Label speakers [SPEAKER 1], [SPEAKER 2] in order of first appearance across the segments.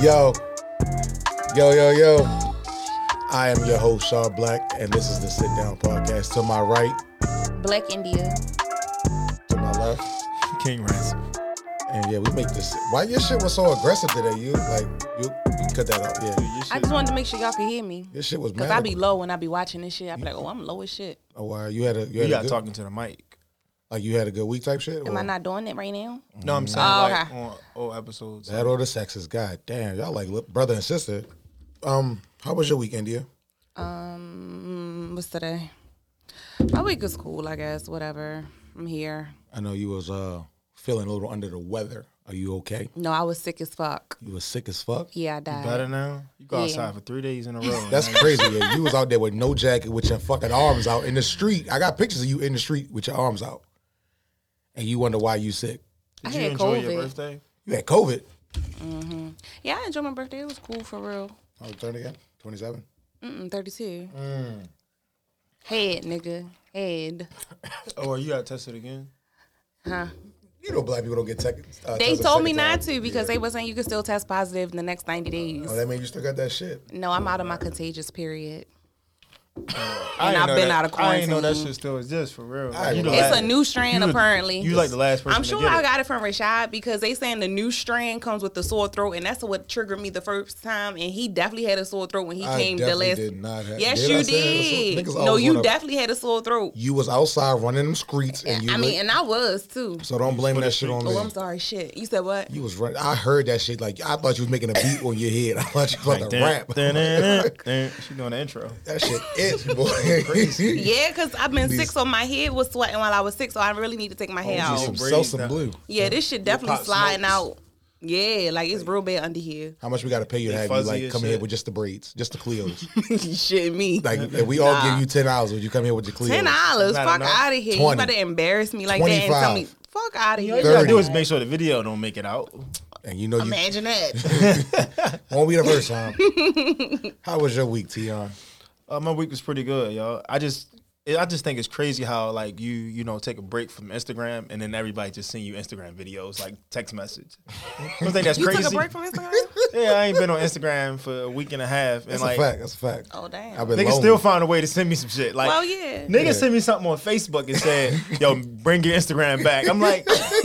[SPEAKER 1] Yo, yo, yo, yo. I am your host, Shaw Black, and this is the Sit Down Podcast. To my right,
[SPEAKER 2] Black India.
[SPEAKER 1] to my left,
[SPEAKER 3] King Rance.
[SPEAKER 1] and yeah, we make this. Why your shit was so aggressive today? You like you, you cut that out. Yeah,
[SPEAKER 2] I just wanted to make sure y'all could hear me.
[SPEAKER 1] your shit was
[SPEAKER 2] Cause
[SPEAKER 1] mad.
[SPEAKER 2] I be low when I be watching this shit. I be like, oh, I'm low as shit.
[SPEAKER 1] oh, wow, you had a you
[SPEAKER 3] You
[SPEAKER 1] had a
[SPEAKER 3] got
[SPEAKER 1] good,
[SPEAKER 3] talking to the mic.
[SPEAKER 1] like you had a good week type shit.
[SPEAKER 2] Am
[SPEAKER 1] or-
[SPEAKER 2] I not doing it right now?
[SPEAKER 3] No, I'm saying
[SPEAKER 2] Oh,
[SPEAKER 3] like
[SPEAKER 2] okay.
[SPEAKER 3] on old episodes.
[SPEAKER 1] That or the sexes? God damn, y'all like li- brother and sister. Um, how was your week, India?
[SPEAKER 2] Mm, What's today? My week is cool, I guess. Whatever. I'm here.
[SPEAKER 1] I know you was uh feeling a little under the weather. Are you okay?
[SPEAKER 2] No, I was sick as fuck.
[SPEAKER 1] You was sick as fuck.
[SPEAKER 2] Yeah, I died.
[SPEAKER 3] Better now. You go
[SPEAKER 2] Yeah.
[SPEAKER 3] outside for three days in a row. and
[SPEAKER 1] That's
[SPEAKER 3] now
[SPEAKER 1] crazy. yeah. You was out there with no jacket, with your fucking arms out in the street. I got pictures of you in the street with your arms out, and you wonder why you sick.
[SPEAKER 2] I
[SPEAKER 3] you- Did you
[SPEAKER 2] had
[SPEAKER 3] enjoy your
[SPEAKER 2] COVID.
[SPEAKER 3] birthday?
[SPEAKER 1] You had COVID.
[SPEAKER 2] Yeah, I enjoyed my birthday. It was cool for real.
[SPEAKER 1] I was turning Oh, again. Twenty-seven.
[SPEAKER 2] Mm-mm, 32.
[SPEAKER 1] Mm.
[SPEAKER 2] Head, nigga. Head.
[SPEAKER 3] Oh, you got tested again?
[SPEAKER 2] Huh.
[SPEAKER 1] You know, black people don't get tech. Uh,
[SPEAKER 2] They
[SPEAKER 1] tested
[SPEAKER 2] told me
[SPEAKER 1] second
[SPEAKER 2] not
[SPEAKER 1] time.
[SPEAKER 2] to because they was saying you could still test positive in the next 90 days.
[SPEAKER 1] Oh, that mean you still got that shit.
[SPEAKER 2] No, I'm out of my contagious period.
[SPEAKER 3] I
[SPEAKER 2] I've
[SPEAKER 3] didn't know
[SPEAKER 2] been out
[SPEAKER 3] that-
[SPEAKER 2] of
[SPEAKER 3] I didn't know that
[SPEAKER 2] quarantine.
[SPEAKER 3] shit still exists for real.
[SPEAKER 1] I ain't
[SPEAKER 3] You the
[SPEAKER 1] know
[SPEAKER 2] It's a
[SPEAKER 3] last-
[SPEAKER 2] new strand,
[SPEAKER 3] you the-
[SPEAKER 2] apparently.
[SPEAKER 3] You like the last person.
[SPEAKER 2] I'm
[SPEAKER 3] to
[SPEAKER 2] sure
[SPEAKER 3] get
[SPEAKER 2] I
[SPEAKER 3] it.
[SPEAKER 2] got it from Rashad because they saying the new strand comes with the sore throat, and that's what triggered me the first time. And he definitely had a sore throat when he
[SPEAKER 1] I
[SPEAKER 2] came the
[SPEAKER 1] definitely
[SPEAKER 2] last.
[SPEAKER 1] did not have-
[SPEAKER 2] yes,
[SPEAKER 1] Did I
[SPEAKER 2] you
[SPEAKER 1] say it?
[SPEAKER 2] did.
[SPEAKER 1] Niggas
[SPEAKER 2] No,
[SPEAKER 1] always
[SPEAKER 2] you
[SPEAKER 1] wanna-
[SPEAKER 2] definitely had a sore throat.
[SPEAKER 1] You was outside running them streets, and you.
[SPEAKER 2] I
[SPEAKER 1] lit-
[SPEAKER 2] mean, and I was too.
[SPEAKER 1] so don't blame that shit on me.
[SPEAKER 2] Oh, I'm sorry. Shit, you said what?
[SPEAKER 1] You was running. I heard that shit. Like I thought you was making a beat on your head. I thought you was about to
[SPEAKER 3] Dun,
[SPEAKER 1] rap.
[SPEAKER 3] dun, dun, dun, dun. She doing the intro.
[SPEAKER 1] That shit is boy.
[SPEAKER 2] Yeah, because I've been
[SPEAKER 1] These-
[SPEAKER 2] sick, so my head was sweating while I was sick, so I really need to take my hair
[SPEAKER 3] you
[SPEAKER 2] out.
[SPEAKER 1] Some
[SPEAKER 3] Breathe
[SPEAKER 1] Selsa
[SPEAKER 3] down.
[SPEAKER 1] blue.
[SPEAKER 2] Yeah, this shit definitely
[SPEAKER 3] Pop
[SPEAKER 2] sliding out.
[SPEAKER 3] Smokes.
[SPEAKER 2] Yeah, like it's real bad under here.
[SPEAKER 1] How much we gotta pay you to
[SPEAKER 3] They
[SPEAKER 1] have you
[SPEAKER 3] fuzzy
[SPEAKER 1] like
[SPEAKER 3] as
[SPEAKER 1] come here
[SPEAKER 3] shit.
[SPEAKER 1] with just the braids, just the Cleos?
[SPEAKER 2] shit, me.
[SPEAKER 1] Like if we all give you ten dollars, would you come here with your Cleos?
[SPEAKER 2] Ten dollars.
[SPEAKER 3] Not
[SPEAKER 2] Fuck
[SPEAKER 3] enough.
[SPEAKER 2] out of here. You
[SPEAKER 1] 20.
[SPEAKER 2] about to embarrass me like that and tell me
[SPEAKER 1] 25.
[SPEAKER 2] fuck out of
[SPEAKER 3] All
[SPEAKER 2] here.
[SPEAKER 3] you gotta
[SPEAKER 1] 30.
[SPEAKER 3] do is make sure the video don't make it out.
[SPEAKER 1] And you know you
[SPEAKER 2] Imagine that.
[SPEAKER 1] won't be the first time. How was your week, Tion?
[SPEAKER 3] Uh, my week was pretty good, y'all. I just, it, I just think it's crazy how like you, you know, take a break from Instagram and then everybody just send you Instagram videos like text message. Don't think that's
[SPEAKER 2] You
[SPEAKER 3] crazy.
[SPEAKER 2] took a break from Instagram?
[SPEAKER 3] yeah, I ain't been on Instagram for a week and a half, and
[SPEAKER 1] That's
[SPEAKER 3] like
[SPEAKER 1] a fact. That's a fact.
[SPEAKER 2] Oh damn.
[SPEAKER 1] I've been
[SPEAKER 3] niggas
[SPEAKER 1] lonely.
[SPEAKER 3] still find a way to send me some shit. Like,
[SPEAKER 2] Well, yeah.
[SPEAKER 3] niggas send me something on Facebook and said, "Yo, bring your Instagram back." I'm like,
[SPEAKER 2] I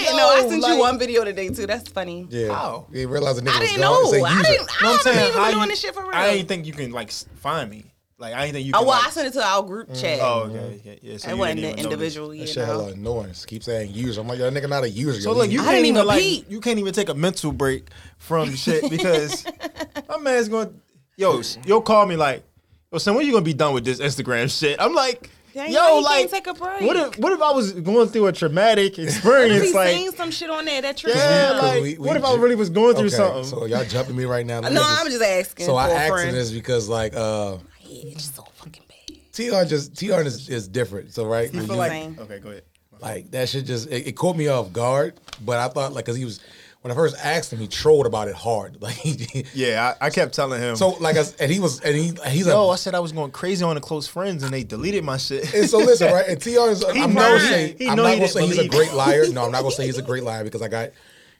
[SPEAKER 2] didn't know. I
[SPEAKER 3] No,
[SPEAKER 2] sent
[SPEAKER 3] like-
[SPEAKER 2] you one video today too. That's funny.
[SPEAKER 1] yeah.
[SPEAKER 3] How?
[SPEAKER 1] You didn't realize the nigga
[SPEAKER 2] I
[SPEAKER 1] was
[SPEAKER 2] didn't
[SPEAKER 1] gone.
[SPEAKER 2] know.
[SPEAKER 1] Say
[SPEAKER 2] I
[SPEAKER 1] user.
[SPEAKER 2] didn't.
[SPEAKER 3] No,
[SPEAKER 2] I
[SPEAKER 3] I'm
[SPEAKER 2] haven't
[SPEAKER 3] saying
[SPEAKER 2] even
[SPEAKER 3] how
[SPEAKER 2] been doing
[SPEAKER 3] you-
[SPEAKER 2] this shit for real.
[SPEAKER 3] I ain't think you can like s- find me. Like, I ain't think you. Can,
[SPEAKER 2] oh well,
[SPEAKER 3] like,
[SPEAKER 2] I sent it to our group chat.
[SPEAKER 3] Oh, okay, okay, yeah. So
[SPEAKER 2] it wasn't
[SPEAKER 3] you didn't
[SPEAKER 2] an
[SPEAKER 3] even notice.
[SPEAKER 2] individual,
[SPEAKER 1] That
[SPEAKER 2] you
[SPEAKER 1] shit hella
[SPEAKER 2] know.
[SPEAKER 1] annoying. Keep saying user. I'm like, yo, nigga, not a user.
[SPEAKER 3] So look, you
[SPEAKER 2] I
[SPEAKER 3] can't
[SPEAKER 2] didn't
[SPEAKER 3] even,
[SPEAKER 2] even
[SPEAKER 3] like
[SPEAKER 2] peep.
[SPEAKER 3] you can't even take a mental break from shit because my man's going. Yo, s- you'll call me like, yo, son, when you gonna be done with this Instagram shit? I'm like,
[SPEAKER 2] Dang, why you
[SPEAKER 3] yo,
[SPEAKER 2] can't
[SPEAKER 3] like,
[SPEAKER 2] take a break?
[SPEAKER 3] what if what if I was going through a traumatic experience?
[SPEAKER 2] He's
[SPEAKER 3] like,
[SPEAKER 2] seen some shit on there that triggered
[SPEAKER 3] yeah,
[SPEAKER 2] him.
[SPEAKER 1] Cause
[SPEAKER 3] like,
[SPEAKER 1] we- we
[SPEAKER 3] what if I
[SPEAKER 1] ju-
[SPEAKER 3] really was going through
[SPEAKER 1] okay,
[SPEAKER 3] something?
[SPEAKER 1] So y'all jumping me right now. Let me
[SPEAKER 2] No, I'm just asking
[SPEAKER 1] So I
[SPEAKER 2] for a
[SPEAKER 1] asked
[SPEAKER 2] friend.
[SPEAKER 1] this because like uh
[SPEAKER 2] Yeah, it's just so fucking bad.
[SPEAKER 1] TR just TR is, is different. So right, when
[SPEAKER 3] I feel
[SPEAKER 1] you-
[SPEAKER 3] like,
[SPEAKER 2] Same.
[SPEAKER 3] okay, go ahead.
[SPEAKER 1] Like that shit just it, it caught me off guard, but I thought like because he was when I first asked him, he trolled about it hard. Like he,
[SPEAKER 3] Yeah, I, I kept telling him.
[SPEAKER 1] so like I s and he was and he he's
[SPEAKER 3] yo, I
[SPEAKER 1] like
[SPEAKER 3] said I was going crazy on the close friends, and they deleted my shit.
[SPEAKER 1] and so listen right and Tr is I'm not gonna
[SPEAKER 3] knows
[SPEAKER 1] say
[SPEAKER 3] it. He
[SPEAKER 1] I'm
[SPEAKER 3] know
[SPEAKER 1] not
[SPEAKER 3] he
[SPEAKER 1] gonna
[SPEAKER 3] didn't
[SPEAKER 1] say he's a
[SPEAKER 3] believe
[SPEAKER 1] great
[SPEAKER 3] it.
[SPEAKER 1] liar. No, I'm not gonna say he's a great liar because I got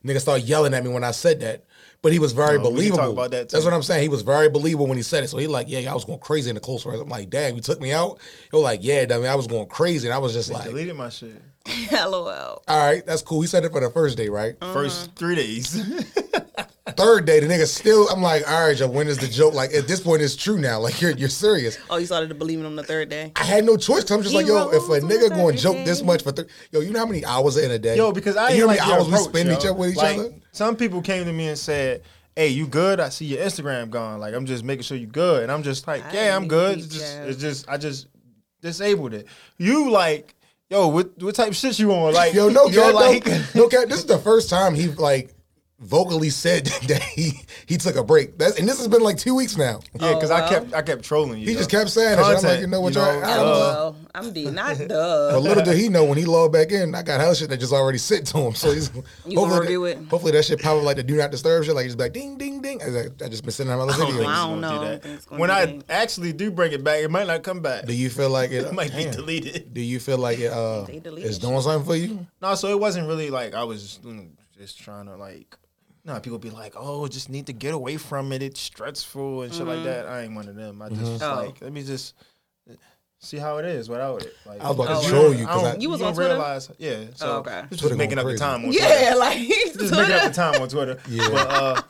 [SPEAKER 1] niggas started yelling at me when I said that. But he was very
[SPEAKER 3] No, we can talk
[SPEAKER 1] believable.
[SPEAKER 3] about that,
[SPEAKER 1] That's
[SPEAKER 3] too.
[SPEAKER 1] what I'm saying. He was very believable when he said it. So he like, yeah, I was going crazy in the close friends. I'm like, dang, you took me out. He was like, yeah, I I was going crazy, and I was just like,
[SPEAKER 3] deleted my shit.
[SPEAKER 2] LOL.
[SPEAKER 1] all right, that's cool. He said it for the first day, right?
[SPEAKER 2] Uh-huh.
[SPEAKER 3] First three days.
[SPEAKER 1] third day, the nigga still. I'm like, all right, yo, when is the joke? Like at this point, it's true now. Like you're you're serious.
[SPEAKER 2] Oh, you started to believe in him the third day.
[SPEAKER 1] I had no choice. 'cause I'm just
[SPEAKER 2] He
[SPEAKER 1] like, yo, if a
[SPEAKER 2] rose
[SPEAKER 1] nigga
[SPEAKER 2] on
[SPEAKER 1] going to
[SPEAKER 2] third
[SPEAKER 1] joke this
[SPEAKER 2] day.
[SPEAKER 1] much for thir- yo, you know how many hours in a day?
[SPEAKER 3] Yo, because I
[SPEAKER 1] And
[SPEAKER 3] ain't
[SPEAKER 1] you know
[SPEAKER 3] like
[SPEAKER 1] how
[SPEAKER 3] your
[SPEAKER 1] many hours we
[SPEAKER 3] approach,
[SPEAKER 1] spend
[SPEAKER 3] yo.
[SPEAKER 1] each other with each
[SPEAKER 3] Like,
[SPEAKER 1] other.
[SPEAKER 3] Some people came to me and said, "Hey, you good? I see your Instagram gone. Like, I'm just making sure you good." And I'm just like,
[SPEAKER 2] I
[SPEAKER 3] "Yeah, I'm
[SPEAKER 2] ain't
[SPEAKER 3] good.
[SPEAKER 2] peep
[SPEAKER 3] It's just,
[SPEAKER 2] that.
[SPEAKER 3] it's just, I just disabled it." You like, yo, what what type of shit you on? Like,
[SPEAKER 1] Yo, no
[SPEAKER 3] you're
[SPEAKER 1] cap,
[SPEAKER 3] like,
[SPEAKER 1] no, no cap. This is the first time he like vocally said that he he took a break. That's and this has been like two weeks now.
[SPEAKER 3] yeah, because
[SPEAKER 2] Oh,
[SPEAKER 3] I
[SPEAKER 2] well.
[SPEAKER 3] kept, I kept trolling you.
[SPEAKER 1] He
[SPEAKER 3] yo.
[SPEAKER 1] just kept saying that. shit. I'm like,
[SPEAKER 3] Content,
[SPEAKER 1] you know what,
[SPEAKER 3] you
[SPEAKER 1] y'all.
[SPEAKER 3] know,
[SPEAKER 1] I don't know.
[SPEAKER 2] LOL. I'm dead. Not duh.
[SPEAKER 1] But little did he know when he logged back in, I got hell shit that just already sent to him. So he's
[SPEAKER 2] You gonna review
[SPEAKER 1] that,
[SPEAKER 2] it?
[SPEAKER 1] Hopefully that shit probably like the do not disturb shit. Like he's like ding ding ding. I, was like, I just been sending him other
[SPEAKER 3] I don't think
[SPEAKER 1] videos.
[SPEAKER 3] it's
[SPEAKER 2] I don't
[SPEAKER 3] gonna do
[SPEAKER 2] know. I
[SPEAKER 3] that.
[SPEAKER 2] don't think it's gonna
[SPEAKER 3] when
[SPEAKER 2] do
[SPEAKER 3] I
[SPEAKER 2] that.
[SPEAKER 3] actually do bring it back, it might not come back.
[SPEAKER 1] Do you feel like it?
[SPEAKER 3] it might be
[SPEAKER 1] damn.
[SPEAKER 3] deleted.
[SPEAKER 1] Do you feel like it? Uh,
[SPEAKER 2] They deleted Mm-hmm.
[SPEAKER 1] it's doing something for you?
[SPEAKER 3] No, so it wasn't really like I was mm, just trying to like No, people be like, "Oh, just need to get away from it. It's stressful and shit
[SPEAKER 2] Mm-hmm.
[SPEAKER 3] like that." I ain't one of them. I just, just
[SPEAKER 1] Mm-hmm.
[SPEAKER 2] Oh.
[SPEAKER 3] like let me just see how it is without it. Like,
[SPEAKER 1] I was about
[SPEAKER 2] to
[SPEAKER 3] don't-
[SPEAKER 1] troll you 'cause
[SPEAKER 3] don't-
[SPEAKER 1] I-
[SPEAKER 2] You was
[SPEAKER 3] don't
[SPEAKER 2] on Twitter?
[SPEAKER 3] realize, yeah. So
[SPEAKER 2] Oh, okay.
[SPEAKER 3] Just
[SPEAKER 1] Twitter
[SPEAKER 3] making
[SPEAKER 1] going
[SPEAKER 3] up the
[SPEAKER 1] crazy.
[SPEAKER 3] time on Twitter
[SPEAKER 2] Yeah, like
[SPEAKER 3] just making up the
[SPEAKER 2] Twitter.
[SPEAKER 3] time on Twitter.
[SPEAKER 1] Yeah.
[SPEAKER 3] But, uh,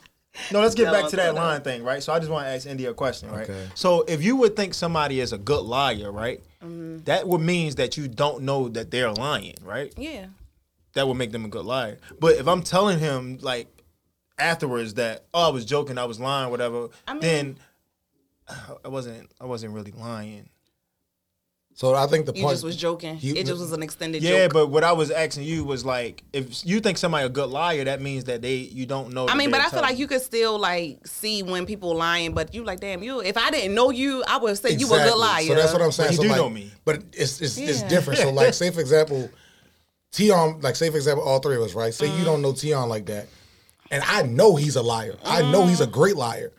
[SPEAKER 3] no, let's get
[SPEAKER 2] No,
[SPEAKER 3] back to that
[SPEAKER 2] Twitter.
[SPEAKER 3] line thing, right? So I just want to ask India a question, right?
[SPEAKER 1] Okay.
[SPEAKER 3] So if you would think somebody is a good liar, right?
[SPEAKER 2] Mm-hmm.
[SPEAKER 3] That would means that you don't know that they're lying, right?
[SPEAKER 2] Yeah.
[SPEAKER 3] That would make them a good liar. But if I'm telling him like afterwards that oh I was joking, I was lying, whatever,
[SPEAKER 2] mean-
[SPEAKER 3] then I wasn't I wasn't really lying.
[SPEAKER 1] So I think the
[SPEAKER 2] You
[SPEAKER 1] point
[SPEAKER 2] just was joking.
[SPEAKER 1] You-
[SPEAKER 2] it just was an extended
[SPEAKER 3] Yeah,
[SPEAKER 2] joke.
[SPEAKER 3] but what I was asking you was like, if you think somebody a good liar, that means that they you don't know.
[SPEAKER 2] I mean, but I feel like you could still like see when people lying, but you like, damn, you. If I didn't know you, I would say you a good liar.
[SPEAKER 1] So that's what I'm saying.
[SPEAKER 3] But he
[SPEAKER 1] so
[SPEAKER 3] do
[SPEAKER 1] like,
[SPEAKER 3] know me.
[SPEAKER 1] But it's it's, it's
[SPEAKER 2] Yeah.
[SPEAKER 1] different. So like, say for example, Tion, like say for example, all three of us, right? Say you
[SPEAKER 2] Mm-hmm.
[SPEAKER 1] don't know Tion like that, and I know he's a liar. I know he's a great liar.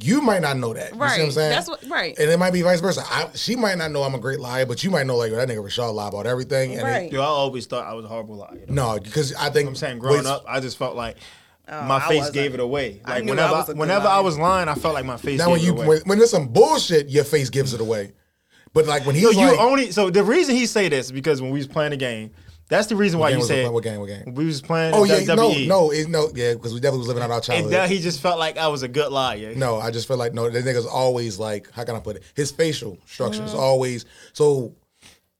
[SPEAKER 1] You might not know that. You see what I'm
[SPEAKER 2] Mm-hmm. Right.
[SPEAKER 1] saying?
[SPEAKER 2] That's what- right.
[SPEAKER 1] And it might be vice versa. I, she might not know I'm a great liar, but you might know like that nigga Rashad lie about everything. And
[SPEAKER 2] Right.
[SPEAKER 1] It,
[SPEAKER 3] Yo, I always thought I was a horrible liar. though.
[SPEAKER 1] no, because I think
[SPEAKER 3] I'm saying growing
[SPEAKER 1] wait,
[SPEAKER 3] up, I just felt like
[SPEAKER 2] Oh, I
[SPEAKER 3] my face
[SPEAKER 2] wasn't.
[SPEAKER 3] gave it away.
[SPEAKER 2] I
[SPEAKER 3] Like
[SPEAKER 2] knew I
[SPEAKER 3] whenever,
[SPEAKER 2] was a good
[SPEAKER 3] whenever I
[SPEAKER 2] liar.
[SPEAKER 3] was lying, I felt like my face.
[SPEAKER 1] Now when
[SPEAKER 3] gave
[SPEAKER 1] you
[SPEAKER 3] it away.
[SPEAKER 1] when, when there's some bullshit, your face gives it away. But like when he's
[SPEAKER 3] So you
[SPEAKER 1] like,
[SPEAKER 3] only so the reason he say this is because when we was playing the game, that's the reason why
[SPEAKER 1] game
[SPEAKER 3] you
[SPEAKER 1] was we
[SPEAKER 3] said
[SPEAKER 1] playing? What game? What game?
[SPEAKER 3] we was playing.
[SPEAKER 1] oh yeah, no,
[SPEAKER 3] WWE.
[SPEAKER 1] no, it, no, yeah, because we definitely was living out our childhood.
[SPEAKER 3] E. And that he just felt like I was a good liar.
[SPEAKER 1] No, I just feel like no, that nigga's always like, how can I put it? His facial structure
[SPEAKER 2] Mm-hmm.
[SPEAKER 1] is always so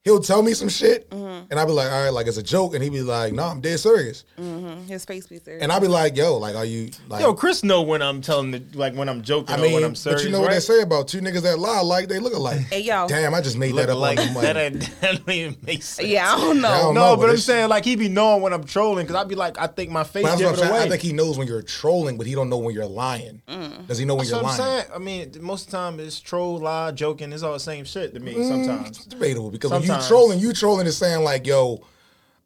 [SPEAKER 1] he'll tell me some shit
[SPEAKER 2] Mm-hmm.
[SPEAKER 1] and I'll be like, all right, like it's a joke, and he'd be like, No, I'm dead serious.
[SPEAKER 2] Mm-hmm. His face be serious.
[SPEAKER 1] And I'll be like, yo, like are you like
[SPEAKER 3] Yo, Chris know when I'm telling the like when I'm joking
[SPEAKER 1] I
[SPEAKER 3] or when
[SPEAKER 1] mean,
[SPEAKER 3] I'm serious.
[SPEAKER 1] but you know what
[SPEAKER 3] right?
[SPEAKER 1] they say about two niggas that lie like they look alike.
[SPEAKER 2] Hey, yo.
[SPEAKER 1] Damn, I just made
[SPEAKER 3] Look
[SPEAKER 1] that up
[SPEAKER 3] like
[SPEAKER 1] on the mic.
[SPEAKER 3] that, ain't- that don't even make sense.
[SPEAKER 2] yeah, I don't know.
[SPEAKER 1] I don't know,
[SPEAKER 3] No,
[SPEAKER 1] but
[SPEAKER 3] but I'm
[SPEAKER 1] it's-
[SPEAKER 3] saying like he be knowing when I'm trolling because I'd be like I think my face
[SPEAKER 1] But that's
[SPEAKER 3] give
[SPEAKER 1] what I'm
[SPEAKER 3] it
[SPEAKER 1] saying.
[SPEAKER 3] away.
[SPEAKER 1] I think he knows when you're trolling, but he don't know when you're lying. Does he know when
[SPEAKER 3] So
[SPEAKER 1] you're
[SPEAKER 3] Mm. I'm
[SPEAKER 1] lying?
[SPEAKER 3] saying, I mean, most of the time it's troll, lie, joking. It's all the same shit to me
[SPEAKER 1] Mm.
[SPEAKER 3] sometimes.
[SPEAKER 1] debatable because when you
[SPEAKER 3] Sometimes.
[SPEAKER 1] trolling, you trolling is saying like, "Yo,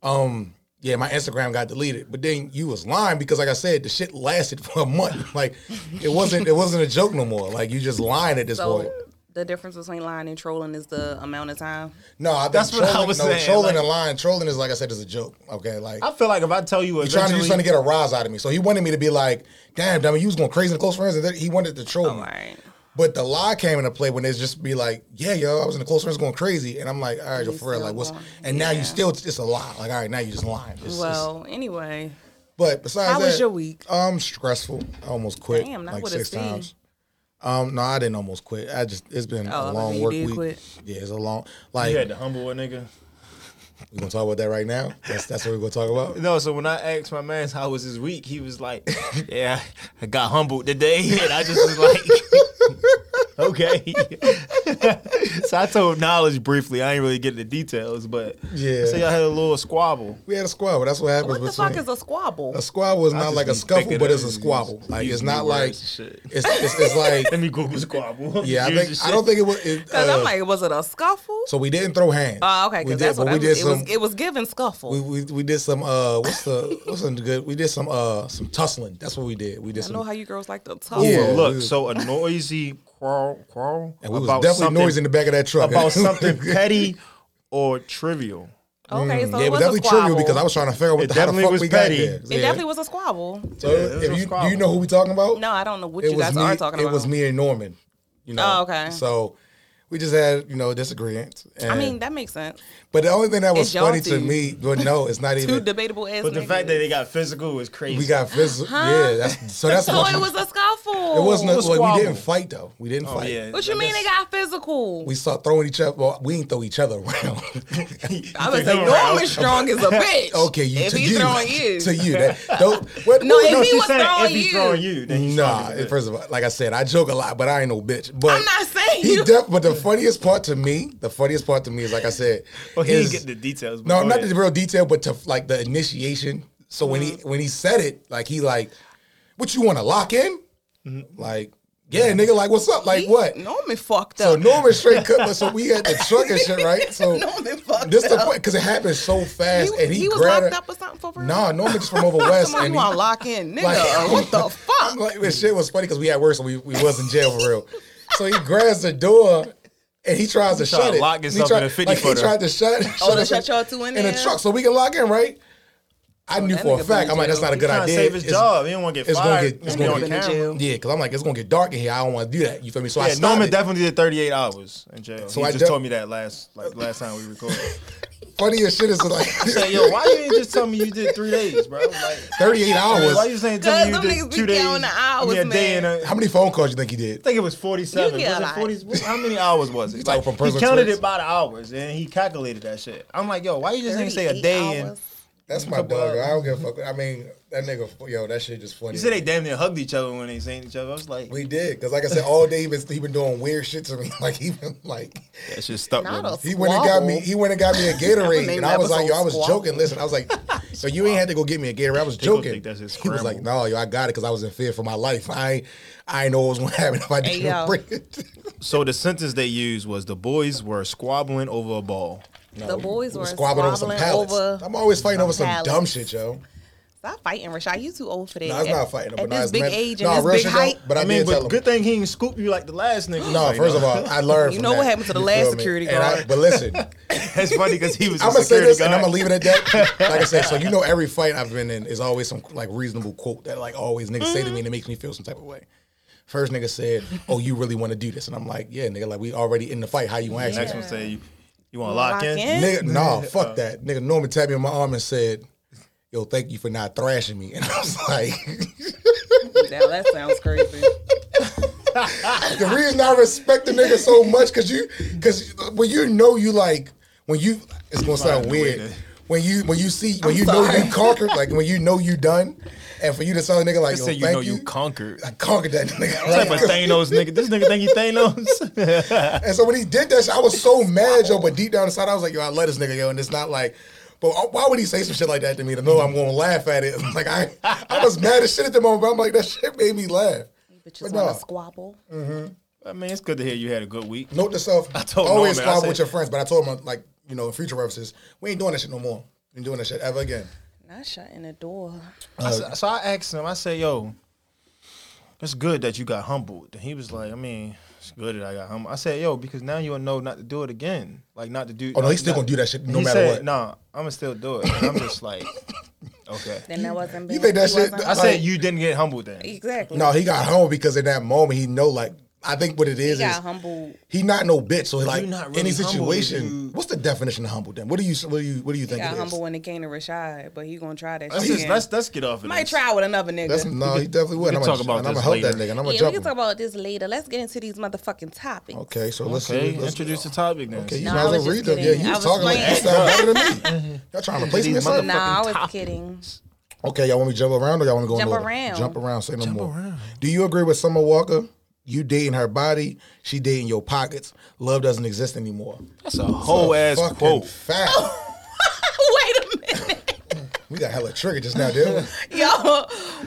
[SPEAKER 1] um, yeah, my Instagram got deleted," but then you was lying because, like I said, the shit lasted for a month. Like, it wasn't it wasn't a joke no more. Like, you just lying at this point.
[SPEAKER 2] so the difference between lying and trolling is the amount of time.
[SPEAKER 1] No, I think
[SPEAKER 3] That's what I
[SPEAKER 1] trolling,
[SPEAKER 3] was
[SPEAKER 1] no,
[SPEAKER 3] saying,
[SPEAKER 1] trolling
[SPEAKER 3] like-
[SPEAKER 1] and lying. Trolling is like I said, is a joke. Okay, like.
[SPEAKER 3] I feel like if I tell you
[SPEAKER 1] He's trying to do
[SPEAKER 3] eventually,
[SPEAKER 1] something to get a rise out of me. So he wanted me to be like, damn, dummy, you was going crazy in close friends. And then he wanted to troll me.
[SPEAKER 3] Oh,
[SPEAKER 2] All right.
[SPEAKER 1] But the lie came into play when it's just be like, yeah, yo, I was in the close friends going crazy. And I'm like, all right, yo,
[SPEAKER 2] You
[SPEAKER 1] for real.
[SPEAKER 2] still
[SPEAKER 1] Like, what's,
[SPEAKER 2] going-
[SPEAKER 1] and now you
[SPEAKER 2] yeah.
[SPEAKER 1] still, it's a lie. Like, all right, now you just lying. It's- it's-
[SPEAKER 2] Well, anyway,
[SPEAKER 1] but besides
[SPEAKER 2] How
[SPEAKER 1] that,
[SPEAKER 2] was your week?
[SPEAKER 1] Um, stressful. I almost quit
[SPEAKER 2] Damn, not
[SPEAKER 1] like
[SPEAKER 2] with a
[SPEAKER 1] six
[SPEAKER 2] C.
[SPEAKER 1] times. Um, no, I didn't almost quit. I just it's been
[SPEAKER 2] Oh,
[SPEAKER 1] a
[SPEAKER 2] okay,
[SPEAKER 1] long
[SPEAKER 2] you
[SPEAKER 1] work
[SPEAKER 2] did
[SPEAKER 1] week.
[SPEAKER 2] quit.
[SPEAKER 1] Yeah, it's a long like
[SPEAKER 3] you had to humble a nigga.
[SPEAKER 1] we're gonna talk about that right now. That's that's what we're gonna talk about.
[SPEAKER 3] No, so when I asked my man how was his week, he was like, "Yeah, I got humbled today," and I just was like, "Okay." so I told knowledge briefly. I ain't really get the details, but
[SPEAKER 1] Yeah.
[SPEAKER 3] So y'all had a little squabble.
[SPEAKER 1] We had a squabble. That's what happens
[SPEAKER 2] what the
[SPEAKER 1] between
[SPEAKER 2] fuck is a squabble?
[SPEAKER 1] a squabble is
[SPEAKER 3] I
[SPEAKER 1] not
[SPEAKER 3] just
[SPEAKER 1] like
[SPEAKER 3] be
[SPEAKER 1] a scuffle,
[SPEAKER 3] thinking
[SPEAKER 1] but
[SPEAKER 3] of
[SPEAKER 1] it's a
[SPEAKER 3] these-
[SPEAKER 1] squabble. Like
[SPEAKER 3] these
[SPEAKER 1] it's
[SPEAKER 3] new
[SPEAKER 1] not like
[SPEAKER 3] words
[SPEAKER 1] it's
[SPEAKER 3] and shit.
[SPEAKER 1] it's, it's like
[SPEAKER 3] Let me Google squabble.
[SPEAKER 1] yeah. I think I don't think it was. It,
[SPEAKER 2] Cause
[SPEAKER 1] uh,
[SPEAKER 2] I'm like, was it a scuffle?
[SPEAKER 1] so we didn't throw hands.
[SPEAKER 2] Oh, okay.
[SPEAKER 1] We
[SPEAKER 2] Because
[SPEAKER 1] did,
[SPEAKER 2] that's
[SPEAKER 1] but
[SPEAKER 2] what
[SPEAKER 1] we
[SPEAKER 2] I,
[SPEAKER 1] did
[SPEAKER 2] it
[SPEAKER 1] some.
[SPEAKER 2] was. It was given scuffle.
[SPEAKER 1] We, we, we did some uh what's the what's some good we did some uh some tussling that's what we did we did
[SPEAKER 2] I
[SPEAKER 1] some
[SPEAKER 2] know how you girls like to talk.
[SPEAKER 1] Yeah.
[SPEAKER 3] Well,
[SPEAKER 1] we
[SPEAKER 3] look,
[SPEAKER 1] was-
[SPEAKER 3] so a noisy quarrel, quarrel
[SPEAKER 1] And we was
[SPEAKER 3] about
[SPEAKER 1] definitely
[SPEAKER 3] something,
[SPEAKER 1] noise in the back of that truck.
[SPEAKER 3] about something petty or trivial.
[SPEAKER 2] Okay, so
[SPEAKER 1] Mm-hmm. yeah,
[SPEAKER 2] it
[SPEAKER 1] but
[SPEAKER 2] was a
[SPEAKER 1] definitely
[SPEAKER 2] squabble.
[SPEAKER 1] trivial because I was trying to figure out what
[SPEAKER 3] It
[SPEAKER 1] the, how the
[SPEAKER 3] definitely
[SPEAKER 1] fuck
[SPEAKER 3] was
[SPEAKER 1] we
[SPEAKER 3] petty.
[SPEAKER 1] got there.
[SPEAKER 2] it definitely was a squabble.
[SPEAKER 1] so
[SPEAKER 3] Yeah, it was
[SPEAKER 1] if
[SPEAKER 3] a
[SPEAKER 1] you do
[SPEAKER 3] squabble.
[SPEAKER 1] you know who we talking about?
[SPEAKER 2] No, I don't know what
[SPEAKER 1] it
[SPEAKER 2] you
[SPEAKER 1] was
[SPEAKER 2] guys
[SPEAKER 1] me.
[SPEAKER 2] are talking
[SPEAKER 1] it
[SPEAKER 2] about.
[SPEAKER 1] was me and Norman. You know.
[SPEAKER 2] Oh, okay.
[SPEAKER 1] So we just had you know disagreements.
[SPEAKER 2] I
[SPEAKER 1] and-
[SPEAKER 2] mean, that makes sense.
[SPEAKER 1] but the only thing that was
[SPEAKER 2] it's y'all
[SPEAKER 1] funny to
[SPEAKER 2] two.
[SPEAKER 1] me, but no, it's not
[SPEAKER 2] Two
[SPEAKER 1] even.
[SPEAKER 2] debatable ass.
[SPEAKER 3] But the
[SPEAKER 2] niggas.
[SPEAKER 3] fact that they got physical was crazy.
[SPEAKER 1] We got physical. Yeah, that's so that's
[SPEAKER 2] so
[SPEAKER 1] what-
[SPEAKER 2] it was a scuffle.
[SPEAKER 1] It wasn't.
[SPEAKER 3] was
[SPEAKER 1] a- like, we
[SPEAKER 3] squabble.
[SPEAKER 1] didn't fight though. We didn't
[SPEAKER 3] Oh,
[SPEAKER 1] fight.
[SPEAKER 3] yeah,
[SPEAKER 2] What you
[SPEAKER 3] I
[SPEAKER 2] mean they
[SPEAKER 3] guess-
[SPEAKER 2] got physical?
[SPEAKER 1] We start throwing each other. Well, we didn't throw each other around.
[SPEAKER 2] I would say
[SPEAKER 3] Them around.
[SPEAKER 2] Norman Strong is a bitch.
[SPEAKER 1] okay, you
[SPEAKER 2] if
[SPEAKER 1] to
[SPEAKER 2] he's
[SPEAKER 1] you,
[SPEAKER 2] throwing you,
[SPEAKER 1] to you. That, don't, what,
[SPEAKER 2] No,
[SPEAKER 1] what-
[SPEAKER 2] if he
[SPEAKER 3] she's
[SPEAKER 2] was throwing
[SPEAKER 3] if he
[SPEAKER 2] you.
[SPEAKER 3] throwing you, then he's
[SPEAKER 1] Nah,
[SPEAKER 3] throwing you.
[SPEAKER 1] first of all, like I said, I joke a lot, but I ain't no bitch. But
[SPEAKER 2] I'm not saying
[SPEAKER 1] he
[SPEAKER 2] you.
[SPEAKER 1] def- But the funniest part to me, the funniest part to me is like I said,
[SPEAKER 3] Well, he
[SPEAKER 1] is,
[SPEAKER 3] didn't get the details. but
[SPEAKER 1] no,
[SPEAKER 3] go
[SPEAKER 1] not
[SPEAKER 3] ahead.
[SPEAKER 1] the real detail, but to like the initiation. So when he
[SPEAKER 2] Mm-hmm.
[SPEAKER 1] when he said it, like he like, what you want to lock in?
[SPEAKER 3] Mm-hmm.
[SPEAKER 1] Like, yeah, nigga, like what's up? Like
[SPEAKER 2] He-
[SPEAKER 1] what?
[SPEAKER 2] Norman fucked
[SPEAKER 1] So
[SPEAKER 2] up.
[SPEAKER 1] Norman straight cut, so we had the truck and shit, right? So
[SPEAKER 2] Norman fucked
[SPEAKER 1] this the
[SPEAKER 2] up.
[SPEAKER 1] point because it happened so fast,
[SPEAKER 2] He,
[SPEAKER 1] and he,
[SPEAKER 2] he was
[SPEAKER 1] grabbed
[SPEAKER 2] locked
[SPEAKER 1] her-
[SPEAKER 2] up or something for real.
[SPEAKER 1] Nah, Norman just from over west.
[SPEAKER 2] Come on,
[SPEAKER 1] and
[SPEAKER 2] you
[SPEAKER 1] he-
[SPEAKER 2] want to lock in, nigga?
[SPEAKER 1] like-
[SPEAKER 2] what the
[SPEAKER 1] I'm
[SPEAKER 2] fuck?
[SPEAKER 1] like, this shit was funny because we at work, so we, we was in jail for real. So he grabs the door and he tries to
[SPEAKER 3] tried
[SPEAKER 1] shut
[SPEAKER 3] to
[SPEAKER 1] it.
[SPEAKER 3] lock
[SPEAKER 1] He
[SPEAKER 3] himself in a 50
[SPEAKER 1] like, He
[SPEAKER 3] footer.
[SPEAKER 1] tried to shut.
[SPEAKER 2] Oh, to
[SPEAKER 1] it
[SPEAKER 2] shut y'all two in
[SPEAKER 1] in the
[SPEAKER 2] there?
[SPEAKER 1] truck so we can lock in, right? I knew
[SPEAKER 2] that
[SPEAKER 1] for a
[SPEAKER 2] nigga
[SPEAKER 1] fact.
[SPEAKER 2] been
[SPEAKER 1] I'm like,
[SPEAKER 2] in
[SPEAKER 1] that's not a
[SPEAKER 2] jail.
[SPEAKER 1] good
[SPEAKER 3] Trying to
[SPEAKER 1] idea.
[SPEAKER 3] save his
[SPEAKER 1] It's-
[SPEAKER 3] job. He don't want to get
[SPEAKER 1] it's gonna
[SPEAKER 3] fired.
[SPEAKER 1] get- it's
[SPEAKER 3] He
[SPEAKER 1] gonna
[SPEAKER 3] on
[SPEAKER 1] get-
[SPEAKER 3] camera.
[SPEAKER 2] jail.
[SPEAKER 1] Yeah, because I'm like, it's gonna get dark in here. I don't want to do that. You feel me? So I
[SPEAKER 3] Yeah,
[SPEAKER 1] stopped
[SPEAKER 3] Norman
[SPEAKER 1] it.
[SPEAKER 3] definitely did 38 hours in jail.
[SPEAKER 1] So
[SPEAKER 3] he
[SPEAKER 1] I
[SPEAKER 3] just
[SPEAKER 1] def-
[SPEAKER 3] told me that last like last time we recorded.
[SPEAKER 1] Funniest shit is like
[SPEAKER 3] Say, yo, why you ain't just tell me you did three days, bro? Like,
[SPEAKER 1] 38
[SPEAKER 3] why
[SPEAKER 1] hours.
[SPEAKER 3] you saying tell me you
[SPEAKER 2] Cause them niggas
[SPEAKER 3] did
[SPEAKER 2] be
[SPEAKER 3] two days?
[SPEAKER 2] counting the
[SPEAKER 3] I mean,
[SPEAKER 2] hours,
[SPEAKER 3] a day
[SPEAKER 2] man.
[SPEAKER 3] and a,
[SPEAKER 1] How many phone calls you think he did?
[SPEAKER 3] I think it was 47.
[SPEAKER 2] You get
[SPEAKER 3] Was
[SPEAKER 2] a
[SPEAKER 3] it
[SPEAKER 2] lot.
[SPEAKER 3] 40, what- how many hours was it?
[SPEAKER 1] talking
[SPEAKER 3] Like,
[SPEAKER 1] from
[SPEAKER 3] he
[SPEAKER 1] personal
[SPEAKER 3] counted
[SPEAKER 1] experience?
[SPEAKER 3] it by the hours and he calculated that shit. I'm like, yo, why you just ain't say a day and.
[SPEAKER 1] That's my dog. bro. I don't give a fuck. I mean, that nigga, yo, that shit just funny.
[SPEAKER 3] You said they damn near hugged each other when they seen each other. I was like,
[SPEAKER 1] we did because, like I said, all day he been, he been doing weird shit to me. Like he been like
[SPEAKER 3] that shit stuck
[SPEAKER 2] Not
[SPEAKER 3] with
[SPEAKER 2] a
[SPEAKER 3] me.
[SPEAKER 1] he went and got me. He went and got me a Gatorade,
[SPEAKER 2] name
[SPEAKER 1] and I was
[SPEAKER 2] the
[SPEAKER 1] like, yo, I was
[SPEAKER 2] episode, Squabble.
[SPEAKER 1] joking. Listen, I was like, so you ain't had to go get me a Gatorade. I was
[SPEAKER 3] gonna
[SPEAKER 1] joking.
[SPEAKER 3] think that's just
[SPEAKER 1] He was like,
[SPEAKER 3] scramble.
[SPEAKER 1] no, yo, I got it because I was in fear for my life. I ain't, I ain't know what was gonna happen if I
[SPEAKER 2] Hey,
[SPEAKER 1] didn't
[SPEAKER 2] yo.
[SPEAKER 1] bring it.
[SPEAKER 3] So the sentence they used was the boys were squabbling over a ball.
[SPEAKER 2] The boys
[SPEAKER 1] We
[SPEAKER 2] were
[SPEAKER 1] squabbling over some pallets.
[SPEAKER 2] over-
[SPEAKER 1] I'm always fighting over some
[SPEAKER 2] pallets.
[SPEAKER 1] dumb shit, yo.
[SPEAKER 2] Stop fighting, Rashad. You too old for that.
[SPEAKER 1] No, it's not fighting.
[SPEAKER 2] At,
[SPEAKER 1] but
[SPEAKER 2] at
[SPEAKER 1] nah,
[SPEAKER 2] this
[SPEAKER 1] it's
[SPEAKER 2] big
[SPEAKER 1] men-
[SPEAKER 2] age and
[SPEAKER 1] nah,
[SPEAKER 2] this
[SPEAKER 1] real
[SPEAKER 2] big
[SPEAKER 1] shit, though,
[SPEAKER 2] height.
[SPEAKER 1] But I,
[SPEAKER 3] I mean,
[SPEAKER 1] did tell
[SPEAKER 3] but
[SPEAKER 1] him.
[SPEAKER 3] good thing he didn't scoop you like the last nigga.
[SPEAKER 1] No,
[SPEAKER 3] Like,
[SPEAKER 1] first of
[SPEAKER 3] nah.
[SPEAKER 1] all, I learned.
[SPEAKER 2] You
[SPEAKER 1] from
[SPEAKER 2] know what
[SPEAKER 1] that.
[SPEAKER 2] happened to the
[SPEAKER 1] You
[SPEAKER 2] last
[SPEAKER 1] feel me?
[SPEAKER 2] security
[SPEAKER 1] And I-
[SPEAKER 2] guard.
[SPEAKER 1] but listen, I'm
[SPEAKER 3] that's funny because he was.
[SPEAKER 1] gonna say this,
[SPEAKER 3] guy.
[SPEAKER 1] and I'm gonna leave it at that. Like I said, so you know, every fight I've been in is always some like reasonable quote that like always niggas say to
[SPEAKER 2] Mm-hmm.
[SPEAKER 1] me, and it makes me feel some type of way. First nigga said, "Oh, you really want to do this?" And I'm like, "Yeah, nigga. Like we already in the fight. How you want to
[SPEAKER 3] Next
[SPEAKER 1] ask me?"
[SPEAKER 3] one say you, you want to lock,
[SPEAKER 2] Lock
[SPEAKER 3] in.
[SPEAKER 2] in?
[SPEAKER 1] Nigga, nah, fuck that. Nigga Norman tapped me on my arm and said, "Yo, thank you for not thrashing me." And I was like.
[SPEAKER 2] Now that sounds crazy.
[SPEAKER 1] the reason I respect the nigga so much because you because when you know you like when you it's gonna sound
[SPEAKER 3] Find a way
[SPEAKER 1] weird
[SPEAKER 3] to-
[SPEAKER 1] when you when you see when
[SPEAKER 2] I'm
[SPEAKER 1] you know
[SPEAKER 2] sorry.
[SPEAKER 1] you conquered like when you know you done and for you to tell a nigga like
[SPEAKER 3] Just
[SPEAKER 1] yo,
[SPEAKER 3] say you
[SPEAKER 1] thank
[SPEAKER 3] know you conquered.
[SPEAKER 1] I conquered that nigga
[SPEAKER 3] Type of
[SPEAKER 1] right?
[SPEAKER 3] Thanos nigga. This nigga think he Thanos.
[SPEAKER 1] and so when he did that shit, I was so mad yo but deep down inside I was like yo I love this nigga yo and it's not like. But why would he say some shit like that to me to know I'm gonna laugh at it? Like I, I was mad as shit at the moment, but I'm like that shit made me laugh.
[SPEAKER 2] Bitches
[SPEAKER 1] But
[SPEAKER 2] want
[SPEAKER 1] nah.
[SPEAKER 2] to squabble.
[SPEAKER 3] I mean, it's good to hear you had a good week.
[SPEAKER 1] Note to self.
[SPEAKER 3] told
[SPEAKER 1] always
[SPEAKER 3] Norman, I
[SPEAKER 1] squabble with
[SPEAKER 3] said-
[SPEAKER 1] your friends, but I told him uh, like you know in future references we ain't doing that shit no more. We ain't doing that shit ever again.
[SPEAKER 2] Not shutting the door.
[SPEAKER 1] Uh,
[SPEAKER 3] I s- so I asked him. I said, "Yo, it's good that you got humbled." And he was like, "I mean, it's good that I got humbled." I said, "Yo, because now you'll know not to do it again. Like not to do."
[SPEAKER 1] Oh no, he's
[SPEAKER 3] not-
[SPEAKER 1] still gonna do that shit no
[SPEAKER 3] he
[SPEAKER 1] matter
[SPEAKER 3] said,
[SPEAKER 1] what.
[SPEAKER 3] Nah, I'm gonna still do it. And I'm just like, okay.
[SPEAKER 2] Then that wasn't.
[SPEAKER 1] you
[SPEAKER 2] being-
[SPEAKER 1] think that
[SPEAKER 2] he
[SPEAKER 1] shit-
[SPEAKER 2] wasn't-
[SPEAKER 3] I said you didn't get humbled then.
[SPEAKER 2] exactly.
[SPEAKER 1] No, he got home because in that moment he know like I think what it
[SPEAKER 2] he
[SPEAKER 1] is is
[SPEAKER 2] got humbled.
[SPEAKER 1] he not no bitch. So like
[SPEAKER 3] You not
[SPEAKER 1] any
[SPEAKER 3] really humble if
[SPEAKER 1] situation,
[SPEAKER 3] you-
[SPEAKER 1] what's the definition of humble? Then what do you what do you what do you
[SPEAKER 2] He
[SPEAKER 1] think
[SPEAKER 2] got
[SPEAKER 1] it is?
[SPEAKER 2] humbled when it came to Rashad, but he gonna try that.
[SPEAKER 3] Let's
[SPEAKER 2] shit
[SPEAKER 3] just
[SPEAKER 2] again.
[SPEAKER 3] let's let's get off of
[SPEAKER 2] Might
[SPEAKER 3] this.
[SPEAKER 2] try with another nigga.
[SPEAKER 1] That's no, he definitely would.
[SPEAKER 3] can
[SPEAKER 1] I'm
[SPEAKER 3] talk
[SPEAKER 1] gonna
[SPEAKER 3] about
[SPEAKER 1] I'm gonna
[SPEAKER 3] this
[SPEAKER 1] help that
[SPEAKER 3] later.
[SPEAKER 1] nigga. and I'm gonna
[SPEAKER 2] yeah, we
[SPEAKER 1] jump
[SPEAKER 2] can
[SPEAKER 1] him.
[SPEAKER 2] talk about this later. Let's get into these motherfucking topics.
[SPEAKER 1] Okay, so let's
[SPEAKER 3] Okay,
[SPEAKER 1] see. Let's,
[SPEAKER 3] introduce the topic then.
[SPEAKER 1] Okay, you
[SPEAKER 2] No,
[SPEAKER 1] might as
[SPEAKER 2] I was
[SPEAKER 1] well
[SPEAKER 2] just
[SPEAKER 1] read them. Yeah,
[SPEAKER 2] kidding.
[SPEAKER 1] you
[SPEAKER 2] I
[SPEAKER 1] was
[SPEAKER 2] was
[SPEAKER 1] talking like you
[SPEAKER 2] playing.
[SPEAKER 1] sound better than me. Y'all trying to place me? or
[SPEAKER 3] These
[SPEAKER 1] something?
[SPEAKER 2] No, I was
[SPEAKER 3] topics.
[SPEAKER 2] kidding.
[SPEAKER 1] Okay, y'all want me to jump around or y'all want to go in
[SPEAKER 2] Jump
[SPEAKER 1] order?
[SPEAKER 2] around.
[SPEAKER 1] Jump around. Say no more. Do you agree with Summer Walker? You dating her body, she dating your pockets. Love doesn't exist anymore.
[SPEAKER 3] That's a whole ass
[SPEAKER 1] Fucking
[SPEAKER 3] quote.
[SPEAKER 1] fact.
[SPEAKER 2] Wait a minute.
[SPEAKER 1] we got hella triggered just now, didn't we?
[SPEAKER 2] Yo,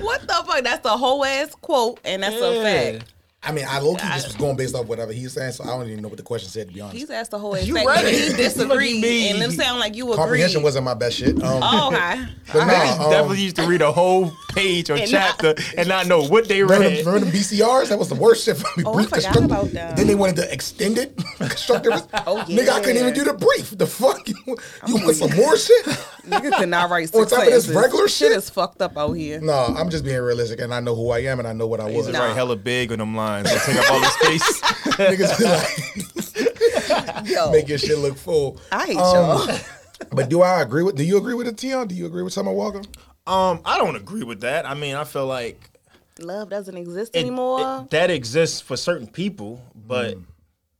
[SPEAKER 2] what the fuck? That's a whole ass quote, and that's a
[SPEAKER 3] Yeah.
[SPEAKER 2] fact.
[SPEAKER 1] I mean, I low key just was going based off whatever he was saying, so I don't even know what the question said to be honest.
[SPEAKER 2] He's asked the whole ass
[SPEAKER 3] You
[SPEAKER 2] fact. but
[SPEAKER 3] right. What
[SPEAKER 2] He
[SPEAKER 3] you
[SPEAKER 2] disagreed,
[SPEAKER 3] mean?
[SPEAKER 2] and it sound like you agreed.
[SPEAKER 1] Comprehension wasn't my best shit. Um,
[SPEAKER 2] oh, okay.
[SPEAKER 1] but nah,
[SPEAKER 3] Niggas
[SPEAKER 1] um,
[SPEAKER 3] definitely used to read a whole page or
[SPEAKER 2] And not-
[SPEAKER 3] chapter and not know what they
[SPEAKER 1] Remember them,
[SPEAKER 3] read.
[SPEAKER 1] remember them BCRs? That was the worst shit for me.
[SPEAKER 2] Oh, I forgot
[SPEAKER 1] construct-
[SPEAKER 2] about them.
[SPEAKER 1] Then they wanted to extend it. Constructive.
[SPEAKER 2] Oh,
[SPEAKER 1] Nigga, I couldn't even
[SPEAKER 2] yeah.
[SPEAKER 1] do
[SPEAKER 2] Oh,
[SPEAKER 1] the brief. The fuck? You, you want some more shit?
[SPEAKER 2] Nigga could not write
[SPEAKER 1] On
[SPEAKER 2] six
[SPEAKER 1] top of this
[SPEAKER 2] sentences.
[SPEAKER 1] regular shit?
[SPEAKER 2] is fucked up out here.
[SPEAKER 1] No, I'm just being realistic, and I know who I am, and I know what I was.
[SPEAKER 3] He's
[SPEAKER 2] Nah.
[SPEAKER 3] right hella big on them lines. They take up all the space.
[SPEAKER 1] Niggas be like,
[SPEAKER 2] Yo,
[SPEAKER 1] make your shit look full. Um,
[SPEAKER 2] I hate y'all.
[SPEAKER 1] But do I agree with? Do you agree with the Tion? Do you agree with Summer Walker?
[SPEAKER 3] Um, I don't agree with that. I mean, I feel like
[SPEAKER 2] Love doesn't exist
[SPEAKER 3] it-
[SPEAKER 2] anymore.
[SPEAKER 3] it- that exists for certain people, but
[SPEAKER 1] Hmm.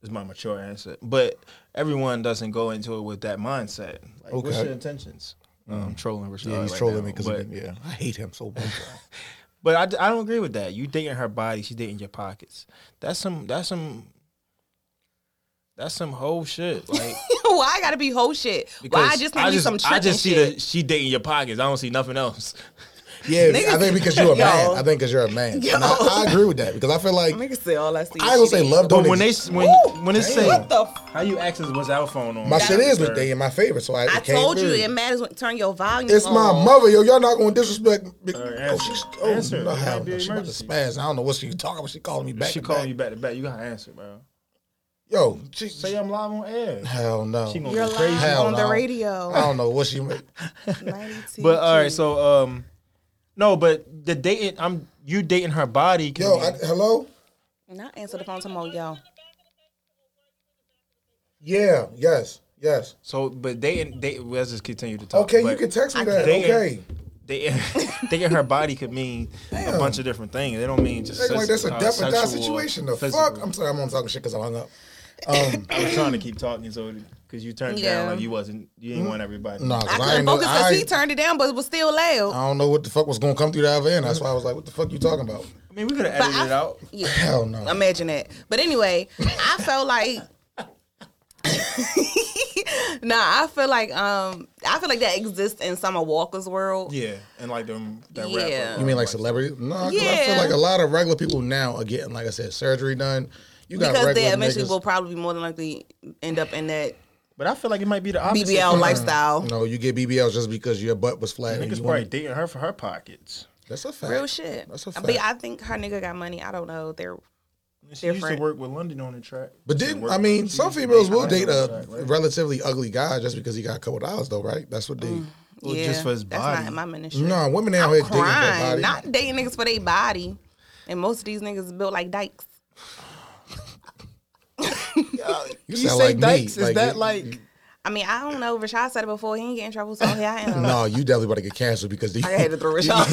[SPEAKER 3] it's my mature answer. But everyone doesn't go into it with that mindset. Like, what's
[SPEAKER 1] Okay. Hmm.
[SPEAKER 3] your intentions? I'm trolling Rashad.
[SPEAKER 1] Yeah, he's
[SPEAKER 3] right
[SPEAKER 1] trolling
[SPEAKER 3] now,
[SPEAKER 1] me because
[SPEAKER 3] but,
[SPEAKER 1] yeah, I hate him so much.
[SPEAKER 3] but I d- I, don't agree with that. You dating her body, she dating your pockets. That's some. That's some. That's some whole shit. Like
[SPEAKER 2] Why I gotta be whole shit? Why I just can't be some trick
[SPEAKER 3] I just
[SPEAKER 2] and
[SPEAKER 3] see
[SPEAKER 2] shit?
[SPEAKER 3] that she dating your pockets. I don't see nothing else.
[SPEAKER 1] yeah, I think because you're a man.
[SPEAKER 2] Yo.
[SPEAKER 1] I think because you're a man. And I, I agree with that because I feel like
[SPEAKER 2] Nigga say all I see.
[SPEAKER 1] I don't say love. Don't
[SPEAKER 3] But when they
[SPEAKER 1] exist.
[SPEAKER 3] when when it say
[SPEAKER 2] What the? F-
[SPEAKER 3] how you access what's our phone on?
[SPEAKER 1] my shit is
[SPEAKER 3] Sir.
[SPEAKER 1] look they in my favor, so I,
[SPEAKER 2] I
[SPEAKER 1] it came
[SPEAKER 2] told you
[SPEAKER 1] through.
[SPEAKER 2] it matters when turn your volume.
[SPEAKER 1] It's
[SPEAKER 2] on.
[SPEAKER 1] my mother, yo. Y'all not gonna disrespect. Me. oh,
[SPEAKER 3] answer.
[SPEAKER 1] she's oh,
[SPEAKER 3] Answer.
[SPEAKER 1] no,
[SPEAKER 3] It might
[SPEAKER 1] hell
[SPEAKER 3] be
[SPEAKER 1] no. She about to
[SPEAKER 3] emergency.
[SPEAKER 1] spaz. I don't know what she talking about. She calling me back.
[SPEAKER 3] She
[SPEAKER 1] to
[SPEAKER 3] called
[SPEAKER 1] back.
[SPEAKER 3] me back to back. You gotta answer, bro.
[SPEAKER 1] Yo, she,
[SPEAKER 3] Say I'm live on air.
[SPEAKER 1] hell no.
[SPEAKER 3] She gonna
[SPEAKER 2] You're
[SPEAKER 3] go crazy.
[SPEAKER 2] live
[SPEAKER 1] Hell
[SPEAKER 2] on the
[SPEAKER 1] no.
[SPEAKER 2] radio.
[SPEAKER 1] I don't know what she meant.
[SPEAKER 2] 92.
[SPEAKER 3] But all right, so um, no, but the dating, I'm you dating her body. can
[SPEAKER 1] Yo,
[SPEAKER 3] be-
[SPEAKER 1] I, hello?
[SPEAKER 2] Not answer the phone tomorrow, y'all.
[SPEAKER 1] Yeah, yes, yes.
[SPEAKER 3] so but dating, date. Let's just continue to talk.
[SPEAKER 1] Okay, you
[SPEAKER 3] but
[SPEAKER 1] can text me that.
[SPEAKER 3] dating-
[SPEAKER 1] Okay.
[SPEAKER 3] Dating, dating her body could mean a bunch of different things. They don't mean just
[SPEAKER 1] Like, like, that's a
[SPEAKER 3] uh,
[SPEAKER 1] death or die
[SPEAKER 3] sexual or
[SPEAKER 1] situation. The
[SPEAKER 3] physical.
[SPEAKER 1] fuck? I'm sorry, I'm on talking shit because I hung up.
[SPEAKER 3] I was trying to keep talking so because you turned
[SPEAKER 2] Yeah.
[SPEAKER 3] down like you wasn't you
[SPEAKER 1] Hmm?
[SPEAKER 3] didn't want everybody.
[SPEAKER 1] No,
[SPEAKER 2] I
[SPEAKER 1] because I,
[SPEAKER 2] couldn't
[SPEAKER 1] ain't know.
[SPEAKER 2] focus because he
[SPEAKER 1] I,
[SPEAKER 2] turned it down, but it was still loud.
[SPEAKER 1] I don't know what the fuck was gonna come through the other end. That's why I was like, "What the fuck you talking about?"
[SPEAKER 3] I mean we could have
[SPEAKER 2] But
[SPEAKER 3] edited
[SPEAKER 2] I-
[SPEAKER 3] it out.
[SPEAKER 2] Yeah,
[SPEAKER 1] Hell no.
[SPEAKER 2] imagine that. But anyway, I felt like. nah, I feel like um, I feel like that exists in Summer Walker's world.
[SPEAKER 3] Yeah, and like them that
[SPEAKER 2] Yeah.
[SPEAKER 3] rapper.
[SPEAKER 1] you mean like celebrity? No, 'cause I feel
[SPEAKER 2] Yeah.
[SPEAKER 1] like a lot of regular people now are getting, like I said, surgery done. You got
[SPEAKER 2] because they
[SPEAKER 1] regular
[SPEAKER 2] eventually
[SPEAKER 1] niggas.
[SPEAKER 2] will probably more than likely end up in that
[SPEAKER 3] But I feel like it might be the opposite.
[SPEAKER 2] BBL lifestyle.
[SPEAKER 1] No, you get BBLs just because your butt was flat. and
[SPEAKER 3] Niggas
[SPEAKER 1] you
[SPEAKER 3] probably
[SPEAKER 1] wanted-
[SPEAKER 3] dating her for her pockets.
[SPEAKER 1] That's a fact.
[SPEAKER 2] Real shit.
[SPEAKER 1] That's a
[SPEAKER 2] But
[SPEAKER 1] fact.
[SPEAKER 2] I think her nigga got money. I don't know. They're
[SPEAKER 3] And She used
[SPEAKER 2] Different.
[SPEAKER 3] to work with London on the track.
[SPEAKER 1] But
[SPEAKER 3] She
[SPEAKER 1] then,
[SPEAKER 3] worked
[SPEAKER 1] I mean,
[SPEAKER 3] with- she
[SPEAKER 1] some
[SPEAKER 3] used to
[SPEAKER 1] females will
[SPEAKER 3] on
[SPEAKER 1] date
[SPEAKER 3] the
[SPEAKER 1] a
[SPEAKER 3] track, right?
[SPEAKER 1] relatively ugly guy just because he got a couple dollars, though, right? That's what they. Oh,
[SPEAKER 3] Well,
[SPEAKER 2] yeah,
[SPEAKER 3] just for his
[SPEAKER 2] that's
[SPEAKER 3] body.
[SPEAKER 2] not in my ministry.
[SPEAKER 1] No, women out here dating their
[SPEAKER 2] Mm. Crying,
[SPEAKER 1] body.
[SPEAKER 2] not dating niggas for their body, and most of these niggas built like dykes.
[SPEAKER 1] you sound
[SPEAKER 3] You say
[SPEAKER 1] like me.
[SPEAKER 3] dykes? Is
[SPEAKER 1] Like,
[SPEAKER 3] that
[SPEAKER 1] you-
[SPEAKER 3] like
[SPEAKER 2] I mean, I don't know. Rashad said it before. He ain't getting trouble, so here I am.
[SPEAKER 1] No, you definitely about to get canceled because these
[SPEAKER 2] I had to throw Rashad.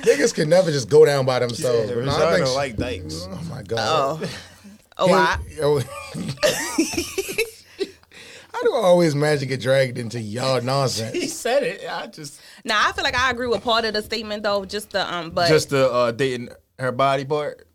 [SPEAKER 1] niggas can never just go down by themselves.
[SPEAKER 3] Yeah,
[SPEAKER 1] bro. No, I
[SPEAKER 3] Rosanna
[SPEAKER 1] think she-
[SPEAKER 3] like dykes?
[SPEAKER 1] oh my god.
[SPEAKER 2] oh, oh, I,
[SPEAKER 1] Yo- How do I always imagine get dragged into y'all nonsense?
[SPEAKER 3] He said it. I just
[SPEAKER 2] now I feel like I agree with part of the statement though. Just the um, but
[SPEAKER 3] just the uh, dating her body part.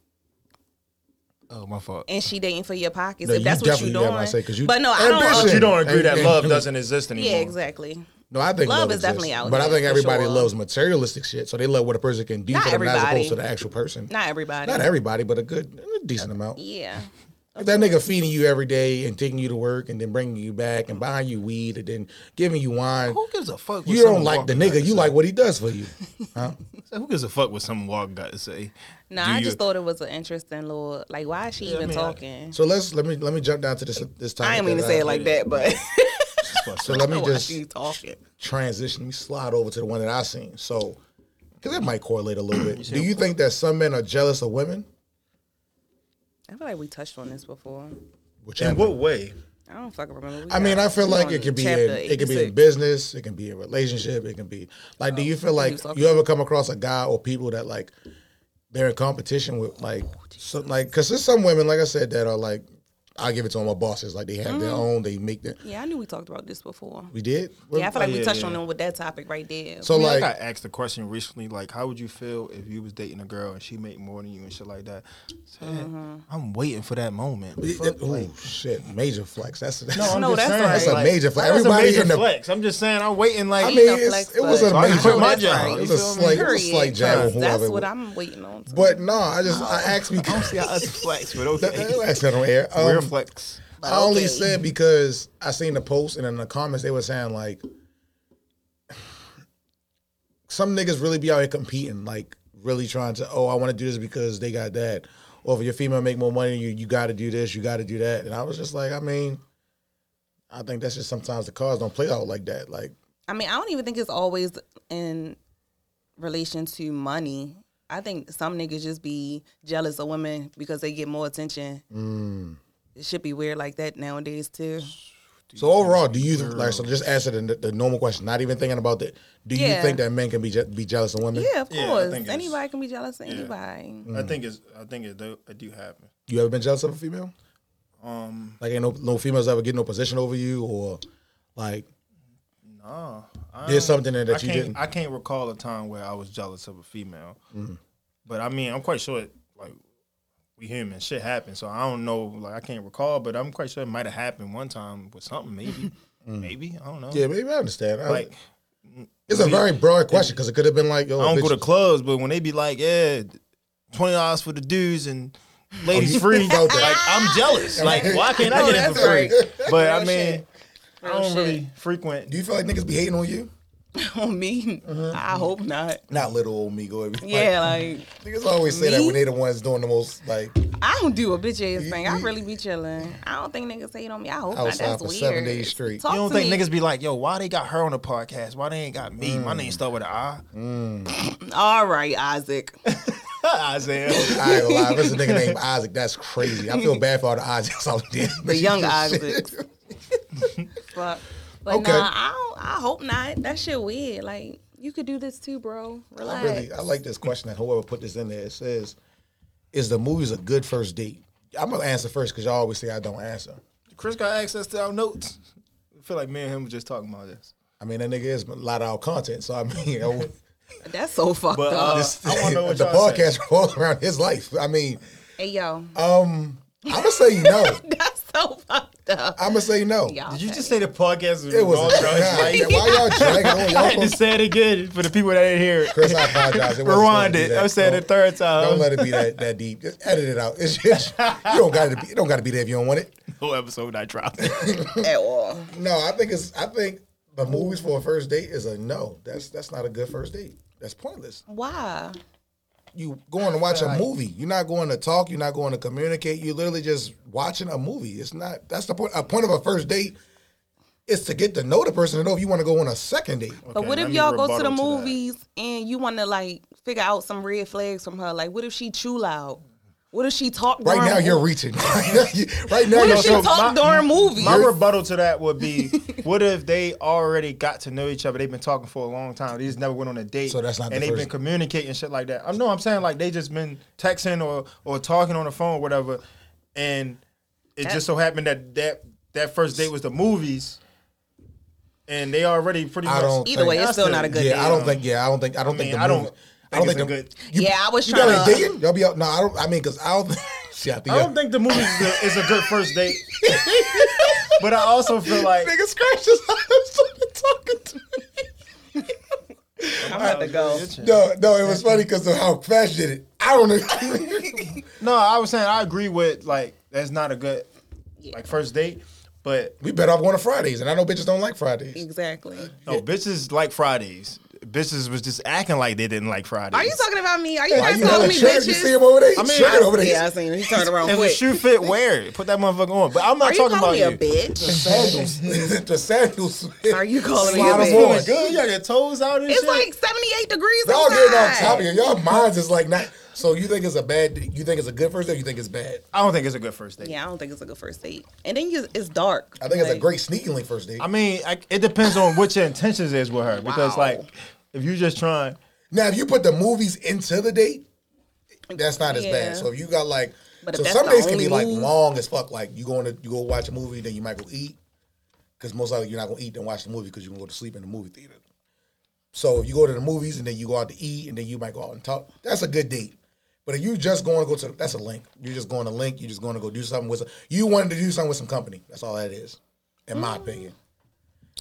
[SPEAKER 3] Oh my fault.
[SPEAKER 2] and she dating for your pockets.
[SPEAKER 1] No,
[SPEAKER 2] if
[SPEAKER 1] you
[SPEAKER 2] that's what
[SPEAKER 1] definitely
[SPEAKER 2] you
[SPEAKER 1] got
[SPEAKER 2] doing,
[SPEAKER 1] what I say, 'cause you-
[SPEAKER 2] but no, I don't.
[SPEAKER 1] Ambition.
[SPEAKER 3] But you don't agree that
[SPEAKER 1] And-
[SPEAKER 3] love
[SPEAKER 1] and-
[SPEAKER 3] doesn't exist anymore.
[SPEAKER 2] yeah, exactly.
[SPEAKER 1] No, I think
[SPEAKER 2] Love
[SPEAKER 1] love,
[SPEAKER 2] is
[SPEAKER 1] exists,
[SPEAKER 2] definitely out
[SPEAKER 1] But I
[SPEAKER 2] there,
[SPEAKER 1] think
[SPEAKER 2] for
[SPEAKER 1] everybody
[SPEAKER 2] sure.
[SPEAKER 1] loves materialistic shit, so they love what a person can do
[SPEAKER 2] Not
[SPEAKER 1] for them as
[SPEAKER 2] everybody.
[SPEAKER 1] opposed to the actual person.
[SPEAKER 2] Not everybody.
[SPEAKER 1] Not everybody, but a good, a decent amount.
[SPEAKER 2] yeah.
[SPEAKER 1] If that nigga feeding you every day and taking you to work and then bringing you back and buying you weed and then giving you wine,
[SPEAKER 3] Who gives a fuck? What
[SPEAKER 1] you
[SPEAKER 3] someone
[SPEAKER 1] don't like
[SPEAKER 3] walk
[SPEAKER 1] the
[SPEAKER 3] by to
[SPEAKER 1] nigga. You
[SPEAKER 3] say?
[SPEAKER 1] like what he does for you.
[SPEAKER 3] Who gives a fuck what some walk got to say?
[SPEAKER 2] No,
[SPEAKER 3] Do
[SPEAKER 2] I
[SPEAKER 3] you-
[SPEAKER 2] just thought it was an interesting little like why is she even
[SPEAKER 3] mean, I-
[SPEAKER 2] talking?
[SPEAKER 1] So let's let me let me jump down to this this topic.
[SPEAKER 2] I, didn't mean to
[SPEAKER 1] that
[SPEAKER 2] say it like that, but
[SPEAKER 1] So let me
[SPEAKER 2] why
[SPEAKER 1] just
[SPEAKER 2] she talking?
[SPEAKER 1] transition. Let me slide over to the one that I seen. So because that might correlate a little bit. Do you think that some men are jealous of women?
[SPEAKER 2] I feel like we touched on this before.
[SPEAKER 1] Which
[SPEAKER 3] In what way?
[SPEAKER 2] I don't fucking remember. We
[SPEAKER 1] I mean,
[SPEAKER 2] got-
[SPEAKER 1] I feel
[SPEAKER 2] we
[SPEAKER 1] like
[SPEAKER 2] on
[SPEAKER 1] it could be in,
[SPEAKER 2] chapter
[SPEAKER 1] it could be
[SPEAKER 2] 86.
[SPEAKER 1] in business, it can be in relationship, it can be like. do you feel like
[SPEAKER 2] talking-
[SPEAKER 1] you ever come across a guy or people that like they're in competition with like some like because there's some women like I said that are like I give it to them, my bosses like they have their
[SPEAKER 2] Mm.
[SPEAKER 1] own, they make their.
[SPEAKER 2] Yeah, I knew we talked about this before.
[SPEAKER 1] We did.
[SPEAKER 2] Yeah, I feel like we
[SPEAKER 3] oh, yeah,
[SPEAKER 2] touched
[SPEAKER 3] yeah.
[SPEAKER 2] on them with that topic right there.
[SPEAKER 1] so
[SPEAKER 3] I mean, I
[SPEAKER 1] like
[SPEAKER 3] got asked the question recently, like, how would you feel if you was dating a girl and she made more than you and shit like that? Said, I'm waiting for that moment. Fuck, like-
[SPEAKER 1] oh shit, major flex. That's that's.
[SPEAKER 3] I'm
[SPEAKER 2] No,
[SPEAKER 3] just
[SPEAKER 2] that's
[SPEAKER 3] saying,
[SPEAKER 2] all right. That's
[SPEAKER 1] a major flex. Everybody in the-
[SPEAKER 3] flex. I'm just saying, I'm waiting. Like,
[SPEAKER 1] I mean,
[SPEAKER 2] Major
[SPEAKER 1] it's,
[SPEAKER 2] flex,
[SPEAKER 1] it was
[SPEAKER 2] but-
[SPEAKER 1] a
[SPEAKER 2] So I
[SPEAKER 1] major.
[SPEAKER 2] can quit my
[SPEAKER 1] flex.
[SPEAKER 3] job.
[SPEAKER 1] It was
[SPEAKER 3] You
[SPEAKER 1] a
[SPEAKER 3] feel
[SPEAKER 1] slight,
[SPEAKER 3] me?
[SPEAKER 1] it was a
[SPEAKER 2] Period.
[SPEAKER 1] slight jab on
[SPEAKER 2] That's
[SPEAKER 1] whoever.
[SPEAKER 2] what I'm waiting on. to-
[SPEAKER 1] But no, I just I asked because
[SPEAKER 3] see how us flex, but okay,
[SPEAKER 1] I said on air.
[SPEAKER 3] we're
[SPEAKER 1] um,
[SPEAKER 3] flex.
[SPEAKER 1] I only
[SPEAKER 2] Okay.
[SPEAKER 1] said because I seen the post and in the comments they were saying like some niggas really be out here competing, like really trying to, oh, I want to do this because they got that. Or if your female make more money than you, you gotta do this, you gotta do that. And I was just like, I mean, I think that's just sometimes the cards don't play out like that. Like
[SPEAKER 2] I mean, I don't even think it's always in relation to money. I think some niggas just be jealous of women because they get more attention. It should be weird like that nowadays too.
[SPEAKER 1] so overall, do you like so just answer the, the normal question, not even thinking about that. Do you
[SPEAKER 2] Yeah.
[SPEAKER 1] think that men can be je- be jealous of women?
[SPEAKER 2] Yeah, of
[SPEAKER 3] Yeah, I
[SPEAKER 2] course.
[SPEAKER 3] think it's-
[SPEAKER 2] Anybody can be jealous of anybody.
[SPEAKER 3] I think it's. I think it do, it do happen.
[SPEAKER 1] You ever been jealous of a female?
[SPEAKER 3] Um,
[SPEAKER 1] Like ain't no no females ever get no position over you or like
[SPEAKER 3] nah. Oh, I-
[SPEAKER 1] did something that,
[SPEAKER 3] I
[SPEAKER 1] that you
[SPEAKER 3] can't-
[SPEAKER 1] didn't. Mm-hmm.
[SPEAKER 3] I can't recall a time where I was jealous of a female. But I mean, I'm quite sure, it, like, we human, shit happens. So I don't know, like, I can't recall, but I'm quite sure it might have happened one time with something, maybe. Maybe. I don't know.
[SPEAKER 1] Mm. yeah, maybe I understand. I-
[SPEAKER 3] Like,
[SPEAKER 1] it's a very broad question because it could have been like, yo,
[SPEAKER 3] I don't
[SPEAKER 1] bitch,
[SPEAKER 3] go to clubs, but when they be like, yeah, $20 for the dudes and ladies
[SPEAKER 1] Oh, you
[SPEAKER 3] free,
[SPEAKER 1] felt
[SPEAKER 3] like,
[SPEAKER 1] that.
[SPEAKER 3] I'm jealous. Like, why can't I
[SPEAKER 2] No,
[SPEAKER 3] get it
[SPEAKER 2] Oh, that's
[SPEAKER 3] for free?
[SPEAKER 2] right.
[SPEAKER 3] But I
[SPEAKER 2] Real
[SPEAKER 3] mean,
[SPEAKER 2] shit.
[SPEAKER 3] I don't
[SPEAKER 2] Real
[SPEAKER 3] really frequent.
[SPEAKER 1] do you feel like niggas be hating on you?
[SPEAKER 2] on me. I hope not.
[SPEAKER 1] Not little old me go every
[SPEAKER 2] Yeah, like
[SPEAKER 1] Like, niggas always say that
[SPEAKER 2] Me?
[SPEAKER 1] when they the ones doing the most like
[SPEAKER 2] I don't do a bitch ass thing. I really be chilling. I don't think niggas hate on me. I hope not.
[SPEAKER 1] outside
[SPEAKER 2] That's
[SPEAKER 1] for
[SPEAKER 2] weird.
[SPEAKER 1] seven days straight.
[SPEAKER 2] Talk
[SPEAKER 3] You don't
[SPEAKER 2] to
[SPEAKER 3] think
[SPEAKER 2] me.
[SPEAKER 3] niggas be like, yo, why they got her on the podcast? Why they ain't got me? My name start with an I.
[SPEAKER 2] All right, Isaac.
[SPEAKER 3] Isaiah.
[SPEAKER 1] I ain't gonna lie, if it's a nigga named Isaac. That's crazy. I feel bad for all the Isaacs out there.
[SPEAKER 2] The young Isaacs. Fuck. But
[SPEAKER 1] Okay.
[SPEAKER 2] nah, I don't, I hope not. That shit weird. Like you could do this too, bro.
[SPEAKER 1] I
[SPEAKER 2] Relax.
[SPEAKER 1] really I like this question that whoever put this in there. It says, "Is the movies a good first date?" I'm gonna answer first because y'all always say I don't answer.
[SPEAKER 3] Chris got access to our notes. I feel like me and him were just talking about this.
[SPEAKER 1] I mean that nigga is a lot of our content, so I mean I, would-
[SPEAKER 2] That's so fucked
[SPEAKER 3] But,
[SPEAKER 2] up.
[SPEAKER 3] uh, I wanna know what
[SPEAKER 1] the
[SPEAKER 3] y'all say.
[SPEAKER 1] podcast revolves around his life. I mean,
[SPEAKER 2] hey yo.
[SPEAKER 1] Uh, I'm gonna say no.
[SPEAKER 2] That's so fucked up.
[SPEAKER 1] I'm gonna say no.
[SPEAKER 2] Y'all
[SPEAKER 3] Did you
[SPEAKER 2] say-
[SPEAKER 3] just say the podcast was
[SPEAKER 1] It was
[SPEAKER 3] all
[SPEAKER 1] a
[SPEAKER 3] drugs? Like,
[SPEAKER 1] drag. Why y'all dragging on?
[SPEAKER 3] I
[SPEAKER 1] Y'all
[SPEAKER 3] had to
[SPEAKER 1] supposed-
[SPEAKER 3] say it again for the people that didn't hear it.
[SPEAKER 1] Chris, I apologize. It wasn't supposed
[SPEAKER 3] Rewind
[SPEAKER 1] to be
[SPEAKER 3] it.
[SPEAKER 1] that.
[SPEAKER 3] I said
[SPEAKER 1] Don't-
[SPEAKER 3] it third time.
[SPEAKER 1] Don't let it be that, that deep. Just edit it out. It's just, you don't got to be. It don't got to be there if you don't want it.
[SPEAKER 3] whole episode I dropped.
[SPEAKER 2] at all.
[SPEAKER 1] No, I think it's. I think the movies for a first date is a no. That's that's not a good first date. That's pointless.
[SPEAKER 2] Why?
[SPEAKER 1] You going to watch a movie. You're not going to talk. You're not going to communicate. You're literally just watching a movie. It's not. That's the point. A point of a first date is to get to know the person and know if you want to go on a second date.
[SPEAKER 2] But
[SPEAKER 3] Okay,
[SPEAKER 2] what
[SPEAKER 3] let
[SPEAKER 2] if
[SPEAKER 3] me
[SPEAKER 2] y'all go to the
[SPEAKER 3] rebuttal to that.
[SPEAKER 2] movies and you want to like figure out some red flags from her? Like, what if she chew loud? What if she talk
[SPEAKER 1] Right
[SPEAKER 2] during
[SPEAKER 1] now, you're
[SPEAKER 2] mo-
[SPEAKER 1] reaching. right now,
[SPEAKER 2] What
[SPEAKER 1] you're
[SPEAKER 2] if she
[SPEAKER 3] so
[SPEAKER 2] talk
[SPEAKER 3] my-
[SPEAKER 2] during movies?
[SPEAKER 3] My rebuttal to that would be: What if they already got to know each other? They've been talking for a long time. They just never went on a date.
[SPEAKER 1] So that's not
[SPEAKER 3] And
[SPEAKER 1] the
[SPEAKER 3] they've been
[SPEAKER 1] first-
[SPEAKER 3] communicating shit like that. I'm no, I'm saying like they just been texting or or talking on the phone, or whatever. And it just so happened that that that first date was the movies, and they already pretty
[SPEAKER 1] I
[SPEAKER 3] much.
[SPEAKER 1] don't
[SPEAKER 2] Either way, it's still not a good
[SPEAKER 1] yeah,
[SPEAKER 2] date.
[SPEAKER 1] I don't think. Yeah, I don't think. I don't
[SPEAKER 3] I
[SPEAKER 1] think.
[SPEAKER 3] mean,
[SPEAKER 1] The
[SPEAKER 3] I don't.
[SPEAKER 1] movie-
[SPEAKER 3] I don't think,
[SPEAKER 1] the-
[SPEAKER 3] it's a good.
[SPEAKER 2] yeah, I was
[SPEAKER 1] You
[SPEAKER 2] trying
[SPEAKER 1] got
[SPEAKER 2] to.
[SPEAKER 1] a dating? Y'all be out. No, I don't. I mean, cause I don't. See, I think.
[SPEAKER 3] I don't think the movie is a, is a good first date. but I also feel like
[SPEAKER 1] nigga scratches. I'm talking to. Uh,
[SPEAKER 2] I'm about to go.
[SPEAKER 1] No, no, it was funny because of how fast you did it. I don't know.
[SPEAKER 3] No, I was saying I agree with like that's not a good like first date, but
[SPEAKER 1] we better off going to Fridays, and I know bitches don't like Fridays.
[SPEAKER 2] Exactly.
[SPEAKER 3] no, bitches like Fridays. Bitches was just acting like they didn't like Fridays.
[SPEAKER 2] Are you talking about me? Are you
[SPEAKER 1] Why
[SPEAKER 2] guys
[SPEAKER 1] you
[SPEAKER 2] calling
[SPEAKER 1] having
[SPEAKER 2] me
[SPEAKER 1] church? You see him
[SPEAKER 2] bitches?
[SPEAKER 1] over there? I
[SPEAKER 3] I mean,
[SPEAKER 1] mean,
[SPEAKER 3] I-
[SPEAKER 1] over there.
[SPEAKER 2] Yeah, I seen him. He turned around
[SPEAKER 3] If a
[SPEAKER 2] quick.
[SPEAKER 3] shoe fit, wear it. Put that motherfucker on. But I'm not
[SPEAKER 2] Are you
[SPEAKER 3] talking
[SPEAKER 2] calling
[SPEAKER 3] about
[SPEAKER 2] me a
[SPEAKER 3] you.
[SPEAKER 1] The
[SPEAKER 2] bitch?
[SPEAKER 1] sandals. the sandals.
[SPEAKER 2] Are you calling me a
[SPEAKER 1] Slide 'em
[SPEAKER 2] bitch?
[SPEAKER 1] on.
[SPEAKER 3] Feeling good. You got your toes out and
[SPEAKER 2] It's
[SPEAKER 3] shit.
[SPEAKER 2] like 78 degrees
[SPEAKER 1] Y'all getting on
[SPEAKER 2] outside.
[SPEAKER 1] top of you. Y'all minds is like not. So you think it's a bad? You think it's a good first date? or You think it's bad?
[SPEAKER 3] I don't think it's a good first date.
[SPEAKER 2] Yeah, I don't think it's a good first date. And then you, it's dark.
[SPEAKER 1] I think it's a
[SPEAKER 2] Like,
[SPEAKER 1] great sneaky link first date.
[SPEAKER 3] I mean, I, it depends on what your intentions is with her because
[SPEAKER 2] Wow.
[SPEAKER 3] like if you just trying.
[SPEAKER 1] Now, if you put the movies into the date, that's not as
[SPEAKER 2] Yeah.
[SPEAKER 1] bad. So if you got like,
[SPEAKER 2] But if
[SPEAKER 1] so
[SPEAKER 2] that's
[SPEAKER 1] some
[SPEAKER 2] the
[SPEAKER 1] days can be
[SPEAKER 2] only
[SPEAKER 1] like
[SPEAKER 2] move-
[SPEAKER 1] long as fuck. Like you going to you go watch a movie, then you might go eat because most likely you're not gonna eat then watch the movie because you can go to sleep in the movie theater. So if you go to the movies and then you go out to eat and then you might go out and talk, that's a good date. But if you just going to go to that's a link. You're just going to link. You're just going to go do something with some, you wanted to do something with some company. That's all that is, in
[SPEAKER 2] Mm.
[SPEAKER 1] my opinion.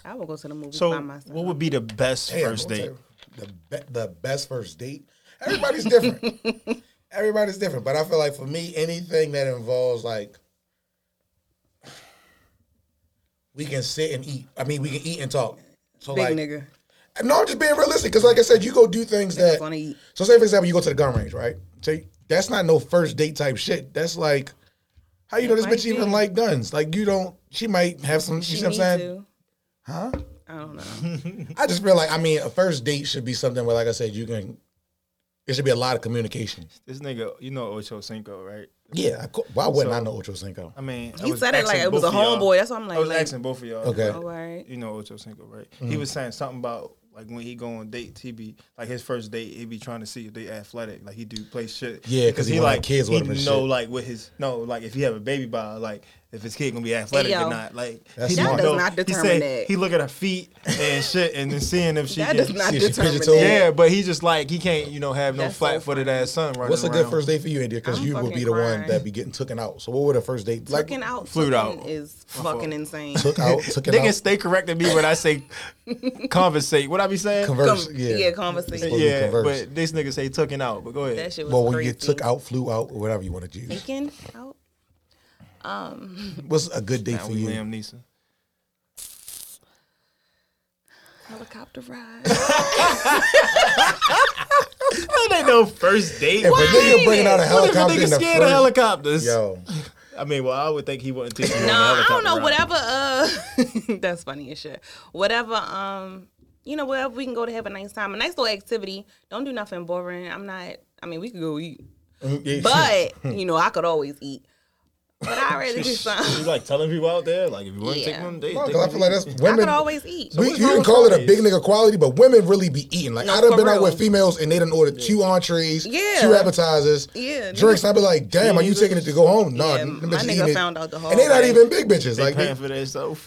[SPEAKER 2] I will go to the movies
[SPEAKER 3] So
[SPEAKER 2] by myself.
[SPEAKER 3] what would be the best
[SPEAKER 1] Damn,
[SPEAKER 3] first
[SPEAKER 1] I'm
[SPEAKER 3] date?
[SPEAKER 1] gonna tell you, The, be- the best first date. Everybody's different. Everybody's different. But I feel like for me, anything that involves like we can sit and eat. I mean, we can eat and talk. So
[SPEAKER 2] Big
[SPEAKER 1] like,
[SPEAKER 2] nigga.
[SPEAKER 1] no, I'm just being realistic because, like I said, you go do things that.
[SPEAKER 2] gonna eat.
[SPEAKER 1] So, say for example, you go to the gun range, right? So that's not no first date type shit. That's like, how you know this
[SPEAKER 2] might
[SPEAKER 1] bitch even
[SPEAKER 2] be.
[SPEAKER 1] like guns? Like you don't. She might have some. You
[SPEAKER 2] You
[SPEAKER 1] see what I'm
[SPEAKER 2] need
[SPEAKER 1] saying?
[SPEAKER 2] to. Huh? I don't know.
[SPEAKER 1] I just feel like I mean a first date should be something where, like I said, you can. It should be a lot of communication.
[SPEAKER 3] This nigga, you know Ocho Cinco, right?
[SPEAKER 1] Yeah, of cour- why wouldn't I know Ocho Cinco?
[SPEAKER 3] I mean, I
[SPEAKER 2] He
[SPEAKER 3] was
[SPEAKER 2] said it like
[SPEAKER 3] asking
[SPEAKER 2] it was a
[SPEAKER 3] both of y'all.
[SPEAKER 2] homeboy. That's why I'm like,
[SPEAKER 3] I was
[SPEAKER 2] like, Oh,
[SPEAKER 3] asking both of y'all.
[SPEAKER 1] Okay. Mm-hmm.
[SPEAKER 2] all right.
[SPEAKER 3] you know Ocho Cinco, right? He was saying something about like when he go on dates, he be like his first date, he be trying to see if they athletic, like he do play shit.
[SPEAKER 1] Yeah, 'cause he wanna have kids with
[SPEAKER 3] he
[SPEAKER 1] him and
[SPEAKER 3] know
[SPEAKER 1] shit.
[SPEAKER 3] like with his no, like if he have a baby by like if his kid gonna be athletic
[SPEAKER 2] Yo.
[SPEAKER 3] or not, like
[SPEAKER 1] That's
[SPEAKER 3] he
[SPEAKER 1] That
[SPEAKER 3] wanna
[SPEAKER 1] does
[SPEAKER 3] know.
[SPEAKER 2] not
[SPEAKER 3] he
[SPEAKER 2] determine
[SPEAKER 3] said
[SPEAKER 2] that.
[SPEAKER 3] He look at her feet and shit, and then seeing if she
[SPEAKER 2] That
[SPEAKER 3] can.
[SPEAKER 2] does not
[SPEAKER 1] See, she
[SPEAKER 2] determine
[SPEAKER 1] pigeon-toed?
[SPEAKER 2] that.
[SPEAKER 3] yeah, but he just like he can't, you know, have no
[SPEAKER 2] That's so
[SPEAKER 3] flat footed ass son running
[SPEAKER 1] What's a
[SPEAKER 3] around.
[SPEAKER 1] good first date for you, India? Because
[SPEAKER 2] I'm
[SPEAKER 1] you would be
[SPEAKER 2] fucking
[SPEAKER 1] the one
[SPEAKER 2] crying.
[SPEAKER 1] that be getting taken out. So what would a first date like?
[SPEAKER 2] Fucking out.
[SPEAKER 3] Flew
[SPEAKER 2] fucking
[SPEAKER 3] out.
[SPEAKER 2] is fucking insane.
[SPEAKER 1] Took out, took it
[SPEAKER 3] Niggas
[SPEAKER 1] out,
[SPEAKER 3] stay correcting me when I say conversate. What I be saying?
[SPEAKER 1] converse.
[SPEAKER 2] Com-
[SPEAKER 1] yeah,
[SPEAKER 2] yeah, conversation.
[SPEAKER 1] Supposed to be
[SPEAKER 3] yeah,
[SPEAKER 1] converse.
[SPEAKER 3] but this nigga say took it out. But go ahead.
[SPEAKER 2] That shit was
[SPEAKER 1] But when
[SPEAKER 2] crazy.
[SPEAKER 1] you get took out, flew out, or whatever you want to use,
[SPEAKER 2] Taken out.
[SPEAKER 1] what's a good date
[SPEAKER 3] Now
[SPEAKER 1] for
[SPEAKER 3] we
[SPEAKER 1] you?
[SPEAKER 3] Liam Neeson.
[SPEAKER 2] How helicopter ride.
[SPEAKER 3] That ain't no first date.
[SPEAKER 1] If a nigga
[SPEAKER 2] Wait.
[SPEAKER 1] bringing out a
[SPEAKER 3] What if a
[SPEAKER 1] helicopter
[SPEAKER 3] nigga
[SPEAKER 1] in the
[SPEAKER 3] scared of
[SPEAKER 1] first,
[SPEAKER 3] helicopters?
[SPEAKER 1] yo,
[SPEAKER 3] I mean, well, I would think he wouldn't take you on a
[SPEAKER 2] no, I don't
[SPEAKER 3] helicopter
[SPEAKER 2] know.
[SPEAKER 3] ride.
[SPEAKER 2] Whatever. Uh, that's funny as shit. Whatever. Um, you know, wherever we can go to have a nice time, a nice little activity. Don't do nothing boring. I'm not. I mean, we could go eat,
[SPEAKER 1] Mm,
[SPEAKER 2] but you know, I could always eat. But I rather do
[SPEAKER 3] You
[SPEAKER 2] something.
[SPEAKER 3] like telling people out there, like if you want to take
[SPEAKER 2] Yeah.
[SPEAKER 3] one date,
[SPEAKER 1] No, 'cause
[SPEAKER 3] take
[SPEAKER 1] I feel like that's
[SPEAKER 2] I could
[SPEAKER 1] women.
[SPEAKER 2] always eat.
[SPEAKER 1] we,
[SPEAKER 3] what's
[SPEAKER 1] you
[SPEAKER 3] wrong
[SPEAKER 1] can
[SPEAKER 3] with
[SPEAKER 1] call it a big
[SPEAKER 3] nowadays?
[SPEAKER 1] nigga quality, but women really be eating. Like
[SPEAKER 2] No,
[SPEAKER 1] I done
[SPEAKER 2] for
[SPEAKER 1] been out
[SPEAKER 2] real.
[SPEAKER 1] with females and they done ordered two entrees,
[SPEAKER 2] Yeah.
[SPEAKER 1] two appetizers,
[SPEAKER 2] Yeah,
[SPEAKER 1] drinks. I'd be like, damn, are you taking it to go home? Nah,
[SPEAKER 2] Yeah,
[SPEAKER 1] them
[SPEAKER 2] my
[SPEAKER 1] bitches
[SPEAKER 2] nigga
[SPEAKER 1] eating it.
[SPEAKER 2] found out the whole
[SPEAKER 1] And they not
[SPEAKER 2] way.
[SPEAKER 1] even big bitches.
[SPEAKER 3] they
[SPEAKER 1] Like
[SPEAKER 3] paying
[SPEAKER 1] they,
[SPEAKER 3] for themselves.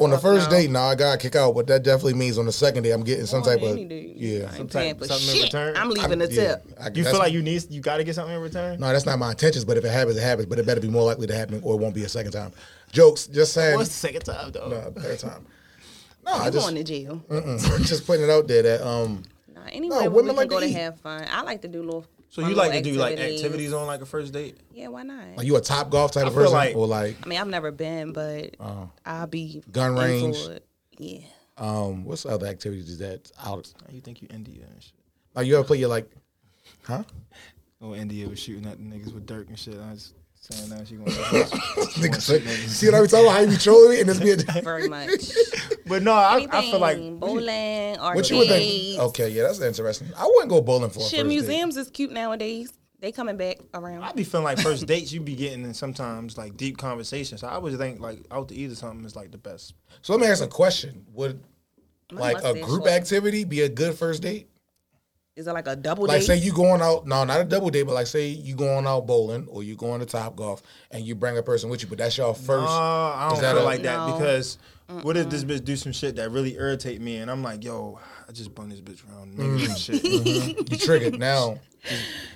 [SPEAKER 1] on the first
[SPEAKER 2] no.
[SPEAKER 1] date, nah, I got kick out, but that definitely means on the second day I'm getting some type of
[SPEAKER 2] Any dude.
[SPEAKER 1] yeah.
[SPEAKER 2] I
[SPEAKER 1] Some
[SPEAKER 2] ain't paying for
[SPEAKER 3] something in
[SPEAKER 2] shit.
[SPEAKER 3] return.
[SPEAKER 2] I'm leaving
[SPEAKER 1] I-
[SPEAKER 2] a tip.
[SPEAKER 1] yeah, I-
[SPEAKER 3] You
[SPEAKER 1] that's-
[SPEAKER 3] feel like you need, you got to get something in return.
[SPEAKER 1] No, that's not my intentions, but if it happens, it happens. But it better be more likely to happen, or it won't be a second time. Jokes, just saying.
[SPEAKER 3] What's the second time though?
[SPEAKER 1] uh, third time. No, I
[SPEAKER 2] I'm
[SPEAKER 1] just
[SPEAKER 2] going to jail.
[SPEAKER 1] mm, just putting it out there that um,
[SPEAKER 2] Nah, anywhere where
[SPEAKER 1] women
[SPEAKER 2] we can
[SPEAKER 1] like
[SPEAKER 2] go
[SPEAKER 1] to
[SPEAKER 2] to,
[SPEAKER 1] eat.
[SPEAKER 2] have fun. I like to do little.
[SPEAKER 3] So
[SPEAKER 2] fun
[SPEAKER 3] you
[SPEAKER 2] little
[SPEAKER 3] like to do like activities on like a first date?
[SPEAKER 2] Yeah, why not?
[SPEAKER 1] are you a top golf type of
[SPEAKER 3] feel
[SPEAKER 1] person,
[SPEAKER 3] like-
[SPEAKER 1] or like
[SPEAKER 2] I mean, I've never been, but I'll be
[SPEAKER 1] Oh. Gun
[SPEAKER 2] in
[SPEAKER 1] range.
[SPEAKER 2] for it. Yeah,
[SPEAKER 1] um, what's the other activities is that out?
[SPEAKER 3] You think you India and shit?
[SPEAKER 1] Like you ever play your like, huh?
[SPEAKER 3] Oh, India was shooting at the niggas with Dirk and shit. I was saying now she gonna. she wanna shoot
[SPEAKER 1] Niggas like,
[SPEAKER 3] niggas.
[SPEAKER 1] see what I be talking about? How you be trolling me and this be
[SPEAKER 2] very much.
[SPEAKER 3] But no, I,
[SPEAKER 2] Anything,
[SPEAKER 3] I feel like
[SPEAKER 2] bowling,
[SPEAKER 1] what
[SPEAKER 2] arcades.
[SPEAKER 1] you would think? Okay, yeah, that's interesting. I wouldn't go bowling for a
[SPEAKER 2] Shit,
[SPEAKER 1] first
[SPEAKER 2] museums is cute nowadays. They coming back around.
[SPEAKER 3] I be feeling like first dates you be getting in sometimes like deep conversations. So I always think like out to eat or something is like the best.
[SPEAKER 1] Date. So let me ask a question: Would
[SPEAKER 2] My
[SPEAKER 1] like a
[SPEAKER 2] mustache
[SPEAKER 1] group
[SPEAKER 2] was-
[SPEAKER 1] activity be a good first date?
[SPEAKER 2] Is it like a double
[SPEAKER 1] Like
[SPEAKER 2] date?
[SPEAKER 1] say you going out, no, not a double date, but like say you going out bowling or you going to Top Golf and you bring a person with you, but that's y'all
[SPEAKER 3] Uh,
[SPEAKER 1] first.
[SPEAKER 3] I
[SPEAKER 1] Is
[SPEAKER 3] don't
[SPEAKER 1] that
[SPEAKER 3] feel
[SPEAKER 1] a-
[SPEAKER 3] like that
[SPEAKER 2] No.
[SPEAKER 3] because what if this bitch do some shit that really irritate me and I'm like, yo, I just bun this bitch around niggas
[SPEAKER 1] Mm-hmm.
[SPEAKER 3] and shit.
[SPEAKER 1] you triggered now.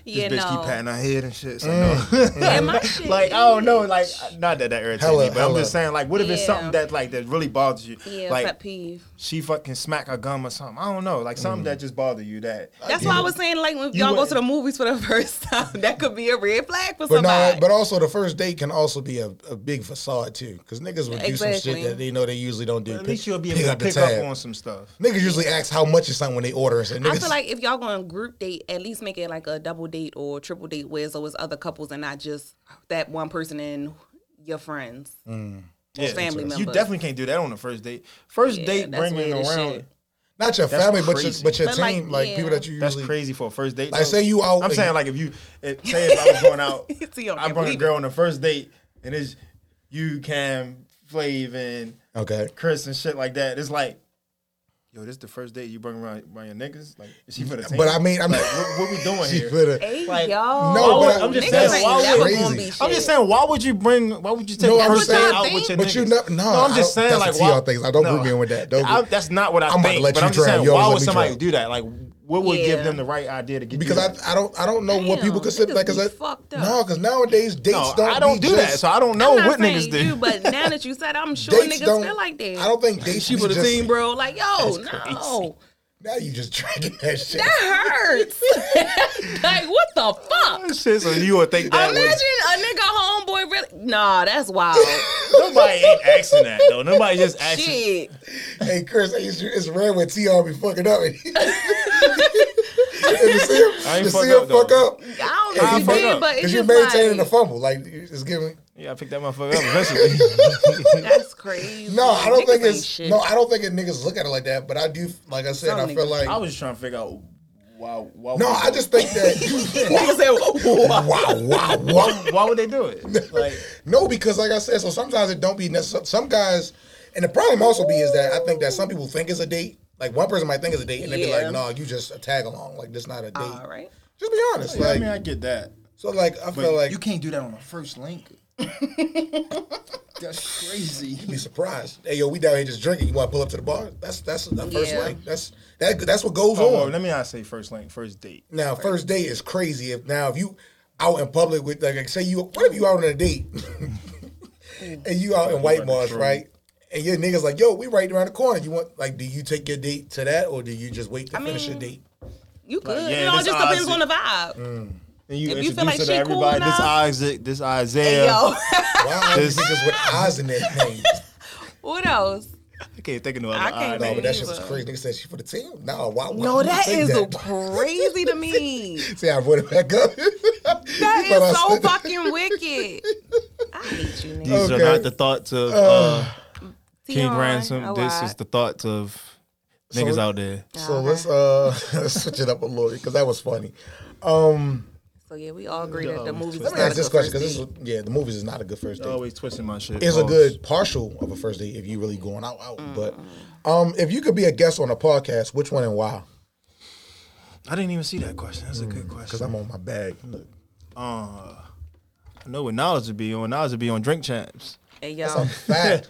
[SPEAKER 2] yeah,
[SPEAKER 3] This bitch keep
[SPEAKER 2] no.
[SPEAKER 3] patting her head and shit. So
[SPEAKER 1] Mm.
[SPEAKER 2] Yeah, my shit.
[SPEAKER 3] no. Like I
[SPEAKER 1] oh,
[SPEAKER 3] don't know, like not that that irritates
[SPEAKER 1] Hella,
[SPEAKER 3] me, but I'm
[SPEAKER 1] hella.
[SPEAKER 3] just saying, like, what if it's
[SPEAKER 2] Yeah.
[SPEAKER 3] something that like that really bothers you?
[SPEAKER 2] yeah,
[SPEAKER 3] like
[SPEAKER 2] pet peeve.
[SPEAKER 3] she fucking smack her gum or something. I don't know, like something
[SPEAKER 1] Mm.
[SPEAKER 3] that just bother you that
[SPEAKER 2] That's why I was saying, like, when
[SPEAKER 3] You
[SPEAKER 2] y'all go
[SPEAKER 3] would-
[SPEAKER 2] to the movies for the first time, that could be a red flag for
[SPEAKER 1] But
[SPEAKER 2] somebody.
[SPEAKER 1] no, but also the first date can also be a, a big facade too, because niggas would do some shit
[SPEAKER 2] Exactly.
[SPEAKER 1] that they know they usually don't do.
[SPEAKER 3] at least you'll be able to pick up on some stuff.
[SPEAKER 1] Niggas usually ask how much is something when they order. and say,
[SPEAKER 2] I
[SPEAKER 1] niggas-
[SPEAKER 2] feel like if y'all going group date, at least make it like a double date or triple date where it's always other couples and not just that one person and your friends.
[SPEAKER 3] Mm. Yeah,
[SPEAKER 2] family
[SPEAKER 3] You
[SPEAKER 2] members.
[SPEAKER 3] definitely can't do that on the first date. First
[SPEAKER 2] Yeah,
[SPEAKER 3] date
[SPEAKER 2] that's
[SPEAKER 3] bringing
[SPEAKER 2] weird as
[SPEAKER 3] around
[SPEAKER 2] shit.
[SPEAKER 1] not your family, but your
[SPEAKER 3] crazy.
[SPEAKER 1] but your
[SPEAKER 2] But, like,
[SPEAKER 1] team, like,
[SPEAKER 2] yeah.
[SPEAKER 1] people that you
[SPEAKER 3] that's
[SPEAKER 1] usually.
[SPEAKER 3] crazy for a first date.
[SPEAKER 1] Like, say you out
[SPEAKER 3] I'm
[SPEAKER 1] and-
[SPEAKER 3] saying like if you if, say if I was going out,
[SPEAKER 2] See, y'all
[SPEAKER 3] I
[SPEAKER 2] can't
[SPEAKER 3] bring a
[SPEAKER 2] believe
[SPEAKER 3] girl on the first date and it's you, Cam, Flav, and
[SPEAKER 1] Okay.
[SPEAKER 3] Chris and shit like that. It's like, yo, this the first date you bring around, around your niggas. Like, is she for the team?
[SPEAKER 1] But I mean, I'm.
[SPEAKER 3] like, what, what we doing
[SPEAKER 1] she
[SPEAKER 3] here?
[SPEAKER 1] finna-
[SPEAKER 2] Hey,
[SPEAKER 3] Like,
[SPEAKER 2] y'all.
[SPEAKER 1] no, Oh, but I-
[SPEAKER 3] I'm just
[SPEAKER 2] Niggas
[SPEAKER 3] saying,
[SPEAKER 2] ain't
[SPEAKER 3] why would-
[SPEAKER 2] never gonna be
[SPEAKER 1] I'm
[SPEAKER 2] shit.
[SPEAKER 3] I'm just saying, why would you bring? Why would you take
[SPEAKER 1] No,
[SPEAKER 3] a
[SPEAKER 1] I'm
[SPEAKER 3] first
[SPEAKER 1] saying-
[SPEAKER 3] date out with your
[SPEAKER 1] But
[SPEAKER 3] niggas?
[SPEAKER 1] you never- no,
[SPEAKER 3] I'm just
[SPEAKER 1] I don't-
[SPEAKER 3] saying
[SPEAKER 1] that's
[SPEAKER 3] like
[SPEAKER 1] a
[SPEAKER 3] why?
[SPEAKER 1] TL thing. I don't group me in with that. Don't
[SPEAKER 3] I-
[SPEAKER 1] group-
[SPEAKER 3] that's not what I
[SPEAKER 1] I'm about to
[SPEAKER 3] think.
[SPEAKER 1] let
[SPEAKER 3] but
[SPEAKER 1] you
[SPEAKER 3] I'm
[SPEAKER 1] drown.
[SPEAKER 3] just saying,
[SPEAKER 1] You always
[SPEAKER 3] why
[SPEAKER 1] let
[SPEAKER 3] would
[SPEAKER 1] me
[SPEAKER 3] somebody
[SPEAKER 1] drown.
[SPEAKER 3] do that? Like, what would give
[SPEAKER 2] Yeah.
[SPEAKER 3] them the right idea to get?
[SPEAKER 1] because
[SPEAKER 3] you
[SPEAKER 1] I, I don't I don't know what
[SPEAKER 2] Damn,
[SPEAKER 1] people consider that
[SPEAKER 2] niggas
[SPEAKER 1] because
[SPEAKER 2] be fucked up.
[SPEAKER 1] no because nowadays dates
[SPEAKER 3] no,
[SPEAKER 1] don't
[SPEAKER 3] I don't
[SPEAKER 1] be
[SPEAKER 3] do that,
[SPEAKER 1] just-
[SPEAKER 3] so I don't know
[SPEAKER 2] I'm not
[SPEAKER 3] what
[SPEAKER 2] saying
[SPEAKER 3] niggas
[SPEAKER 2] you
[SPEAKER 3] do.
[SPEAKER 2] do, but now that you said, I'm sure
[SPEAKER 1] dates
[SPEAKER 2] niggas
[SPEAKER 1] don't
[SPEAKER 2] feel like that.
[SPEAKER 1] I don't think dates
[SPEAKER 3] She
[SPEAKER 1] be
[SPEAKER 3] for the
[SPEAKER 1] just,
[SPEAKER 3] team,
[SPEAKER 2] bro. Like, yo, no,
[SPEAKER 1] Now you just drinking that shit.
[SPEAKER 2] that hurts. like, what the fuck?
[SPEAKER 3] Shit, so you would think that
[SPEAKER 2] Imagine
[SPEAKER 3] was
[SPEAKER 2] a nigga homeboy really. Nah, that's wild.
[SPEAKER 3] nobody ain't asking that though. Nobody just asking.
[SPEAKER 2] Shit.
[SPEAKER 1] hey Chris, it's, it's rare when TR be fucking up. and to see him,
[SPEAKER 3] I ain't
[SPEAKER 1] to
[SPEAKER 3] fuck
[SPEAKER 1] see him
[SPEAKER 3] up, though.
[SPEAKER 1] fuck up,
[SPEAKER 2] I
[SPEAKER 1] Hey,
[SPEAKER 2] don't know if
[SPEAKER 3] fuck
[SPEAKER 2] you
[SPEAKER 3] up.
[SPEAKER 2] did, but it's
[SPEAKER 1] because you're
[SPEAKER 2] just
[SPEAKER 1] maintaining
[SPEAKER 2] like,
[SPEAKER 1] the fumble. Like it's giving.
[SPEAKER 3] Yeah, I picked that motherfucker up eventually.
[SPEAKER 2] That's crazy.
[SPEAKER 1] No, I don't
[SPEAKER 2] Niggas
[SPEAKER 1] think
[SPEAKER 2] ain't
[SPEAKER 1] it's
[SPEAKER 2] shit.
[SPEAKER 1] no, I don't think it niggas look at it like that. But I do, like I said,
[SPEAKER 2] Some
[SPEAKER 1] I feel
[SPEAKER 2] niggas.
[SPEAKER 1] like
[SPEAKER 3] I was just trying to figure out why. why
[SPEAKER 1] no,
[SPEAKER 3] would-
[SPEAKER 1] I just think that
[SPEAKER 2] Niggas said,
[SPEAKER 1] wow, wow, wow.
[SPEAKER 3] why would they do it? Like,
[SPEAKER 1] No, because like I said, so sometimes it don't be necessary. Some guys, and the problem also be is that I think that some people think it's a date. Like one person might think it's a date, and they be
[SPEAKER 2] Yeah.
[SPEAKER 1] like, "No, you just a tag along. Like this not a date."
[SPEAKER 2] all right.
[SPEAKER 1] Just be honest.
[SPEAKER 3] I
[SPEAKER 1] Like
[SPEAKER 3] mean, I get that.
[SPEAKER 1] so, like I
[SPEAKER 3] But
[SPEAKER 1] feel like
[SPEAKER 3] you
[SPEAKER 1] you
[SPEAKER 3] can't do that on the first link. That's
[SPEAKER 1] be
[SPEAKER 3] crazy.
[SPEAKER 1] surprised. Hey, yo, we down here just drinking. You want to pull up to the bar? That's that's the first
[SPEAKER 2] Yeah.
[SPEAKER 1] like that's that that's what goes
[SPEAKER 3] Oh, well,
[SPEAKER 1] on.
[SPEAKER 3] let me not say first link, first date.
[SPEAKER 1] Now, first date is crazy. If now if you out in public with like say you what if you out on a date
[SPEAKER 2] Mm.
[SPEAKER 1] and you out in White
[SPEAKER 3] running
[SPEAKER 1] Marsh,
[SPEAKER 3] through.
[SPEAKER 1] right? And your niggas like, yo, we right around the corner. You want like, do you take your date to that, or do you just wait to finish your
[SPEAKER 2] mean-
[SPEAKER 1] date?
[SPEAKER 2] You could.
[SPEAKER 3] yeah,
[SPEAKER 2] it all
[SPEAKER 3] this
[SPEAKER 2] just depends
[SPEAKER 3] Ozzy.
[SPEAKER 2] on the vibe.
[SPEAKER 1] Mm.
[SPEAKER 3] And you
[SPEAKER 2] If
[SPEAKER 3] introduce
[SPEAKER 2] you feel like
[SPEAKER 3] her
[SPEAKER 2] she
[SPEAKER 3] to
[SPEAKER 2] cool
[SPEAKER 3] everybody. this
[SPEAKER 2] enough-
[SPEAKER 3] Isaac, this
[SPEAKER 2] Yo,
[SPEAKER 3] Isaiah.
[SPEAKER 1] Why are you niggas with eyes in their name?
[SPEAKER 2] what else?
[SPEAKER 3] I can't think of no other.
[SPEAKER 2] I
[SPEAKER 3] odd
[SPEAKER 2] can't
[SPEAKER 1] No,
[SPEAKER 3] names.
[SPEAKER 1] but that shit was
[SPEAKER 2] Neither.
[SPEAKER 1] crazy. Nigga said she for the team. No, why? why
[SPEAKER 2] No,
[SPEAKER 1] would you
[SPEAKER 2] that
[SPEAKER 1] say
[SPEAKER 2] is
[SPEAKER 1] that?
[SPEAKER 2] crazy to me.
[SPEAKER 1] See, I brought it back up.
[SPEAKER 2] That
[SPEAKER 1] But I
[SPEAKER 2] is so
[SPEAKER 1] said-
[SPEAKER 2] fucking wicked. I hate you, nigga.
[SPEAKER 3] These
[SPEAKER 1] Okay.
[SPEAKER 3] are not the thoughts of uh, King
[SPEAKER 2] Tion,
[SPEAKER 3] Ransom.
[SPEAKER 2] oh,
[SPEAKER 3] This
[SPEAKER 2] I-
[SPEAKER 3] is the thoughts of niggas out there.
[SPEAKER 1] So let's uh switch it up a little because that was funny. Um,
[SPEAKER 2] So yeah, we all agree that the
[SPEAKER 3] Dumb.
[SPEAKER 2] movie's
[SPEAKER 1] let
[SPEAKER 2] not
[SPEAKER 1] me
[SPEAKER 2] a
[SPEAKER 1] ask
[SPEAKER 2] good
[SPEAKER 1] this question
[SPEAKER 2] first
[SPEAKER 1] because this
[SPEAKER 2] date.
[SPEAKER 1] was, yeah, the movies is not a good first date.
[SPEAKER 3] Always twisting my shit.
[SPEAKER 1] It's a
[SPEAKER 3] Pause.
[SPEAKER 1] good partial of a first date if you really going out out.
[SPEAKER 2] Mm-hmm.
[SPEAKER 1] But um, if you could be a guest on a podcast, which one and why?
[SPEAKER 3] I didn't even see that question. That's a good
[SPEAKER 1] Because
[SPEAKER 3] question.
[SPEAKER 1] Mm, I'm on my bag. Look,
[SPEAKER 3] I know what knowledge would be on. Knowledge would be on Drink Champs.
[SPEAKER 2] Hey y'all,
[SPEAKER 1] fact.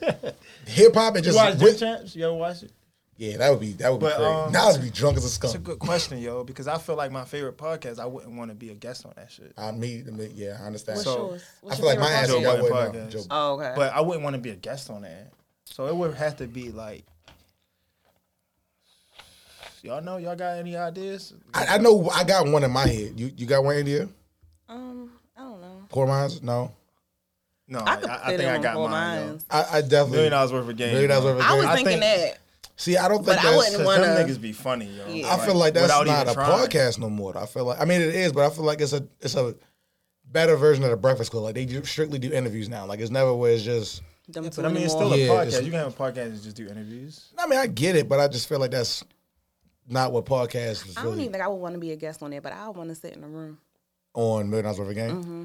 [SPEAKER 1] Hip hop and just with-
[SPEAKER 3] Champs? You ever watch it?
[SPEAKER 1] yeah, that would be that would be
[SPEAKER 3] But,
[SPEAKER 1] crazy.
[SPEAKER 3] um,
[SPEAKER 1] now I'd be drunk as a
[SPEAKER 3] It's a
[SPEAKER 1] skunk.
[SPEAKER 3] good question, yo, because I feel like my favorite podcast, I wouldn't want to be a guest on that shit.
[SPEAKER 1] I mean, I mean, yeah, I understand.
[SPEAKER 2] what's
[SPEAKER 3] So,
[SPEAKER 2] yours? What's
[SPEAKER 1] I feel like
[SPEAKER 2] your
[SPEAKER 1] my ass
[SPEAKER 2] favorite
[SPEAKER 3] Joe
[SPEAKER 1] y'all
[SPEAKER 3] Budden
[SPEAKER 2] podcast?
[SPEAKER 1] wouldn't know.
[SPEAKER 3] podcast.
[SPEAKER 1] Joe-
[SPEAKER 2] Oh okay.
[SPEAKER 3] But I wouldn't want to be a guest on that. So it would have to be like, y'all know, y'all got any ideas?
[SPEAKER 1] I, I know I got one in my head. You you got one in here?
[SPEAKER 2] um, I don't know.
[SPEAKER 1] Poor minds? No.
[SPEAKER 3] No,
[SPEAKER 2] I
[SPEAKER 3] I,
[SPEAKER 2] could
[SPEAKER 3] I
[SPEAKER 2] fit
[SPEAKER 3] think
[SPEAKER 2] in
[SPEAKER 3] I
[SPEAKER 2] on
[SPEAKER 3] got
[SPEAKER 2] four
[SPEAKER 3] mine. yo.
[SPEAKER 2] minds.
[SPEAKER 1] I, I definitely
[SPEAKER 3] Million dollars worth of games.
[SPEAKER 1] Million dollars worth of
[SPEAKER 2] I was
[SPEAKER 1] games.
[SPEAKER 2] thinking
[SPEAKER 3] think-
[SPEAKER 2] that.
[SPEAKER 1] See, I don't
[SPEAKER 2] But
[SPEAKER 1] think
[SPEAKER 2] I
[SPEAKER 1] that's,
[SPEAKER 2] wouldn't want-
[SPEAKER 3] Them
[SPEAKER 2] wanna-
[SPEAKER 3] niggas be funny, yo.
[SPEAKER 2] Yeah.
[SPEAKER 1] I feel like that's
[SPEAKER 3] without
[SPEAKER 1] not
[SPEAKER 3] even
[SPEAKER 1] a
[SPEAKER 3] trying.
[SPEAKER 1] podcast no more. though. I feel like I mean it is, but I feel like it's a it's a better version of the Breakfast Club. Like they do strictly do interviews now. Like it's never where it's just.
[SPEAKER 2] Them two
[SPEAKER 3] But I mean, it's
[SPEAKER 2] anymore.
[SPEAKER 3] still a
[SPEAKER 1] Yeah, it's-
[SPEAKER 3] podcast. You can have a podcast and just do interviews.
[SPEAKER 1] I mean, I get it, but I just feel like that's not what podcasts is
[SPEAKER 2] I don't
[SPEAKER 1] really
[SPEAKER 2] even think I would want to be a guest on it, but I want to sit in the room.
[SPEAKER 1] on Million Dollars Worth of Game.
[SPEAKER 2] Mm-hmm.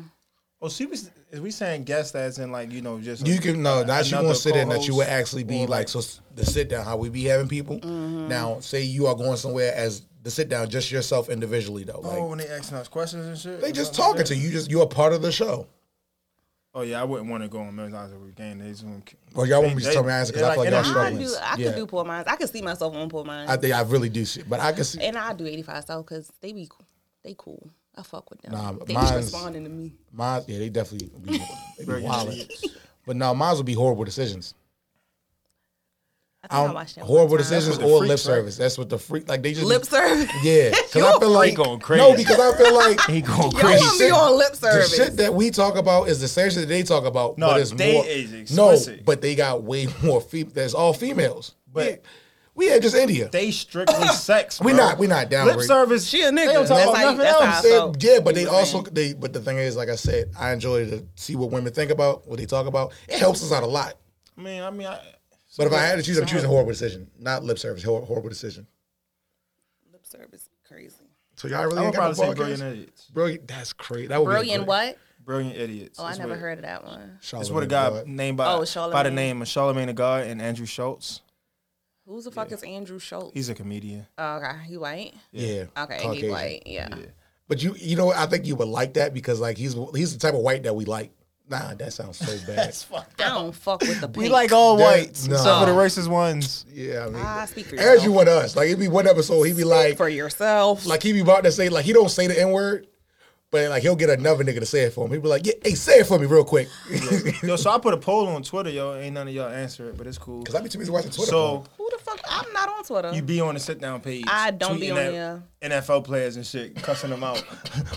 [SPEAKER 3] Oh, she was. Is we saying guest as in like you know just
[SPEAKER 1] You can no, not you
[SPEAKER 3] another
[SPEAKER 1] gonna sit in that you would
[SPEAKER 3] co-host
[SPEAKER 1] actually be
[SPEAKER 3] or,
[SPEAKER 1] like so s- the sit down how we be having people.
[SPEAKER 2] Mm-hmm.
[SPEAKER 1] Now, say you are going somewhere as the sit down, just yourself individually though. Like
[SPEAKER 3] oh when they asking us questions and shit.
[SPEAKER 1] they
[SPEAKER 3] or
[SPEAKER 1] just
[SPEAKER 3] something like
[SPEAKER 1] talking to you. You Just you're a part of the show.
[SPEAKER 3] that? Oh yeah, I wouldn't want to go on million dollars every game. They just want.
[SPEAKER 1] Well, y'all won't be
[SPEAKER 3] They-
[SPEAKER 1] telling me answer because
[SPEAKER 3] they
[SPEAKER 1] I feel like
[SPEAKER 3] like
[SPEAKER 1] y'all
[SPEAKER 3] interview
[SPEAKER 2] I
[SPEAKER 1] struggling.
[SPEAKER 2] do. I
[SPEAKER 1] Yeah.
[SPEAKER 2] could do poor minds. I could see myself on poor minds,
[SPEAKER 1] I think I really do shit, but I can see.
[SPEAKER 2] and I do eighty five south because they be cool. They cool. I fuck with them.
[SPEAKER 1] Nah,
[SPEAKER 2] they
[SPEAKER 1] mine's-
[SPEAKER 2] be responding to me.
[SPEAKER 1] Mine, yeah, they definitely be, they be
[SPEAKER 3] Very
[SPEAKER 1] wild.
[SPEAKER 3] idiots.
[SPEAKER 1] But no, mine would be horrible decisions.
[SPEAKER 2] I think
[SPEAKER 1] I
[SPEAKER 2] I,
[SPEAKER 1] don't-
[SPEAKER 2] watched that.
[SPEAKER 1] horrible
[SPEAKER 2] one time.
[SPEAKER 1] decisions
[SPEAKER 3] That's what the
[SPEAKER 1] or
[SPEAKER 3] freaks,
[SPEAKER 1] lip
[SPEAKER 3] right?
[SPEAKER 1] service. That's what the freak like. They just
[SPEAKER 2] Lip service.
[SPEAKER 1] Yeah, because I feel like
[SPEAKER 3] freak
[SPEAKER 1] no,
[SPEAKER 3] going crazy.
[SPEAKER 1] because I feel like
[SPEAKER 3] He going
[SPEAKER 2] Y'all
[SPEAKER 3] crazy.
[SPEAKER 2] want me on lip
[SPEAKER 1] the
[SPEAKER 2] service?
[SPEAKER 1] shit that we talk about is the same shit that they talk about.
[SPEAKER 3] No,
[SPEAKER 1] but it's
[SPEAKER 3] they
[SPEAKER 1] more,
[SPEAKER 3] is
[SPEAKER 1] no,
[SPEAKER 3] explicit.
[SPEAKER 1] but they got way more. Fe- that's all females. But
[SPEAKER 3] But-
[SPEAKER 1] we had just India.
[SPEAKER 3] They strictly sex.
[SPEAKER 1] We
[SPEAKER 3] bro.
[SPEAKER 1] not- we not down,
[SPEAKER 3] Lip
[SPEAKER 1] Rick.
[SPEAKER 3] service.
[SPEAKER 2] She a nigga.
[SPEAKER 3] They don't talk
[SPEAKER 2] That's
[SPEAKER 3] about
[SPEAKER 2] how you-
[SPEAKER 3] nothing
[SPEAKER 2] that's how I
[SPEAKER 3] else.
[SPEAKER 2] feel.
[SPEAKER 1] They-
[SPEAKER 2] So,
[SPEAKER 1] yeah, but they
[SPEAKER 2] you
[SPEAKER 1] also
[SPEAKER 2] saying-
[SPEAKER 1] they. But the thing is, like I said, I enjoy to see what women think about, what they talk about. It helps us out a lot.
[SPEAKER 3] I mean, I mean, I,
[SPEAKER 1] But if I had to choose, I'm choosing horrible decision, not lip service. Hor- Horrible decision.
[SPEAKER 2] lip service, crazy.
[SPEAKER 1] So y'all really
[SPEAKER 3] I would
[SPEAKER 1] ain't got
[SPEAKER 3] probably
[SPEAKER 1] no
[SPEAKER 3] say
[SPEAKER 1] brilliant.
[SPEAKER 3] brilliant idiots.
[SPEAKER 1] Brilliant. That's crazy. That would
[SPEAKER 2] Brilliant.
[SPEAKER 1] Be a
[SPEAKER 2] What?
[SPEAKER 3] Brilliant idiots.
[SPEAKER 2] Oh, I
[SPEAKER 3] It's
[SPEAKER 2] never
[SPEAKER 3] what-
[SPEAKER 2] heard of that one.
[SPEAKER 1] great-
[SPEAKER 3] It's what a guy
[SPEAKER 1] Charlemagne Oh God.
[SPEAKER 3] named by
[SPEAKER 2] Oh,
[SPEAKER 3] by the
[SPEAKER 2] Charlemagne.
[SPEAKER 3] name of Charlemagne the God and Andrew Schultz.
[SPEAKER 2] Who's the fuck is Andrew Schultz?
[SPEAKER 3] He's a comedian.
[SPEAKER 2] oh, okay, he white.
[SPEAKER 1] Yeah.
[SPEAKER 2] Okay, he
[SPEAKER 1] Caucasian.
[SPEAKER 2] white. Yeah.
[SPEAKER 1] But you, you know, what? I think you would like that because like he's he's the type of white that we like. Nah, that sounds so bad.
[SPEAKER 3] fucked
[SPEAKER 2] I don't fuck with the. Pink.
[SPEAKER 3] We like all
[SPEAKER 1] That-
[SPEAKER 3] whites
[SPEAKER 1] no.
[SPEAKER 3] except for the racist ones.
[SPEAKER 1] yeah, I mean,
[SPEAKER 2] Ah, speak for
[SPEAKER 1] as you
[SPEAKER 2] yourself.
[SPEAKER 1] want us, like it'd be one episode he'd be like,
[SPEAKER 2] for yourself.
[SPEAKER 1] like he be about to say like he don't say the n word, but like he'll get another nigga to say it for him. He'd be like, yeah, hey, say it for me real quick.
[SPEAKER 3] yo, so I put a poll on Twitter, yo. Ain't none of y'all answer it, but it's cool.
[SPEAKER 1] Cause I be too busy watching Twitter.
[SPEAKER 3] So
[SPEAKER 2] Who the fuck? I'm not on Twitter.
[SPEAKER 3] you be on the sit down page.
[SPEAKER 2] I don't be
[SPEAKER 3] tweeting
[SPEAKER 2] on
[SPEAKER 3] at
[SPEAKER 2] there.
[SPEAKER 3] NFL players and shit, cussing them out.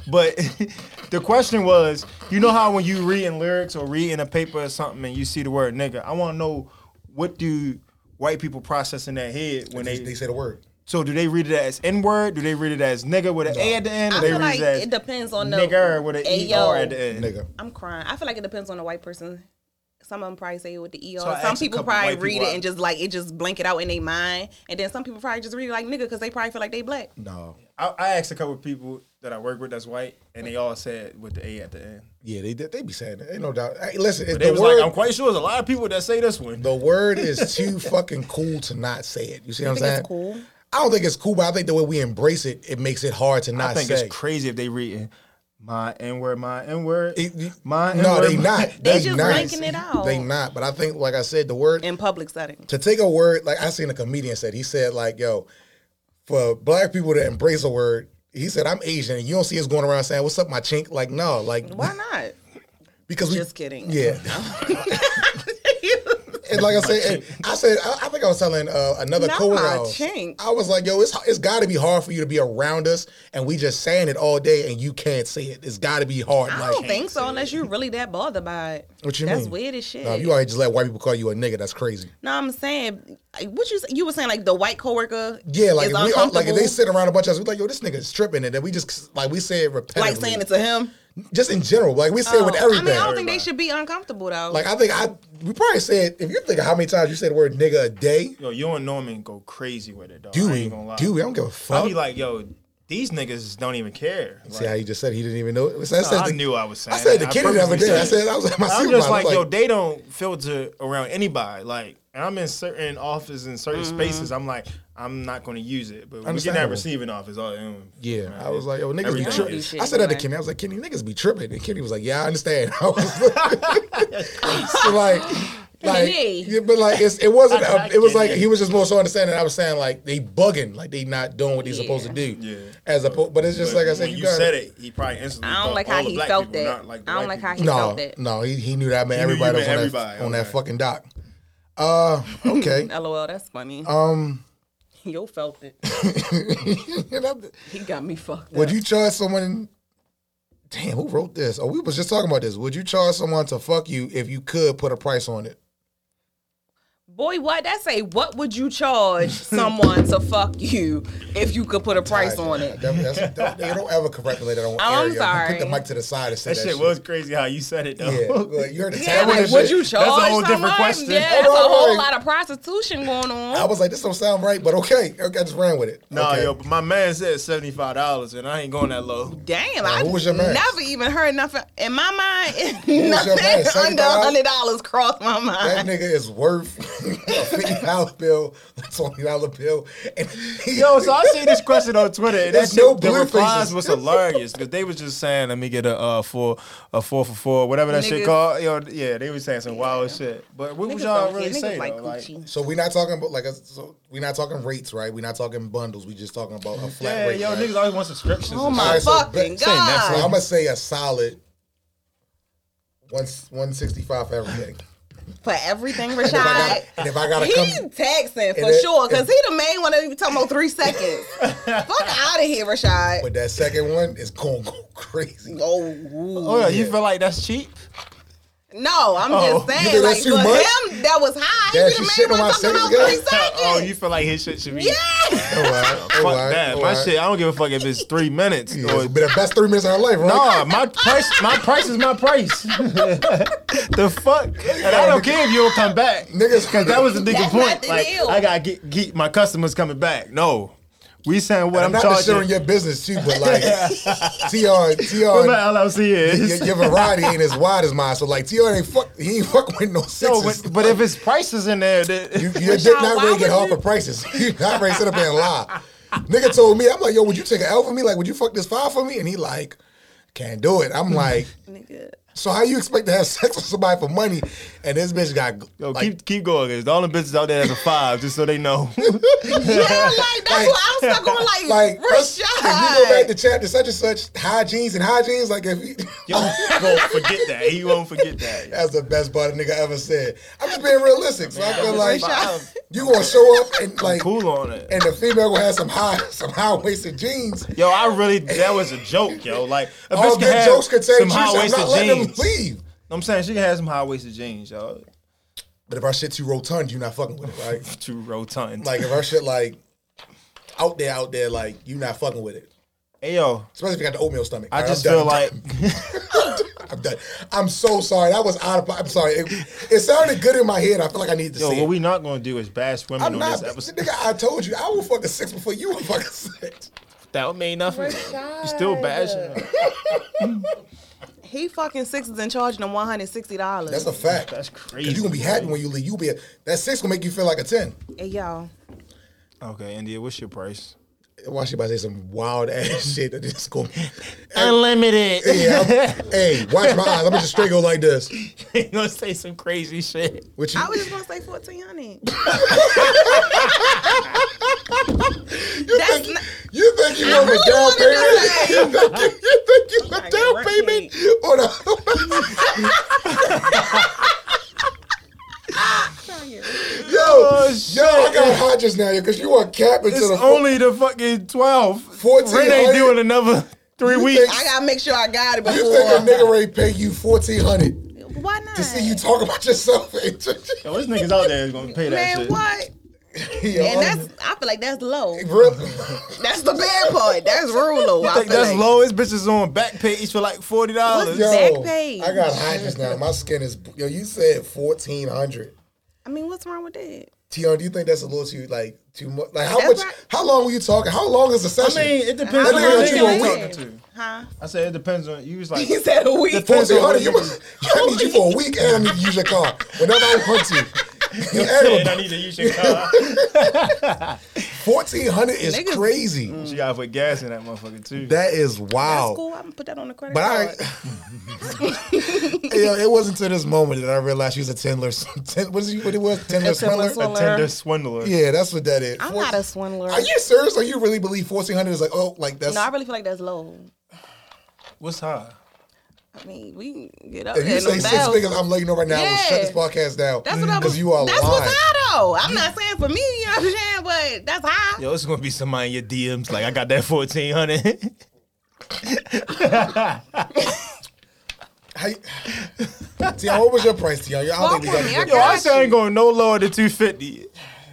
[SPEAKER 3] but the question was, you know how when you read in lyrics or read in a paper or something and you see the word nigga, I want to know what do white people process in their head when
[SPEAKER 1] they,
[SPEAKER 3] they,
[SPEAKER 1] they say the word.
[SPEAKER 3] so do they read it as n word? Do they read it as nigga with an a at the end? Or
[SPEAKER 2] I
[SPEAKER 3] they
[SPEAKER 2] feel
[SPEAKER 3] read
[SPEAKER 2] like
[SPEAKER 3] it as
[SPEAKER 2] it depends on the
[SPEAKER 3] nigger with an
[SPEAKER 2] Hey,
[SPEAKER 3] e
[SPEAKER 2] yo.
[SPEAKER 3] or at the end?
[SPEAKER 1] Nigga.
[SPEAKER 2] I'm crying. I feel like it depends on the white person. Some of them probably say it with the ER.
[SPEAKER 3] So I
[SPEAKER 2] some
[SPEAKER 3] asked a
[SPEAKER 2] people
[SPEAKER 3] couple
[SPEAKER 2] probably
[SPEAKER 3] white
[SPEAKER 2] read
[SPEAKER 3] people
[SPEAKER 2] it
[SPEAKER 3] out-
[SPEAKER 2] and just like it just blank it out in their mind. And then some people probably just read it like nigga because they probably feel like they black.
[SPEAKER 1] No.
[SPEAKER 3] I, I asked a couple of people that I work with that's white, and they all said with the A at the end.
[SPEAKER 1] Yeah, they they be saying that. Ain't no doubt. Hey, listen, if
[SPEAKER 3] They
[SPEAKER 1] the
[SPEAKER 3] was
[SPEAKER 1] word
[SPEAKER 3] like, I'm quite sure there's a lot of people that say this one.
[SPEAKER 1] the word is too fucking cool to not say it. You see what I'm
[SPEAKER 2] think it's
[SPEAKER 1] saying?
[SPEAKER 2] cool?
[SPEAKER 1] I don't think it's cool, but I think the way we embrace it, it makes it hard to not
[SPEAKER 3] I think
[SPEAKER 1] say.
[SPEAKER 3] it's crazy if they reading my N word, my N word,
[SPEAKER 1] It- it-
[SPEAKER 3] my N
[SPEAKER 1] no,
[SPEAKER 3] word.
[SPEAKER 1] they not.
[SPEAKER 2] They
[SPEAKER 1] That's
[SPEAKER 2] just
[SPEAKER 1] not.
[SPEAKER 2] blanking it out.
[SPEAKER 1] They not. But I think, like I said, the word
[SPEAKER 2] In public settings.
[SPEAKER 1] to take a word like I seen a comedian said. He said like, "Yo, for black people to embrace a word." He said, "I'm Asian, and you don't see us going around saying what's up, my chink.' Like, no, like
[SPEAKER 2] Why not?
[SPEAKER 1] because we
[SPEAKER 2] Just kidding.
[SPEAKER 1] Yeah, and like I said, and I said, I, I think I was telling uh, another
[SPEAKER 2] Not
[SPEAKER 1] coworker.
[SPEAKER 2] my
[SPEAKER 1] I was-
[SPEAKER 2] chink.
[SPEAKER 1] I was like, yo, it's it's got to be hard for you to be around us, and we just saying it all day, and you can't say it. It's got to be hard.
[SPEAKER 2] I
[SPEAKER 1] like,
[SPEAKER 2] don't think so unless you're really that bothered by it.
[SPEAKER 1] What you
[SPEAKER 2] That's
[SPEAKER 1] mean?
[SPEAKER 2] weird as shit.
[SPEAKER 1] No, if you already just let white people call you a nigga. That's crazy.
[SPEAKER 2] No, I'm saying, like, what you say- you were saying, like the white coworker.
[SPEAKER 1] Yeah, like
[SPEAKER 2] is
[SPEAKER 1] if we all, like if they
[SPEAKER 2] uncomfortable,
[SPEAKER 1] sit around a bunch of us, we like, yo, this nigga's tripping, and then we just like we say it repetitively,
[SPEAKER 2] like saying it to him.
[SPEAKER 1] just in general, like we say it with
[SPEAKER 2] Oh, I
[SPEAKER 1] everything.
[SPEAKER 2] mean, I don't think they should be uncomfortable though.
[SPEAKER 1] like I think I we probably said if you think of how many times you say the word nigga a day,
[SPEAKER 3] Yo, you and Norman go crazy with it, dog. I
[SPEAKER 1] Dewey,
[SPEAKER 3] ain't gonna lie.
[SPEAKER 1] Dewey, I don't give a fuck.
[SPEAKER 3] I'll be like, yo, these niggas don't even care. Like,
[SPEAKER 1] See how you just said he didn't even know. It. So I,
[SPEAKER 3] no,
[SPEAKER 1] said
[SPEAKER 3] I
[SPEAKER 1] the-
[SPEAKER 3] knew I was saying.
[SPEAKER 1] I said
[SPEAKER 3] that.
[SPEAKER 1] the kid the other
[SPEAKER 3] purposely
[SPEAKER 1] day. I
[SPEAKER 3] said it.
[SPEAKER 1] said I was at my
[SPEAKER 3] I'm
[SPEAKER 1] supervisor.
[SPEAKER 3] just like,
[SPEAKER 1] I was
[SPEAKER 3] yo, they don't filter around anybody. Like, and I'm in certain offices and certain
[SPEAKER 2] Mm-hmm.
[SPEAKER 3] spaces. I'm like, I'm not going to use it. But when we get that
[SPEAKER 1] Understandable.
[SPEAKER 3] receiving office, oh, mm, all
[SPEAKER 1] yeah, I was like, yo, niggas be
[SPEAKER 3] Everything
[SPEAKER 1] tripping.
[SPEAKER 2] is-
[SPEAKER 1] I said that to
[SPEAKER 2] Anyway.
[SPEAKER 1] Kenny. I was like, Kenny, niggas be tripping. And Kenny was like, yeah, I understand. I was so like, like,
[SPEAKER 2] Kenny.
[SPEAKER 1] yeah, but like, it's, it wasn't. A, it was like he was just more so understanding. I was saying like they bugging, like they not doing what they supposed to do.
[SPEAKER 3] Yeah.
[SPEAKER 1] As a, but it's just like I said,
[SPEAKER 3] when
[SPEAKER 1] you,
[SPEAKER 3] you,
[SPEAKER 1] got
[SPEAKER 3] said it, he probably instantly.
[SPEAKER 2] I don't
[SPEAKER 3] thought
[SPEAKER 2] like
[SPEAKER 3] all
[SPEAKER 2] how
[SPEAKER 3] the
[SPEAKER 2] he
[SPEAKER 3] black
[SPEAKER 2] felt that.
[SPEAKER 3] people, not like the
[SPEAKER 2] I don't
[SPEAKER 3] white
[SPEAKER 2] like how he
[SPEAKER 3] people.
[SPEAKER 2] felt
[SPEAKER 1] No,
[SPEAKER 2] that.
[SPEAKER 1] no, he, he knew that meant
[SPEAKER 3] He knew you
[SPEAKER 1] everybody
[SPEAKER 3] meant
[SPEAKER 1] that was on,
[SPEAKER 3] everybody,
[SPEAKER 1] That, on that
[SPEAKER 3] okay.
[SPEAKER 1] fucking dock. Uh, okay.
[SPEAKER 2] LOL, that's funny.
[SPEAKER 1] um,
[SPEAKER 2] Yo felt it.
[SPEAKER 1] and I'm-
[SPEAKER 2] He got me fucked
[SPEAKER 1] Would
[SPEAKER 2] up.
[SPEAKER 1] you charge someone? Damn, who wrote this? Oh, we was just talking about this. Would you charge someone to fuck you if you could put a price on it?
[SPEAKER 2] Boy, what that say? What would you charge someone to fuck you if you could put a price on it?
[SPEAKER 1] That- that's- don't, they don't ever correct me later on.
[SPEAKER 2] I'm
[SPEAKER 1] air, yo. Put
[SPEAKER 2] sorry.
[SPEAKER 1] the mic to the side and say
[SPEAKER 3] That
[SPEAKER 1] that,
[SPEAKER 3] shit was crazy how you said it though.
[SPEAKER 1] Yeah, like, you heard the
[SPEAKER 2] Yeah,
[SPEAKER 1] tag on
[SPEAKER 2] like,
[SPEAKER 1] that
[SPEAKER 2] would
[SPEAKER 1] shit.
[SPEAKER 2] you charge
[SPEAKER 3] a whole different
[SPEAKER 2] someone?
[SPEAKER 3] question.
[SPEAKER 2] Yeah,
[SPEAKER 1] Hold
[SPEAKER 2] that's a
[SPEAKER 1] on,
[SPEAKER 2] whole
[SPEAKER 1] wait.
[SPEAKER 2] lot of prostitution going on.
[SPEAKER 1] I was like, this don't sound right, but okay. Okay, I just ran with it.
[SPEAKER 3] No,
[SPEAKER 1] okay.
[SPEAKER 3] yo, but my man said seventy five dollars, and I ain't going that low.
[SPEAKER 2] Damn, I
[SPEAKER 1] who was your man?
[SPEAKER 2] never even heard nothing. In my mind,
[SPEAKER 1] was your man?
[SPEAKER 2] nothing under
[SPEAKER 1] $70?
[SPEAKER 2] hundred dollars crossed my
[SPEAKER 1] That
[SPEAKER 2] mind.
[SPEAKER 1] nigga is worth a fifty dollar bill, a twenty dollar bill, and
[SPEAKER 3] Yo, so I see this question on Twitter, and
[SPEAKER 1] There's
[SPEAKER 3] that
[SPEAKER 1] no
[SPEAKER 3] shit, the
[SPEAKER 1] blue
[SPEAKER 3] replies
[SPEAKER 1] faces.
[SPEAKER 3] was hilarious because they was just saying, "Let me get a uh, four, a four for four, whatever that shit
[SPEAKER 2] Niggas-
[SPEAKER 3] called." Yo, yeah, they was saying some wild shit. But what was
[SPEAKER 2] Niggas
[SPEAKER 3] y'all
[SPEAKER 2] don't
[SPEAKER 3] really
[SPEAKER 2] care. Niggas
[SPEAKER 3] saying?
[SPEAKER 2] like
[SPEAKER 3] though? Like,
[SPEAKER 2] Gucci.
[SPEAKER 1] So we're not talking about like a, so we're not talking rates, right? We're not talking bundles. We just talking about a flat
[SPEAKER 3] yeah,
[SPEAKER 1] rate.
[SPEAKER 3] yo,
[SPEAKER 1] right?
[SPEAKER 3] niggas always want subscriptions.
[SPEAKER 2] Oh
[SPEAKER 3] and
[SPEAKER 2] my
[SPEAKER 1] Alright, so
[SPEAKER 2] fucking
[SPEAKER 1] back- say
[SPEAKER 3] next
[SPEAKER 2] god!
[SPEAKER 1] I'm gonna say a solid one one sixty five for everything.
[SPEAKER 2] for everything,
[SPEAKER 1] If I gotta-
[SPEAKER 2] Rashad.
[SPEAKER 1] and if I gotta
[SPEAKER 2] He
[SPEAKER 1] come,
[SPEAKER 2] texting for
[SPEAKER 1] it-
[SPEAKER 2] sure because he the main one that be talking about three seconds. Fuck out of here, Rashad.
[SPEAKER 1] but that second one is gonna go crazy.
[SPEAKER 2] Oh,
[SPEAKER 3] Oh
[SPEAKER 2] ooh.
[SPEAKER 3] yeah, you
[SPEAKER 1] Yeah.
[SPEAKER 3] feel like that's cheap?
[SPEAKER 2] no, I'm
[SPEAKER 3] Oh,
[SPEAKER 2] just
[SPEAKER 1] you
[SPEAKER 2] saying
[SPEAKER 1] think
[SPEAKER 2] like
[SPEAKER 1] that's
[SPEAKER 2] for
[SPEAKER 1] too much?
[SPEAKER 2] him that was high.
[SPEAKER 1] Damn,
[SPEAKER 2] he
[SPEAKER 1] she
[SPEAKER 2] be the
[SPEAKER 1] shitting
[SPEAKER 2] main
[SPEAKER 1] on
[SPEAKER 2] one
[SPEAKER 1] my
[SPEAKER 2] talking about
[SPEAKER 1] seconds,
[SPEAKER 2] three
[SPEAKER 1] guys?
[SPEAKER 2] seconds.
[SPEAKER 3] oh, you feel like his shit should be?
[SPEAKER 2] yeah.
[SPEAKER 1] All right, all
[SPEAKER 3] Fuck
[SPEAKER 1] right,
[SPEAKER 3] that.
[SPEAKER 1] all
[SPEAKER 3] My
[SPEAKER 1] right.
[SPEAKER 3] shit, I don't give a fuck if it's three minutes
[SPEAKER 1] Yeah,
[SPEAKER 3] or
[SPEAKER 1] it's been the best three minutes of our life, right?
[SPEAKER 3] Nah, my price, my price is my price. the fuck, and I don't care if you don't come back,
[SPEAKER 1] Niggas-
[SPEAKER 3] Because that was the nigga
[SPEAKER 2] That's
[SPEAKER 3] point.
[SPEAKER 2] not the
[SPEAKER 3] like,
[SPEAKER 2] deal.
[SPEAKER 3] I gotta get, get my customers coming back. No, we saying what
[SPEAKER 1] I'm
[SPEAKER 3] I'm,
[SPEAKER 1] not just sharing
[SPEAKER 3] charging.
[SPEAKER 1] your business too, but like TR,
[SPEAKER 3] What my
[SPEAKER 1] TR,
[SPEAKER 3] LLC
[SPEAKER 1] your,
[SPEAKER 3] is.
[SPEAKER 1] your variety ain't as wide as mine. So like TR ain't fuck, he ain't fuck with no
[SPEAKER 3] No,
[SPEAKER 1] sixes.
[SPEAKER 3] but, but if it's prices in there, then,
[SPEAKER 1] You, your
[SPEAKER 2] But
[SPEAKER 1] dick
[SPEAKER 2] y'all,
[SPEAKER 1] not
[SPEAKER 2] why
[SPEAKER 1] ready to get
[SPEAKER 2] would
[SPEAKER 1] half
[SPEAKER 2] you-
[SPEAKER 1] the prices. You not ready to sit up there and lie. Nigga told me, I'm like, yo, would you take an L for me? Like, would you fuck this five for me? And he like, can't do it. I'm like,
[SPEAKER 2] Nigga.
[SPEAKER 1] so how you expect to have sex with somebody for money? And this bitch got
[SPEAKER 3] yo,
[SPEAKER 1] like,
[SPEAKER 3] keep keep going. It's the only bitches out there that's a five, just so they know.
[SPEAKER 2] Yeah, like that's what I'm stuck on. Like,
[SPEAKER 1] like us-
[SPEAKER 2] Rashad.
[SPEAKER 1] if you go back to chapter such and such, hygienes and hygienes, like if you,
[SPEAKER 3] Yo, won't forget that. He won't forget that.
[SPEAKER 1] that's the best part a nigga ever said. I'm just being realistic. So I feel like
[SPEAKER 2] Rashad.
[SPEAKER 1] you gonna show up and like
[SPEAKER 3] Cool on it.
[SPEAKER 1] and the female gonna have some high some high waisted jeans.
[SPEAKER 3] Yo, I really that was a joke, yo. Like a
[SPEAKER 1] All
[SPEAKER 3] bitch can
[SPEAKER 1] good
[SPEAKER 3] have
[SPEAKER 1] jokes could take
[SPEAKER 3] some
[SPEAKER 1] juice.
[SPEAKER 3] high
[SPEAKER 1] I'm
[SPEAKER 3] waisted
[SPEAKER 1] not letting them
[SPEAKER 3] jeans.
[SPEAKER 1] leave.
[SPEAKER 3] I'm saying she can have some high waisted jeans, yo.
[SPEAKER 1] But if our shit too rotund, you're not fucking with it, right?
[SPEAKER 3] Two rotund. Like,
[SPEAKER 1] like if our shit like out there, out there, like you not fucking with it.
[SPEAKER 3] hey yo,
[SPEAKER 1] Especially if you got the oatmeal stomach.
[SPEAKER 3] I
[SPEAKER 1] All right,
[SPEAKER 3] just
[SPEAKER 1] I'm
[SPEAKER 3] feel
[SPEAKER 1] done.
[SPEAKER 3] like
[SPEAKER 1] I'm done. I'm so sorry. That was out of. po- I'm sorry. It, it sounded good in my head. I feel like I need to
[SPEAKER 3] yo,
[SPEAKER 1] say.
[SPEAKER 3] what
[SPEAKER 1] it.
[SPEAKER 3] we not gonna do is bash women
[SPEAKER 1] I'm
[SPEAKER 3] on
[SPEAKER 1] not.
[SPEAKER 3] this episode.
[SPEAKER 1] Nigga, I told you I will fuck a six before you were fucking six.
[SPEAKER 3] That would mean nothing. You still bashing. her.
[SPEAKER 2] He fucking sixes and charging him one hundred sixty dollars.
[SPEAKER 1] That's a fact.
[SPEAKER 3] That's
[SPEAKER 1] 'Cause
[SPEAKER 3] crazy.
[SPEAKER 1] You gonna be happy when you leave. You be a, that six gonna make you feel like a ten.
[SPEAKER 2] Hey y'all,
[SPEAKER 3] Okay, India, what's your price?
[SPEAKER 1] Watch you about to say some wild ass shit that just gonna.
[SPEAKER 3] Unlimited.
[SPEAKER 1] Yeah, I'm- hey, watch my eyes. I'm gonna just straight go like this.
[SPEAKER 3] you gonna say some crazy shit.
[SPEAKER 1] Which you,
[SPEAKER 2] I was just gonna say fourteen hundred.
[SPEAKER 1] you
[SPEAKER 2] That's
[SPEAKER 1] think
[SPEAKER 2] not-
[SPEAKER 1] you think you
[SPEAKER 2] I
[SPEAKER 1] want a
[SPEAKER 2] really
[SPEAKER 1] down
[SPEAKER 2] wanted to
[SPEAKER 1] payment? You think you, you think you want a
[SPEAKER 2] Like,
[SPEAKER 1] down
[SPEAKER 2] right.
[SPEAKER 1] payment on a? just now because you are capping to
[SPEAKER 3] Oh, It's
[SPEAKER 1] the fu-
[SPEAKER 3] only the fucking 12.
[SPEAKER 1] 1400
[SPEAKER 3] Rent ain't doing another three
[SPEAKER 1] You
[SPEAKER 3] weeks.
[SPEAKER 2] I gotta make sure I got it
[SPEAKER 1] You think a
[SPEAKER 2] before.
[SPEAKER 1] nigga ready to pay you fourteen hundred
[SPEAKER 2] Why not?
[SPEAKER 1] to see you talk about yourself? and-
[SPEAKER 3] Yo, there's niggas out there is gonna pay
[SPEAKER 2] Man, what?
[SPEAKER 1] Yo,
[SPEAKER 2] And that's I feel like that's low.
[SPEAKER 1] really-
[SPEAKER 2] That's the bad part. That's real low. I
[SPEAKER 3] Like,
[SPEAKER 2] feel
[SPEAKER 3] that's
[SPEAKER 2] like.
[SPEAKER 3] low. His bitch is on back page for like forty dollars.
[SPEAKER 2] What's- Back page.
[SPEAKER 1] I got high just now. My skin is yo. You said fourteen hundred.
[SPEAKER 2] I mean, what's wrong with that?
[SPEAKER 1] Tion, do you think that's a little too like too much? Like how
[SPEAKER 2] That's
[SPEAKER 1] much?
[SPEAKER 2] right.
[SPEAKER 1] How long were you talking? How long is the
[SPEAKER 3] I
[SPEAKER 1] session?
[SPEAKER 3] mean, it depends
[SPEAKER 1] That
[SPEAKER 3] on
[SPEAKER 1] nigga
[SPEAKER 3] who
[SPEAKER 1] got you a
[SPEAKER 3] you
[SPEAKER 1] week.
[SPEAKER 3] talking to.
[SPEAKER 2] Huh?
[SPEAKER 3] I said it depends on you. Was like,
[SPEAKER 2] He said a week.
[SPEAKER 3] Depends
[SPEAKER 1] fourteen hundred.
[SPEAKER 3] on what
[SPEAKER 1] You
[SPEAKER 3] you-
[SPEAKER 1] must. I need you for a week, and I need to use your car whenever I want to. You add
[SPEAKER 3] I need to use your car.
[SPEAKER 1] fourteen hundred is
[SPEAKER 2] Niggas- Mm.
[SPEAKER 1] crazy.
[SPEAKER 3] she gotta put gas in that motherfucker too.
[SPEAKER 1] That is wild.
[SPEAKER 2] That's cool. I'm gonna put that on the credit
[SPEAKER 1] But I,
[SPEAKER 2] card.
[SPEAKER 1] yeah, it wasn't to this moment that I realized she was a Tindler. Tin, what, is he, what it was? Tindler
[SPEAKER 2] A Tindler
[SPEAKER 1] swindler?
[SPEAKER 2] swindler.
[SPEAKER 3] a tender swindler.
[SPEAKER 1] Yeah, that's what that is.
[SPEAKER 2] I'm
[SPEAKER 1] Four-
[SPEAKER 2] not a swindler.
[SPEAKER 1] Are you serious? Are you really believe fourteen hundred is like oh like that's
[SPEAKER 2] No, I really feel like that's low.
[SPEAKER 3] What's high?
[SPEAKER 2] I mean, we can get up
[SPEAKER 1] if
[SPEAKER 2] there
[SPEAKER 1] you
[SPEAKER 2] in them
[SPEAKER 1] say six
[SPEAKER 2] bells.
[SPEAKER 1] figures, I'm letting you know right now. We'll shut
[SPEAKER 2] Yeah.
[SPEAKER 1] this podcast down
[SPEAKER 2] That's what I'm.
[SPEAKER 1] because you are
[SPEAKER 2] That's
[SPEAKER 1] lying.
[SPEAKER 2] what's high though. I'm not saying for me. You know what I'm saying? But that's high.
[SPEAKER 3] Yo, it's gonna be somebody in your DMs like, I got that fourteen hundred.
[SPEAKER 1] How you- Tion, what was your price, Tion? I don't
[SPEAKER 2] Fuck
[SPEAKER 1] think we got
[SPEAKER 2] with me.
[SPEAKER 1] it.
[SPEAKER 2] I
[SPEAKER 3] Yo, I
[SPEAKER 2] got
[SPEAKER 3] said I ain't going no lower than two fifty.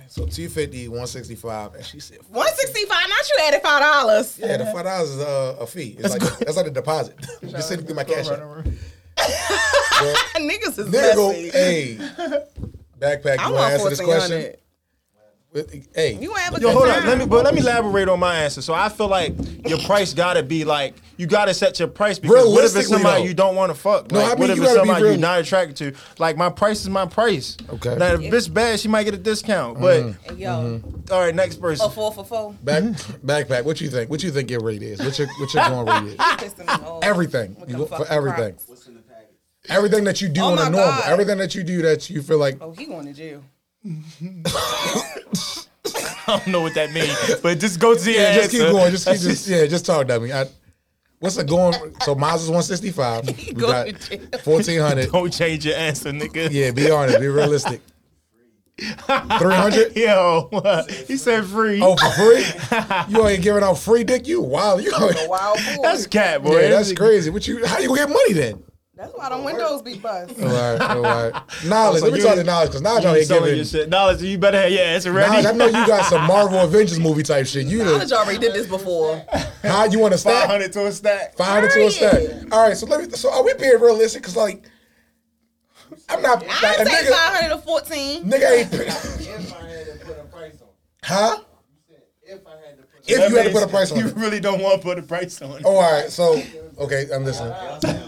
[SPEAKER 1] So 250, 165, and she said.
[SPEAKER 2] One sixty five. Not you added five dollars.
[SPEAKER 1] Yeah, the five dollars is uh, a fee. It's like that's like a deposit. Just send it through my cash. app.
[SPEAKER 2] Niggas is
[SPEAKER 1] Nigga, go,
[SPEAKER 2] messy.
[SPEAKER 1] hey, backpack.
[SPEAKER 2] I
[SPEAKER 1] You want to
[SPEAKER 2] want
[SPEAKER 1] answer this
[SPEAKER 2] fourteen
[SPEAKER 1] question?
[SPEAKER 2] hundred.
[SPEAKER 1] With- Hey,
[SPEAKER 2] You wanna have a
[SPEAKER 3] Yo,
[SPEAKER 2] good
[SPEAKER 3] hold
[SPEAKER 2] time?
[SPEAKER 3] on. Let me but let me elaborate on my answer. So I feel like your price gotta be like you gotta set your price because what if it's
[SPEAKER 1] Realistically,
[SPEAKER 3] somebody
[SPEAKER 1] though.
[SPEAKER 3] you don't want to fuck?
[SPEAKER 1] No,
[SPEAKER 3] like,
[SPEAKER 1] I mean,
[SPEAKER 3] what if
[SPEAKER 1] you
[SPEAKER 3] it's
[SPEAKER 1] gotta be
[SPEAKER 3] somebody
[SPEAKER 1] real.
[SPEAKER 3] you're not attracted to? Like my price is my price.
[SPEAKER 1] Okay.
[SPEAKER 3] Now if this bad, she might get a discount. But
[SPEAKER 2] Hey, Yo,
[SPEAKER 3] all right, next person.
[SPEAKER 2] a four for four.
[SPEAKER 1] Back, backpack. What you think? What you think your rate is? What your what your going rate is?
[SPEAKER 2] Pissing me off.
[SPEAKER 1] Everything.
[SPEAKER 2] With
[SPEAKER 1] You go
[SPEAKER 2] them
[SPEAKER 1] for
[SPEAKER 2] fucking
[SPEAKER 1] everything.
[SPEAKER 2] Crocs.
[SPEAKER 4] What's in the package?
[SPEAKER 1] Everything that you do
[SPEAKER 2] Oh
[SPEAKER 1] on a
[SPEAKER 2] my
[SPEAKER 1] normal.
[SPEAKER 2] God.
[SPEAKER 1] Everything that you do that you feel like.
[SPEAKER 2] Oh, he going to jail.
[SPEAKER 3] I don't know what that means, but just go to the
[SPEAKER 1] Yeah,
[SPEAKER 3] answer.
[SPEAKER 1] just keep going. Just keep
[SPEAKER 3] That's
[SPEAKER 1] just yeah. Just talk to me. I, what's a going? So mine's is one sixty five. We
[SPEAKER 2] Go
[SPEAKER 1] got
[SPEAKER 2] to jail.
[SPEAKER 1] fourteen hundred.
[SPEAKER 3] Don't change your answer, nigga.
[SPEAKER 1] Yeah, be honest. Be realistic. Three hundred.
[SPEAKER 3] Yo, he said free.
[SPEAKER 1] Oh, for free? You ain't giving out free dick? You wild? You
[SPEAKER 2] A wild boy.
[SPEAKER 3] that's cat, boy.
[SPEAKER 1] yeah, that's crazy. What you? How you gonna get money then?
[SPEAKER 2] That's why them windows be bust.
[SPEAKER 1] All right, all right. Knowledge.
[SPEAKER 3] So
[SPEAKER 1] Let me
[SPEAKER 3] you-
[SPEAKER 1] talk to knowledge because knowledge out
[SPEAKER 3] You
[SPEAKER 1] here
[SPEAKER 3] selling
[SPEAKER 1] giving.
[SPEAKER 3] your shit. Knowledge, you better have your answer
[SPEAKER 1] Knowledge,
[SPEAKER 3] ready.
[SPEAKER 1] I know you got some Marvel Avengers movie type shit. You
[SPEAKER 2] College
[SPEAKER 1] the,
[SPEAKER 2] already did this before.
[SPEAKER 1] how you want to
[SPEAKER 3] Five
[SPEAKER 1] stack?
[SPEAKER 3] hundred to a stack.
[SPEAKER 1] Five hundred to a stack.
[SPEAKER 2] Period.
[SPEAKER 1] All right, so let me. So are we being realistic? Because like, I'm not.
[SPEAKER 2] I
[SPEAKER 1] a
[SPEAKER 2] didn't say
[SPEAKER 1] nigga, Mm-hmm.
[SPEAKER 2] 500 to 14.
[SPEAKER 1] nigga ain't.
[SPEAKER 4] If I had to put a price on it,
[SPEAKER 1] Huh?
[SPEAKER 4] you said if I had to put a
[SPEAKER 1] If you had to put a price on
[SPEAKER 3] You
[SPEAKER 1] it.
[SPEAKER 3] really don't want to put a price on it.
[SPEAKER 1] Oh, all right. So okay, I'm listening.
[SPEAKER 4] Y'all saying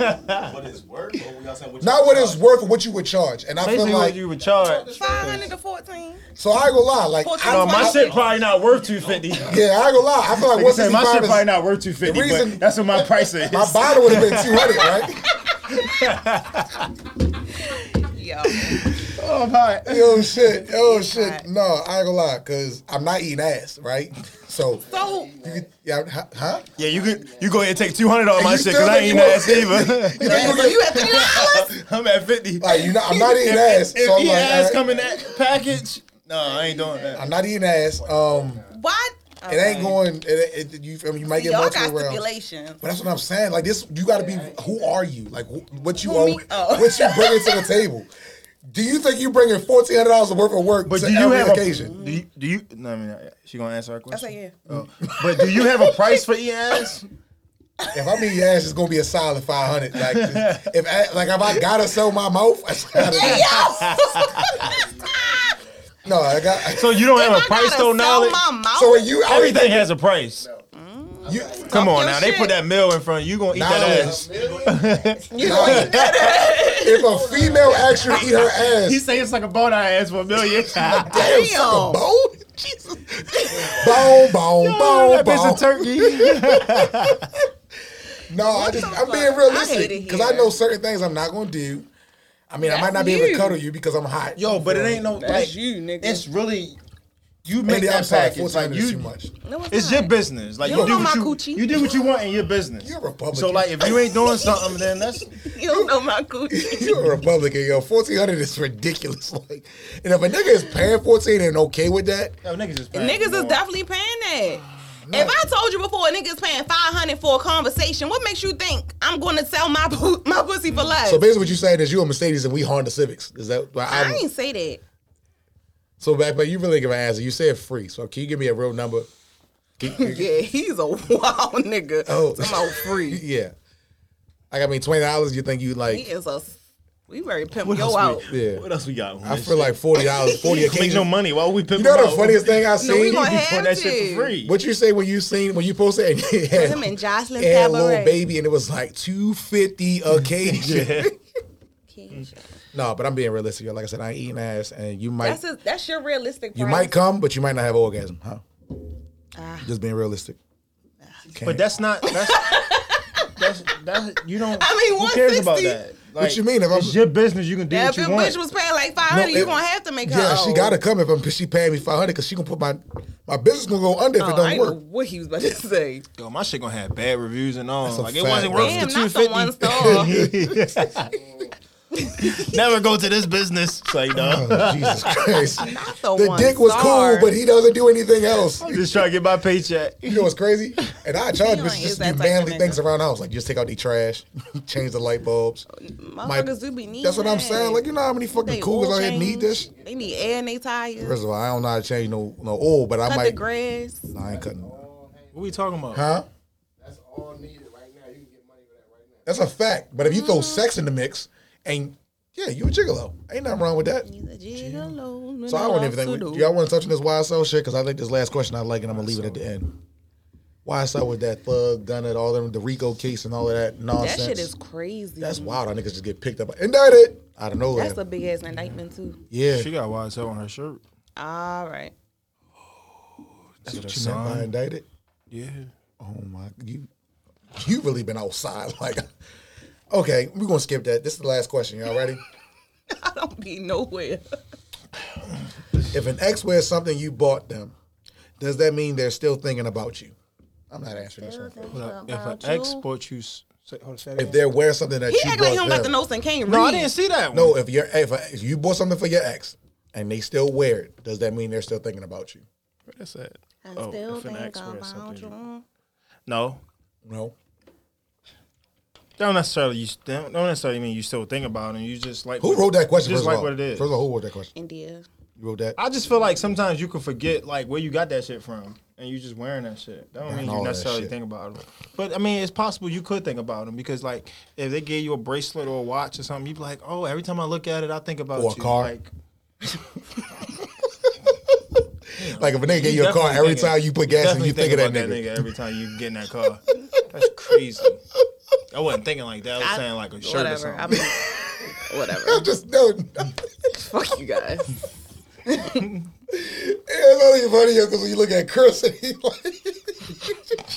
[SPEAKER 4] what it's worth, or y'all saying what you
[SPEAKER 1] Not what it's worth or what you would charge, and I feel
[SPEAKER 3] Basically,
[SPEAKER 1] like
[SPEAKER 3] what you would charge.
[SPEAKER 2] 500 to 14.
[SPEAKER 1] so. I ain't gonna lie. Like, I,
[SPEAKER 3] No, my
[SPEAKER 1] I-
[SPEAKER 3] shit probably not worth two fifty.
[SPEAKER 1] Yeah, I ain't gonna lie. I feel like
[SPEAKER 3] Like I said, my
[SPEAKER 1] 165
[SPEAKER 3] shit
[SPEAKER 1] is-
[SPEAKER 3] probably not worth two fifty,
[SPEAKER 1] The reason-
[SPEAKER 3] but that's what my price is.
[SPEAKER 1] My bottle would have been 200, right?
[SPEAKER 2] Yo.
[SPEAKER 3] Oh, I'm hot.
[SPEAKER 1] Yo, shit. Yo, shit. No, I ain't gonna lie, because I'm not eating ass, right? So,
[SPEAKER 2] So,
[SPEAKER 1] you could, yeah, huh? huh?
[SPEAKER 3] Yeah, you could you go ahead and take two hundred off
[SPEAKER 1] And
[SPEAKER 3] my
[SPEAKER 1] you
[SPEAKER 3] shit
[SPEAKER 1] still
[SPEAKER 3] because I
[SPEAKER 1] think
[SPEAKER 3] ain't
[SPEAKER 1] you
[SPEAKER 3] ass
[SPEAKER 1] You
[SPEAKER 3] either.
[SPEAKER 1] think you
[SPEAKER 2] so
[SPEAKER 1] could-
[SPEAKER 2] you at $3?
[SPEAKER 3] I'm at fifty.
[SPEAKER 1] like, you know, I'm not eating ass.
[SPEAKER 3] If
[SPEAKER 1] so I'm
[SPEAKER 3] he
[SPEAKER 1] like,
[SPEAKER 3] ass
[SPEAKER 1] alright,
[SPEAKER 3] come in that package, no, I ain't doing that.
[SPEAKER 1] I'm not eating ass. Um,
[SPEAKER 2] What?
[SPEAKER 1] It ain't going, it, it, you, feel me? you might get
[SPEAKER 2] Y'all
[SPEAKER 1] multiple
[SPEAKER 2] got
[SPEAKER 1] rounds.
[SPEAKER 2] stipulations.
[SPEAKER 1] But that's what I'm saying. Like this, you got to be. Who are you? Like wh- what you
[SPEAKER 2] Who
[SPEAKER 1] owe,
[SPEAKER 2] me? Oh.
[SPEAKER 1] what you bringing to the table? Do you think you bringing fourteen hundred dollars worth of work
[SPEAKER 3] But
[SPEAKER 1] to
[SPEAKER 3] do you
[SPEAKER 1] every
[SPEAKER 3] have
[SPEAKER 1] occasion?
[SPEAKER 3] a do you, do you? No, I mean, I- she gonna answer our question.
[SPEAKER 2] say yeah.
[SPEAKER 3] Oh. But do you have a price for E ES?
[SPEAKER 1] if I'm eating ass, it's gonna be a solid five hundred. Like if I, like if I gotta sell my mouth, I gotta,
[SPEAKER 2] Hey, yo.
[SPEAKER 1] no, I got.
[SPEAKER 3] So you don't have a
[SPEAKER 2] I gotta
[SPEAKER 3] price
[SPEAKER 2] sell
[SPEAKER 3] though, knowledge.
[SPEAKER 2] my mouth.
[SPEAKER 1] So when you out here-
[SPEAKER 3] Everything has a price.
[SPEAKER 1] you,
[SPEAKER 3] Come
[SPEAKER 2] Talk
[SPEAKER 3] on
[SPEAKER 2] your
[SPEAKER 3] now, they
[SPEAKER 2] shit.
[SPEAKER 3] put that meal in front. of You You gonna eat that
[SPEAKER 1] Knowledge.
[SPEAKER 3] ass?
[SPEAKER 4] Million?
[SPEAKER 1] knowledge. if a female asks you to eat her ass,
[SPEAKER 3] saying it's like a bone I asked for a million.
[SPEAKER 1] damn, suck a bone, Jesus, bone, bone, bone,
[SPEAKER 3] that bitch
[SPEAKER 1] bone.
[SPEAKER 3] a turkey.
[SPEAKER 1] No, I just
[SPEAKER 2] the
[SPEAKER 1] I'm
[SPEAKER 2] fuck?
[SPEAKER 1] being
[SPEAKER 2] I hate
[SPEAKER 1] realistic
[SPEAKER 2] it
[SPEAKER 1] because I
[SPEAKER 2] here.
[SPEAKER 1] know certain things I'm not gonna do. I mean, I might
[SPEAKER 2] That's
[SPEAKER 1] not be able to
[SPEAKER 2] you.
[SPEAKER 1] cuddle you because I'm hot.
[SPEAKER 3] Yo, but it ain't no
[SPEAKER 2] That's you, nigga.
[SPEAKER 3] It's really
[SPEAKER 1] Maybe
[SPEAKER 3] you make that
[SPEAKER 1] outside
[SPEAKER 3] package.
[SPEAKER 1] full-time
[SPEAKER 3] Like
[SPEAKER 1] is
[SPEAKER 3] you,
[SPEAKER 1] too much.
[SPEAKER 2] No, it's,
[SPEAKER 3] it's
[SPEAKER 2] not.
[SPEAKER 3] your business. Like
[SPEAKER 2] You
[SPEAKER 3] you,
[SPEAKER 2] don't
[SPEAKER 3] do
[SPEAKER 2] know
[SPEAKER 3] what
[SPEAKER 2] my
[SPEAKER 3] you,
[SPEAKER 2] coochie.
[SPEAKER 3] you do what you want in your business.
[SPEAKER 1] You're a Republican.
[SPEAKER 3] So like, if you ain't doing something, then that's
[SPEAKER 2] You don't know my coochie.
[SPEAKER 1] You're a Republican, yo. Fourteen hundred is ridiculous. Like, and if a nigga is paying fourteen and okay with that,
[SPEAKER 3] yo, niggas is fine.
[SPEAKER 2] niggas is
[SPEAKER 3] Come on.
[SPEAKER 2] definitely paying that. If I told you before a nigga's paying five hundred for a conversation, what makes you think I'm going to sell my pu- my pussy for less?
[SPEAKER 1] so basically what you're saying is you a Mercedes and we Honda Civics. Is that? Like,
[SPEAKER 2] I
[SPEAKER 1] I'm-
[SPEAKER 2] ain't say that.
[SPEAKER 1] so back, but you really give an answer. You said free. So can you give me a real number? Can- can-
[SPEAKER 2] Yeah, he's a wild nigga.
[SPEAKER 1] Oh.
[SPEAKER 2] Oh, talking about free.
[SPEAKER 1] yeah. Like I mean, twenty dollars. You think you
[SPEAKER 2] He
[SPEAKER 1] like?
[SPEAKER 2] is a. We very pimp
[SPEAKER 3] What
[SPEAKER 2] yo out.
[SPEAKER 3] else we,
[SPEAKER 1] Yeah.
[SPEAKER 3] What else we got? on
[SPEAKER 1] I
[SPEAKER 3] this
[SPEAKER 1] feel
[SPEAKER 3] shit?
[SPEAKER 1] like forty dollars, forty
[SPEAKER 3] You make no
[SPEAKER 1] occasions.
[SPEAKER 3] money. Why would we pimp
[SPEAKER 1] You know
[SPEAKER 3] them
[SPEAKER 1] the
[SPEAKER 3] out?
[SPEAKER 1] funniest thing I
[SPEAKER 2] No, we
[SPEAKER 1] seen?
[SPEAKER 2] gonna
[SPEAKER 3] You
[SPEAKER 2] have
[SPEAKER 3] put that shit
[SPEAKER 2] to.
[SPEAKER 3] for free.
[SPEAKER 1] What you say when you seen when you posted and you had,
[SPEAKER 2] Him and Jocelyn
[SPEAKER 1] and little
[SPEAKER 2] Cabaret.
[SPEAKER 1] baby and it was like two fifty occasion. No, but I'm being realistic. yo. Like I said, I ain't eating ass, and you might
[SPEAKER 2] That's a, that's your realistic. Price.
[SPEAKER 1] you might come, but you might not have orgasm, huh?
[SPEAKER 2] Ah.
[SPEAKER 1] Just being realistic. Can't-
[SPEAKER 3] But that's not. That's, that's, that's you don't.
[SPEAKER 2] I mean,
[SPEAKER 3] who cares
[SPEAKER 2] 160?
[SPEAKER 3] about that? Like,
[SPEAKER 1] you mean? If I'm-
[SPEAKER 3] it's your business. You can do
[SPEAKER 2] That
[SPEAKER 3] what you
[SPEAKER 2] bitch
[SPEAKER 3] want.
[SPEAKER 2] was paying like five
[SPEAKER 1] No,
[SPEAKER 2] hundred. you
[SPEAKER 1] it-
[SPEAKER 2] gonna have to make her.
[SPEAKER 1] yeah, she
[SPEAKER 2] owe.
[SPEAKER 1] gotta come if I'm, she paying me five hundred because she gonna put my my business gonna go under if
[SPEAKER 2] Oh,
[SPEAKER 1] it
[SPEAKER 2] I
[SPEAKER 1] don't
[SPEAKER 2] know
[SPEAKER 1] work.
[SPEAKER 2] what he was about to say.
[SPEAKER 3] Yo, my shit gonna have bad reviews and all.
[SPEAKER 1] a
[SPEAKER 3] Like it
[SPEAKER 1] fact.
[SPEAKER 3] wasn't worth
[SPEAKER 2] Damn,
[SPEAKER 3] the
[SPEAKER 2] not the one star.
[SPEAKER 3] Never go to this business. It's like no.
[SPEAKER 1] Oh, Jesus Christ!
[SPEAKER 2] the
[SPEAKER 1] the
[SPEAKER 2] one
[SPEAKER 1] dick was
[SPEAKER 2] star.
[SPEAKER 1] cool, but he doesn't do anything else.
[SPEAKER 3] Just try to get my paycheck.
[SPEAKER 1] You know what's crazy? And I charge
[SPEAKER 2] He
[SPEAKER 1] bitches
[SPEAKER 2] is
[SPEAKER 1] just to do
[SPEAKER 2] that type of
[SPEAKER 1] manly
[SPEAKER 2] nigga.
[SPEAKER 1] things around the house, like just take out the trash, change the light bulbs. My-
[SPEAKER 2] Motherfuckers do be needing.
[SPEAKER 1] That's what I'm
[SPEAKER 2] that.
[SPEAKER 1] saying. Like you know how many fucking
[SPEAKER 2] They
[SPEAKER 1] cougars
[SPEAKER 2] oil
[SPEAKER 1] out here need this.
[SPEAKER 2] change. They need air in their tires.
[SPEAKER 1] First of all, I don't know how to change no no oil, but I
[SPEAKER 2] cut the
[SPEAKER 1] might.
[SPEAKER 2] grass.
[SPEAKER 1] Nah, I ain't cutting.
[SPEAKER 3] What we talking about?
[SPEAKER 1] Huh?
[SPEAKER 4] That's all needed right now. You can get money for that right now.
[SPEAKER 1] That's a fact. But if you throw
[SPEAKER 2] Mm-hmm.
[SPEAKER 1] sex in the mix, and yeah, you a gigolo. Ain't nothing wrong with that.
[SPEAKER 2] He's a gigolo.
[SPEAKER 1] So I want everything. Do y'all want to touch on this YSL shit? Because I think this last question I like, and I'm gonna leave it at the end. YSL with that thug gun at all them the Rico case and all of that nonsense.
[SPEAKER 2] That shit is crazy.
[SPEAKER 1] That's wild. Our niggas just get picked up indicted out of nowhere.
[SPEAKER 2] That's a big ass indictment too.
[SPEAKER 1] yeah.
[SPEAKER 3] She got YSL on her shirt.
[SPEAKER 2] All right.
[SPEAKER 1] That's what
[SPEAKER 3] she
[SPEAKER 1] you meant by
[SPEAKER 3] signed.
[SPEAKER 1] indicted.
[SPEAKER 3] Yeah.
[SPEAKER 1] Oh my, you you really been outside like. Okay, we're gonna skip that. This is the last question. Y'all ready?
[SPEAKER 2] I don't be nowhere.
[SPEAKER 1] If an ex wears something you bought them, does that mean they're still thinking about you? I'm not answering this one.
[SPEAKER 3] If an ex bought you, say, hold on, say that
[SPEAKER 1] If they wear something that
[SPEAKER 2] He
[SPEAKER 1] you
[SPEAKER 2] act like
[SPEAKER 1] bought
[SPEAKER 2] he don't
[SPEAKER 1] them,
[SPEAKER 2] got the notes and can't read.
[SPEAKER 3] No, I didn't see that one.
[SPEAKER 1] no. If your if, if you bought something for your ex and they still wear it, does that mean they're still thinking about you?
[SPEAKER 3] that's that.
[SPEAKER 2] I
[SPEAKER 3] Oh,
[SPEAKER 2] still
[SPEAKER 3] if an
[SPEAKER 2] think
[SPEAKER 3] ex wears
[SPEAKER 2] about
[SPEAKER 3] something.
[SPEAKER 2] you.
[SPEAKER 3] No,
[SPEAKER 1] No.
[SPEAKER 3] don't necessarily. You don't don't necessarily mean you still think about it. You just like
[SPEAKER 1] Who wrote that question? first
[SPEAKER 3] Just like
[SPEAKER 1] of all?
[SPEAKER 3] what it is.
[SPEAKER 1] First of all, who wrote that question?
[SPEAKER 2] India.
[SPEAKER 1] You wrote that.
[SPEAKER 3] I just feel like sometimes you can forget like where you got that shit from, and you just wearing that shit. That don't mean
[SPEAKER 1] all
[SPEAKER 3] you
[SPEAKER 1] that
[SPEAKER 3] necessarily
[SPEAKER 1] shit.
[SPEAKER 3] think about them. But I mean, it's possible you could think about them because like if they gave you a bracelet or a watch or something, you'd be like, oh, every time I look at it, I think about
[SPEAKER 1] Or a
[SPEAKER 3] you.
[SPEAKER 1] car.
[SPEAKER 3] Like,
[SPEAKER 1] Like if a nigga get you a car
[SPEAKER 3] definitely
[SPEAKER 1] every
[SPEAKER 3] thinking-
[SPEAKER 1] time you put gas in,
[SPEAKER 3] definitely
[SPEAKER 1] you think of that
[SPEAKER 3] about
[SPEAKER 1] nigga.
[SPEAKER 3] every time you get in that car. That's crazy. I wasn't thinking like that. I was
[SPEAKER 2] I-
[SPEAKER 3] saying like a shirt or
[SPEAKER 2] Whatever.
[SPEAKER 3] something.
[SPEAKER 2] I mean, whatever.
[SPEAKER 1] Just no.
[SPEAKER 2] Fuck you guys.
[SPEAKER 1] It's only funny because when you look at Chris and he like.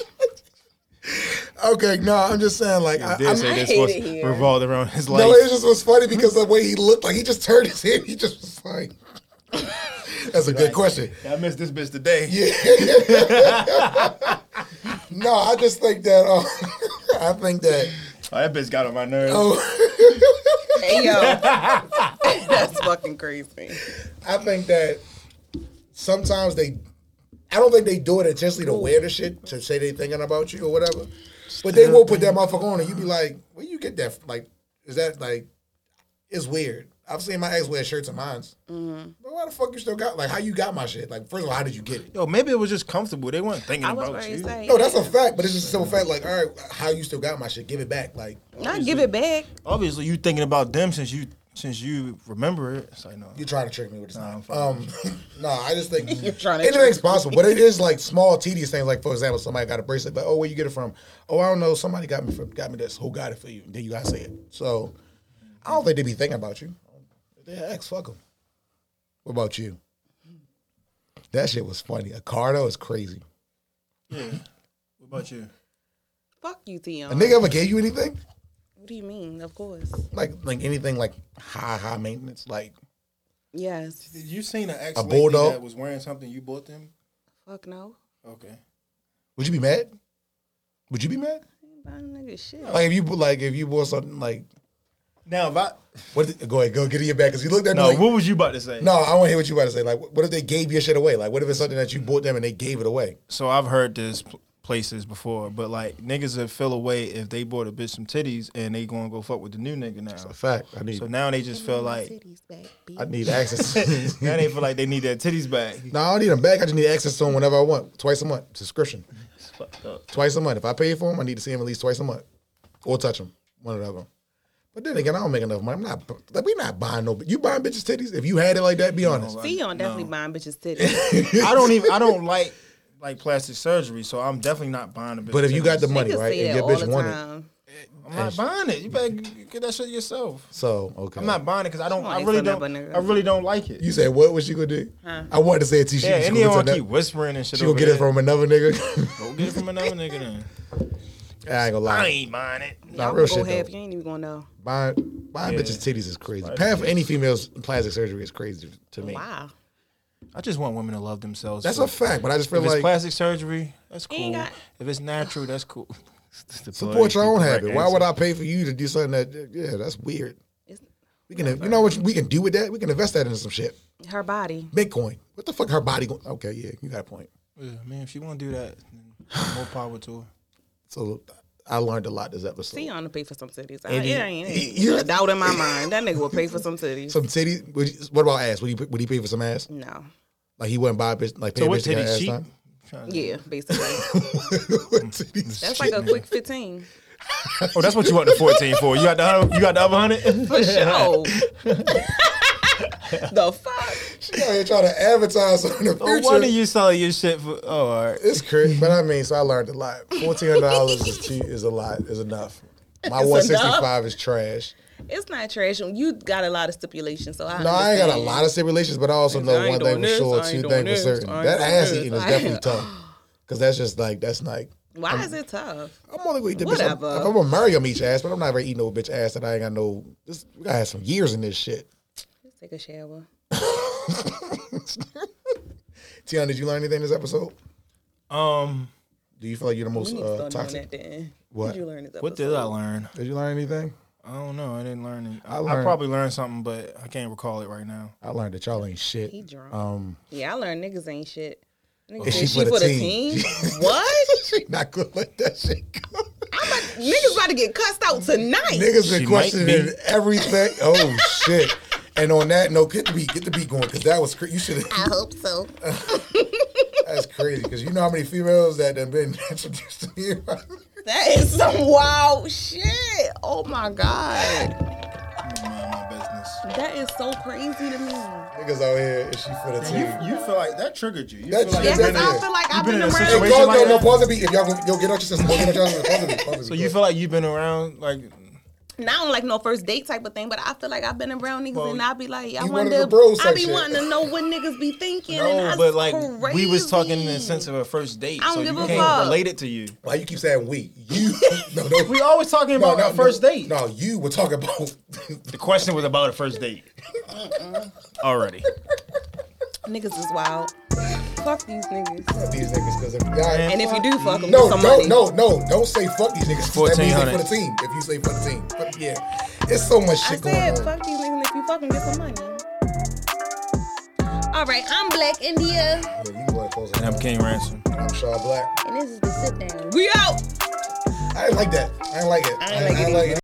[SPEAKER 1] okay, no, I'm just saying like I,
[SPEAKER 3] did
[SPEAKER 1] I'm-
[SPEAKER 3] say
[SPEAKER 2] I
[SPEAKER 3] this
[SPEAKER 2] hate
[SPEAKER 3] was
[SPEAKER 2] it here.
[SPEAKER 3] revolved around his life.
[SPEAKER 1] No, it just was funny because the way he looked, like he just turned his head. He just was like, "That's a good question."
[SPEAKER 3] I missed this bitch today.
[SPEAKER 1] No, I just think that. Um, I think that. um,
[SPEAKER 3] Oh, that bitch got on my nerves.
[SPEAKER 1] Oh.
[SPEAKER 2] Hey yo. That's fucking crazy.
[SPEAKER 1] I think that sometimes they. I don't think they do it intentionally to wear the shit to say they thinking about you or whatever, but they will put that motherfucker on and you be like, "Where you get that? f- Like, is that like? It's weird." I've seen my ex wear shirts and mines. But why the fuck you still got? Like, how you got my shit? Like, first of all, how did you get it?
[SPEAKER 3] Yo, maybe it was just comfortable. They weren't thinking
[SPEAKER 2] I was
[SPEAKER 3] about
[SPEAKER 2] ready
[SPEAKER 3] you.
[SPEAKER 2] to say.
[SPEAKER 1] No, that's a fact, but it's just a simple fact. Like, all right, how you still got my shit? Give it back. Like,
[SPEAKER 2] Not give it back.
[SPEAKER 3] Obviously, you thinking about them since you since you remember it. It's like no.
[SPEAKER 1] you're trying to trick me with this.
[SPEAKER 3] Nah, I'm
[SPEAKER 1] Nah,
[SPEAKER 3] fucking
[SPEAKER 1] um, no, I just think
[SPEAKER 2] You're trying to
[SPEAKER 1] anything's possible, but it is like small, tedious things. Like, for example, somebody got a bracelet, but oh, where you get it from? Oh, I don't know. Somebody got me from, got me this. Who got it for you? Then you gotta say it. So, I don't think they be thinking about you. If They ex, fuck them. What about you? That shit was funny. A car though is crazy.
[SPEAKER 3] Yeah. What about you?
[SPEAKER 2] Fuck you, Tion.
[SPEAKER 1] A nigga ever gave you anything?
[SPEAKER 2] What do you mean? Of course.
[SPEAKER 1] Like, like anything like high, high maintenance? Like,
[SPEAKER 2] Yes.
[SPEAKER 5] Did you seen an ex
[SPEAKER 1] A
[SPEAKER 5] lady
[SPEAKER 1] bulldog?
[SPEAKER 5] that was wearing something you bought them?
[SPEAKER 2] Fuck no.
[SPEAKER 5] Okay.
[SPEAKER 1] Would you be mad? Would you be mad?
[SPEAKER 2] I ain't buying nigga shit.
[SPEAKER 1] Like if you like if you bought something like
[SPEAKER 5] Now if I
[SPEAKER 1] what? did- go ahead, go get in your back because you looked at
[SPEAKER 3] No,
[SPEAKER 1] like,
[SPEAKER 3] what was you about to say?
[SPEAKER 1] no. I want to hear what you about to say. Like, what if they gave your shit away? Like, what if it's something that you bought them and they gave it away?
[SPEAKER 3] so I've heard this pl- places before, but like niggas that feel away if they bought a bitch some titties and they gonna go fuck with the new nigga now.
[SPEAKER 1] fact. I need.
[SPEAKER 3] So now they just feel like
[SPEAKER 1] I need access.
[SPEAKER 3] now they feel like they need their titties back.
[SPEAKER 1] no, I don't need them back. I just need access to them whenever I want, twice a month, subscription,
[SPEAKER 3] It's fucked up.
[SPEAKER 1] twice a month. If I pay for them, I need to see them at least twice a month, or touch them, one or the other. But then again, I don't make enough money. I'm not. Like, we not buying no. You buying bitches titties? If you had it like that, be honest.
[SPEAKER 2] See, you on definitely buying bitches titties.
[SPEAKER 3] I don't even I don't like like plastic surgery, so I'm definitely not buying a bitch.
[SPEAKER 1] But if you got the
[SPEAKER 3] titties.
[SPEAKER 1] money,
[SPEAKER 2] Niggas
[SPEAKER 1] right,
[SPEAKER 2] say
[SPEAKER 1] and
[SPEAKER 2] that
[SPEAKER 1] your
[SPEAKER 2] all
[SPEAKER 1] bitch
[SPEAKER 2] the
[SPEAKER 1] wanted,
[SPEAKER 2] time.
[SPEAKER 3] I'm not buying it. You better g- get that shit yourself.
[SPEAKER 1] so okay.
[SPEAKER 3] I'm not buying it because I don't.
[SPEAKER 2] Come on,
[SPEAKER 3] I
[SPEAKER 2] they
[SPEAKER 3] really
[SPEAKER 2] sell that
[SPEAKER 3] don't.
[SPEAKER 2] but nigga.
[SPEAKER 3] I really don't like it.
[SPEAKER 1] You said what was she gonna do? I wanted to say it to you. She
[SPEAKER 3] yeah,
[SPEAKER 1] was
[SPEAKER 3] and
[SPEAKER 1] gonna
[SPEAKER 3] they all
[SPEAKER 1] turn
[SPEAKER 3] keep
[SPEAKER 1] that-
[SPEAKER 3] whispering and shit.
[SPEAKER 1] She gonna
[SPEAKER 3] over
[SPEAKER 1] get it
[SPEAKER 3] there.
[SPEAKER 1] from another nigga.
[SPEAKER 3] Go get it from another nigga. Then
[SPEAKER 1] I ain't gonna
[SPEAKER 3] I
[SPEAKER 1] lie.
[SPEAKER 3] ain't buying it.
[SPEAKER 1] Nah,
[SPEAKER 2] Y'all
[SPEAKER 1] real
[SPEAKER 2] can go
[SPEAKER 1] shit,
[SPEAKER 2] half.
[SPEAKER 1] though.
[SPEAKER 2] You ain't even gonna know.
[SPEAKER 1] Buying buying bitches titties is crazy. Paying for any female's plastic surgery is crazy to me.
[SPEAKER 2] Wow.
[SPEAKER 3] I just want women to love themselves.
[SPEAKER 1] That's
[SPEAKER 3] so
[SPEAKER 1] a fact, but I just feel
[SPEAKER 3] If it's
[SPEAKER 1] like
[SPEAKER 3] plastic surgery, that's cool.
[SPEAKER 2] Ain't got-
[SPEAKER 3] If it's natural, that's cool. It's the
[SPEAKER 1] support your own
[SPEAKER 3] correct
[SPEAKER 1] habit. Why would
[SPEAKER 3] answer.
[SPEAKER 1] I pay for you to do something that? Yeah, that's weird.
[SPEAKER 2] It's
[SPEAKER 1] We can you know what we can do with that? We can invest that into some shit.
[SPEAKER 2] her body.
[SPEAKER 1] Bitcoin. What the fuck? Her body going? Okay, yeah, you got a point.
[SPEAKER 3] Yeah, man, if she want to do that, then more power to her.
[SPEAKER 1] So I learned a lot this episode.
[SPEAKER 2] See, you on to pay for some titties. I, it ain't, it ain't
[SPEAKER 1] you-
[SPEAKER 2] a doubt in my mind. That nigga will pay for some titties.
[SPEAKER 1] Some titties. Would you- What about ass? Would he would he pay for some ass?
[SPEAKER 2] No.
[SPEAKER 1] Like he wouldn't buy a bitch like pay
[SPEAKER 3] So
[SPEAKER 1] a
[SPEAKER 3] what
[SPEAKER 1] bitch to get
[SPEAKER 3] titties
[SPEAKER 1] ass
[SPEAKER 3] cheap?
[SPEAKER 1] done?
[SPEAKER 3] Tryna-
[SPEAKER 2] Yeah, basically.
[SPEAKER 1] What titties
[SPEAKER 2] That's like a quick 15.
[SPEAKER 3] Oh, that's what you want the fourteen for. You got the other- you got the other hundred.
[SPEAKER 2] For sure. the fuck?
[SPEAKER 1] She out here trying to advertise on the
[SPEAKER 3] No
[SPEAKER 1] future.
[SPEAKER 3] wonder you selling your shit for. Oh, all right.
[SPEAKER 1] it's crazy, but I mean, so I learned a lot. Fourteen hundred dollars is cheap, is a lot, is enough. My one sixty five is trash.
[SPEAKER 2] It's not trash. You got a lot of stipulations, so I
[SPEAKER 1] No, I ain't got a
[SPEAKER 2] understand.
[SPEAKER 1] lot of stipulations, but I also know
[SPEAKER 2] I ain't
[SPEAKER 1] one thing
[SPEAKER 2] doing
[SPEAKER 1] for
[SPEAKER 2] this, I
[SPEAKER 1] sure,
[SPEAKER 2] ain't
[SPEAKER 1] two things for
[SPEAKER 2] doing this,
[SPEAKER 1] certain.
[SPEAKER 2] I ain't
[SPEAKER 1] That
[SPEAKER 2] doing
[SPEAKER 1] ass
[SPEAKER 2] this,
[SPEAKER 1] eating is
[SPEAKER 2] I
[SPEAKER 1] definitely
[SPEAKER 2] ain't-
[SPEAKER 1] tough. Cause that's just like that's like
[SPEAKER 2] Why is it tough?
[SPEAKER 1] I'm only gonna eat the bitch. I'm,
[SPEAKER 2] Whatever.
[SPEAKER 1] I'm gonna marry him each ass, but I'm not ever eating no bitch ass that I ain't got no. This, we gotta have some years in this shit.
[SPEAKER 2] Let's take a shower.
[SPEAKER 1] Tiana, did you learn anything this episode?
[SPEAKER 3] Um,
[SPEAKER 1] Do you feel like you're the
[SPEAKER 2] We
[SPEAKER 1] most
[SPEAKER 2] need to
[SPEAKER 1] uh,
[SPEAKER 2] start doing
[SPEAKER 1] toxic?
[SPEAKER 2] that then.
[SPEAKER 1] What?
[SPEAKER 2] Did you learn this
[SPEAKER 3] what did I learn?
[SPEAKER 1] Did you learn anything?
[SPEAKER 3] I don't know. I didn't learn it. I, I
[SPEAKER 1] learned-
[SPEAKER 3] probably learned something, but I can't recall it right now.
[SPEAKER 1] I learned that y'all ain't shit.
[SPEAKER 2] He drunk.
[SPEAKER 1] Um,
[SPEAKER 2] yeah, I learned niggas ain't shit. Niggas
[SPEAKER 1] she
[SPEAKER 2] said she
[SPEAKER 1] for
[SPEAKER 2] for
[SPEAKER 1] the
[SPEAKER 2] the
[SPEAKER 1] team.
[SPEAKER 2] team. what?
[SPEAKER 1] she not gonna let that shit go.
[SPEAKER 2] Niggas about to get cussed out tonight.
[SPEAKER 1] Niggas been
[SPEAKER 3] She might
[SPEAKER 1] questioning
[SPEAKER 3] be.
[SPEAKER 1] everything. Oh shit! And on that note, get the beat, get the beat going, because that was cra- you should.
[SPEAKER 2] I hope so.
[SPEAKER 1] That's crazy, because you know how many females that have been introduced to you.
[SPEAKER 2] That is some wild shit. Oh my god,
[SPEAKER 3] Mind my business.
[SPEAKER 2] that is so crazy to me. Yeah,
[SPEAKER 1] Niggas out here, is she for the team?
[SPEAKER 3] You feel like that triggered you.
[SPEAKER 1] That
[SPEAKER 3] feel like-
[SPEAKER 1] shit-
[SPEAKER 2] because I
[SPEAKER 1] Yeah.
[SPEAKER 2] feel like I've
[SPEAKER 3] been
[SPEAKER 2] been
[SPEAKER 3] in a
[SPEAKER 1] Hey,
[SPEAKER 2] around.
[SPEAKER 1] go,
[SPEAKER 3] situation- like
[SPEAKER 1] no, no,
[SPEAKER 3] that?
[SPEAKER 1] pause the beat. If y'all go, yo, get out your system, go get out your system, pause the beat. Pause the beat.
[SPEAKER 3] so you feel like you've been around like
[SPEAKER 2] Now I don't like no first date type of thing, but I feel like I've been around niggas and I be like, I
[SPEAKER 1] you
[SPEAKER 2] want
[SPEAKER 1] wanted the
[SPEAKER 2] to,
[SPEAKER 1] bros
[SPEAKER 2] I be
[SPEAKER 1] section.
[SPEAKER 2] wanting to know what niggas be thinking. and
[SPEAKER 3] no,
[SPEAKER 2] that's
[SPEAKER 3] but like
[SPEAKER 2] crazy.
[SPEAKER 3] we was talking in the sense of a first date,
[SPEAKER 2] I don't
[SPEAKER 3] so
[SPEAKER 2] give
[SPEAKER 3] you
[SPEAKER 2] a
[SPEAKER 3] can't
[SPEAKER 2] fuck.
[SPEAKER 3] relate it to you.
[SPEAKER 1] Why you keep saying we? You? No, no.
[SPEAKER 3] We always talking
[SPEAKER 1] no,
[SPEAKER 3] about
[SPEAKER 1] no,
[SPEAKER 3] a first
[SPEAKER 1] no,
[SPEAKER 3] date.
[SPEAKER 1] No, you were talking about.
[SPEAKER 3] The question was about a first date. Already.
[SPEAKER 2] niggas is wild. Fuck these niggas.
[SPEAKER 1] these niggas because if y'all
[SPEAKER 2] And if you do fuck them,
[SPEAKER 1] no,
[SPEAKER 2] some
[SPEAKER 1] no,
[SPEAKER 2] money.
[SPEAKER 1] no, no, don't say fuck these niggas. 'cause That means they for
[SPEAKER 3] 1400.
[SPEAKER 1] the team. If you say for the team, But yeah, it's so much
[SPEAKER 2] I
[SPEAKER 1] shit going
[SPEAKER 2] said,
[SPEAKER 1] on.
[SPEAKER 2] fuck these niggas. and If you fuck them, get some money. All right, I'm Black India,
[SPEAKER 1] Yeah, you can go ahead and close it.
[SPEAKER 3] And I'm King Ransom.
[SPEAKER 1] I'm Shaw Black.
[SPEAKER 2] and this is the sit down. We out.
[SPEAKER 1] I didn't like that. I didn't like it. I
[SPEAKER 2] didn't like it
[SPEAKER 1] didn't like it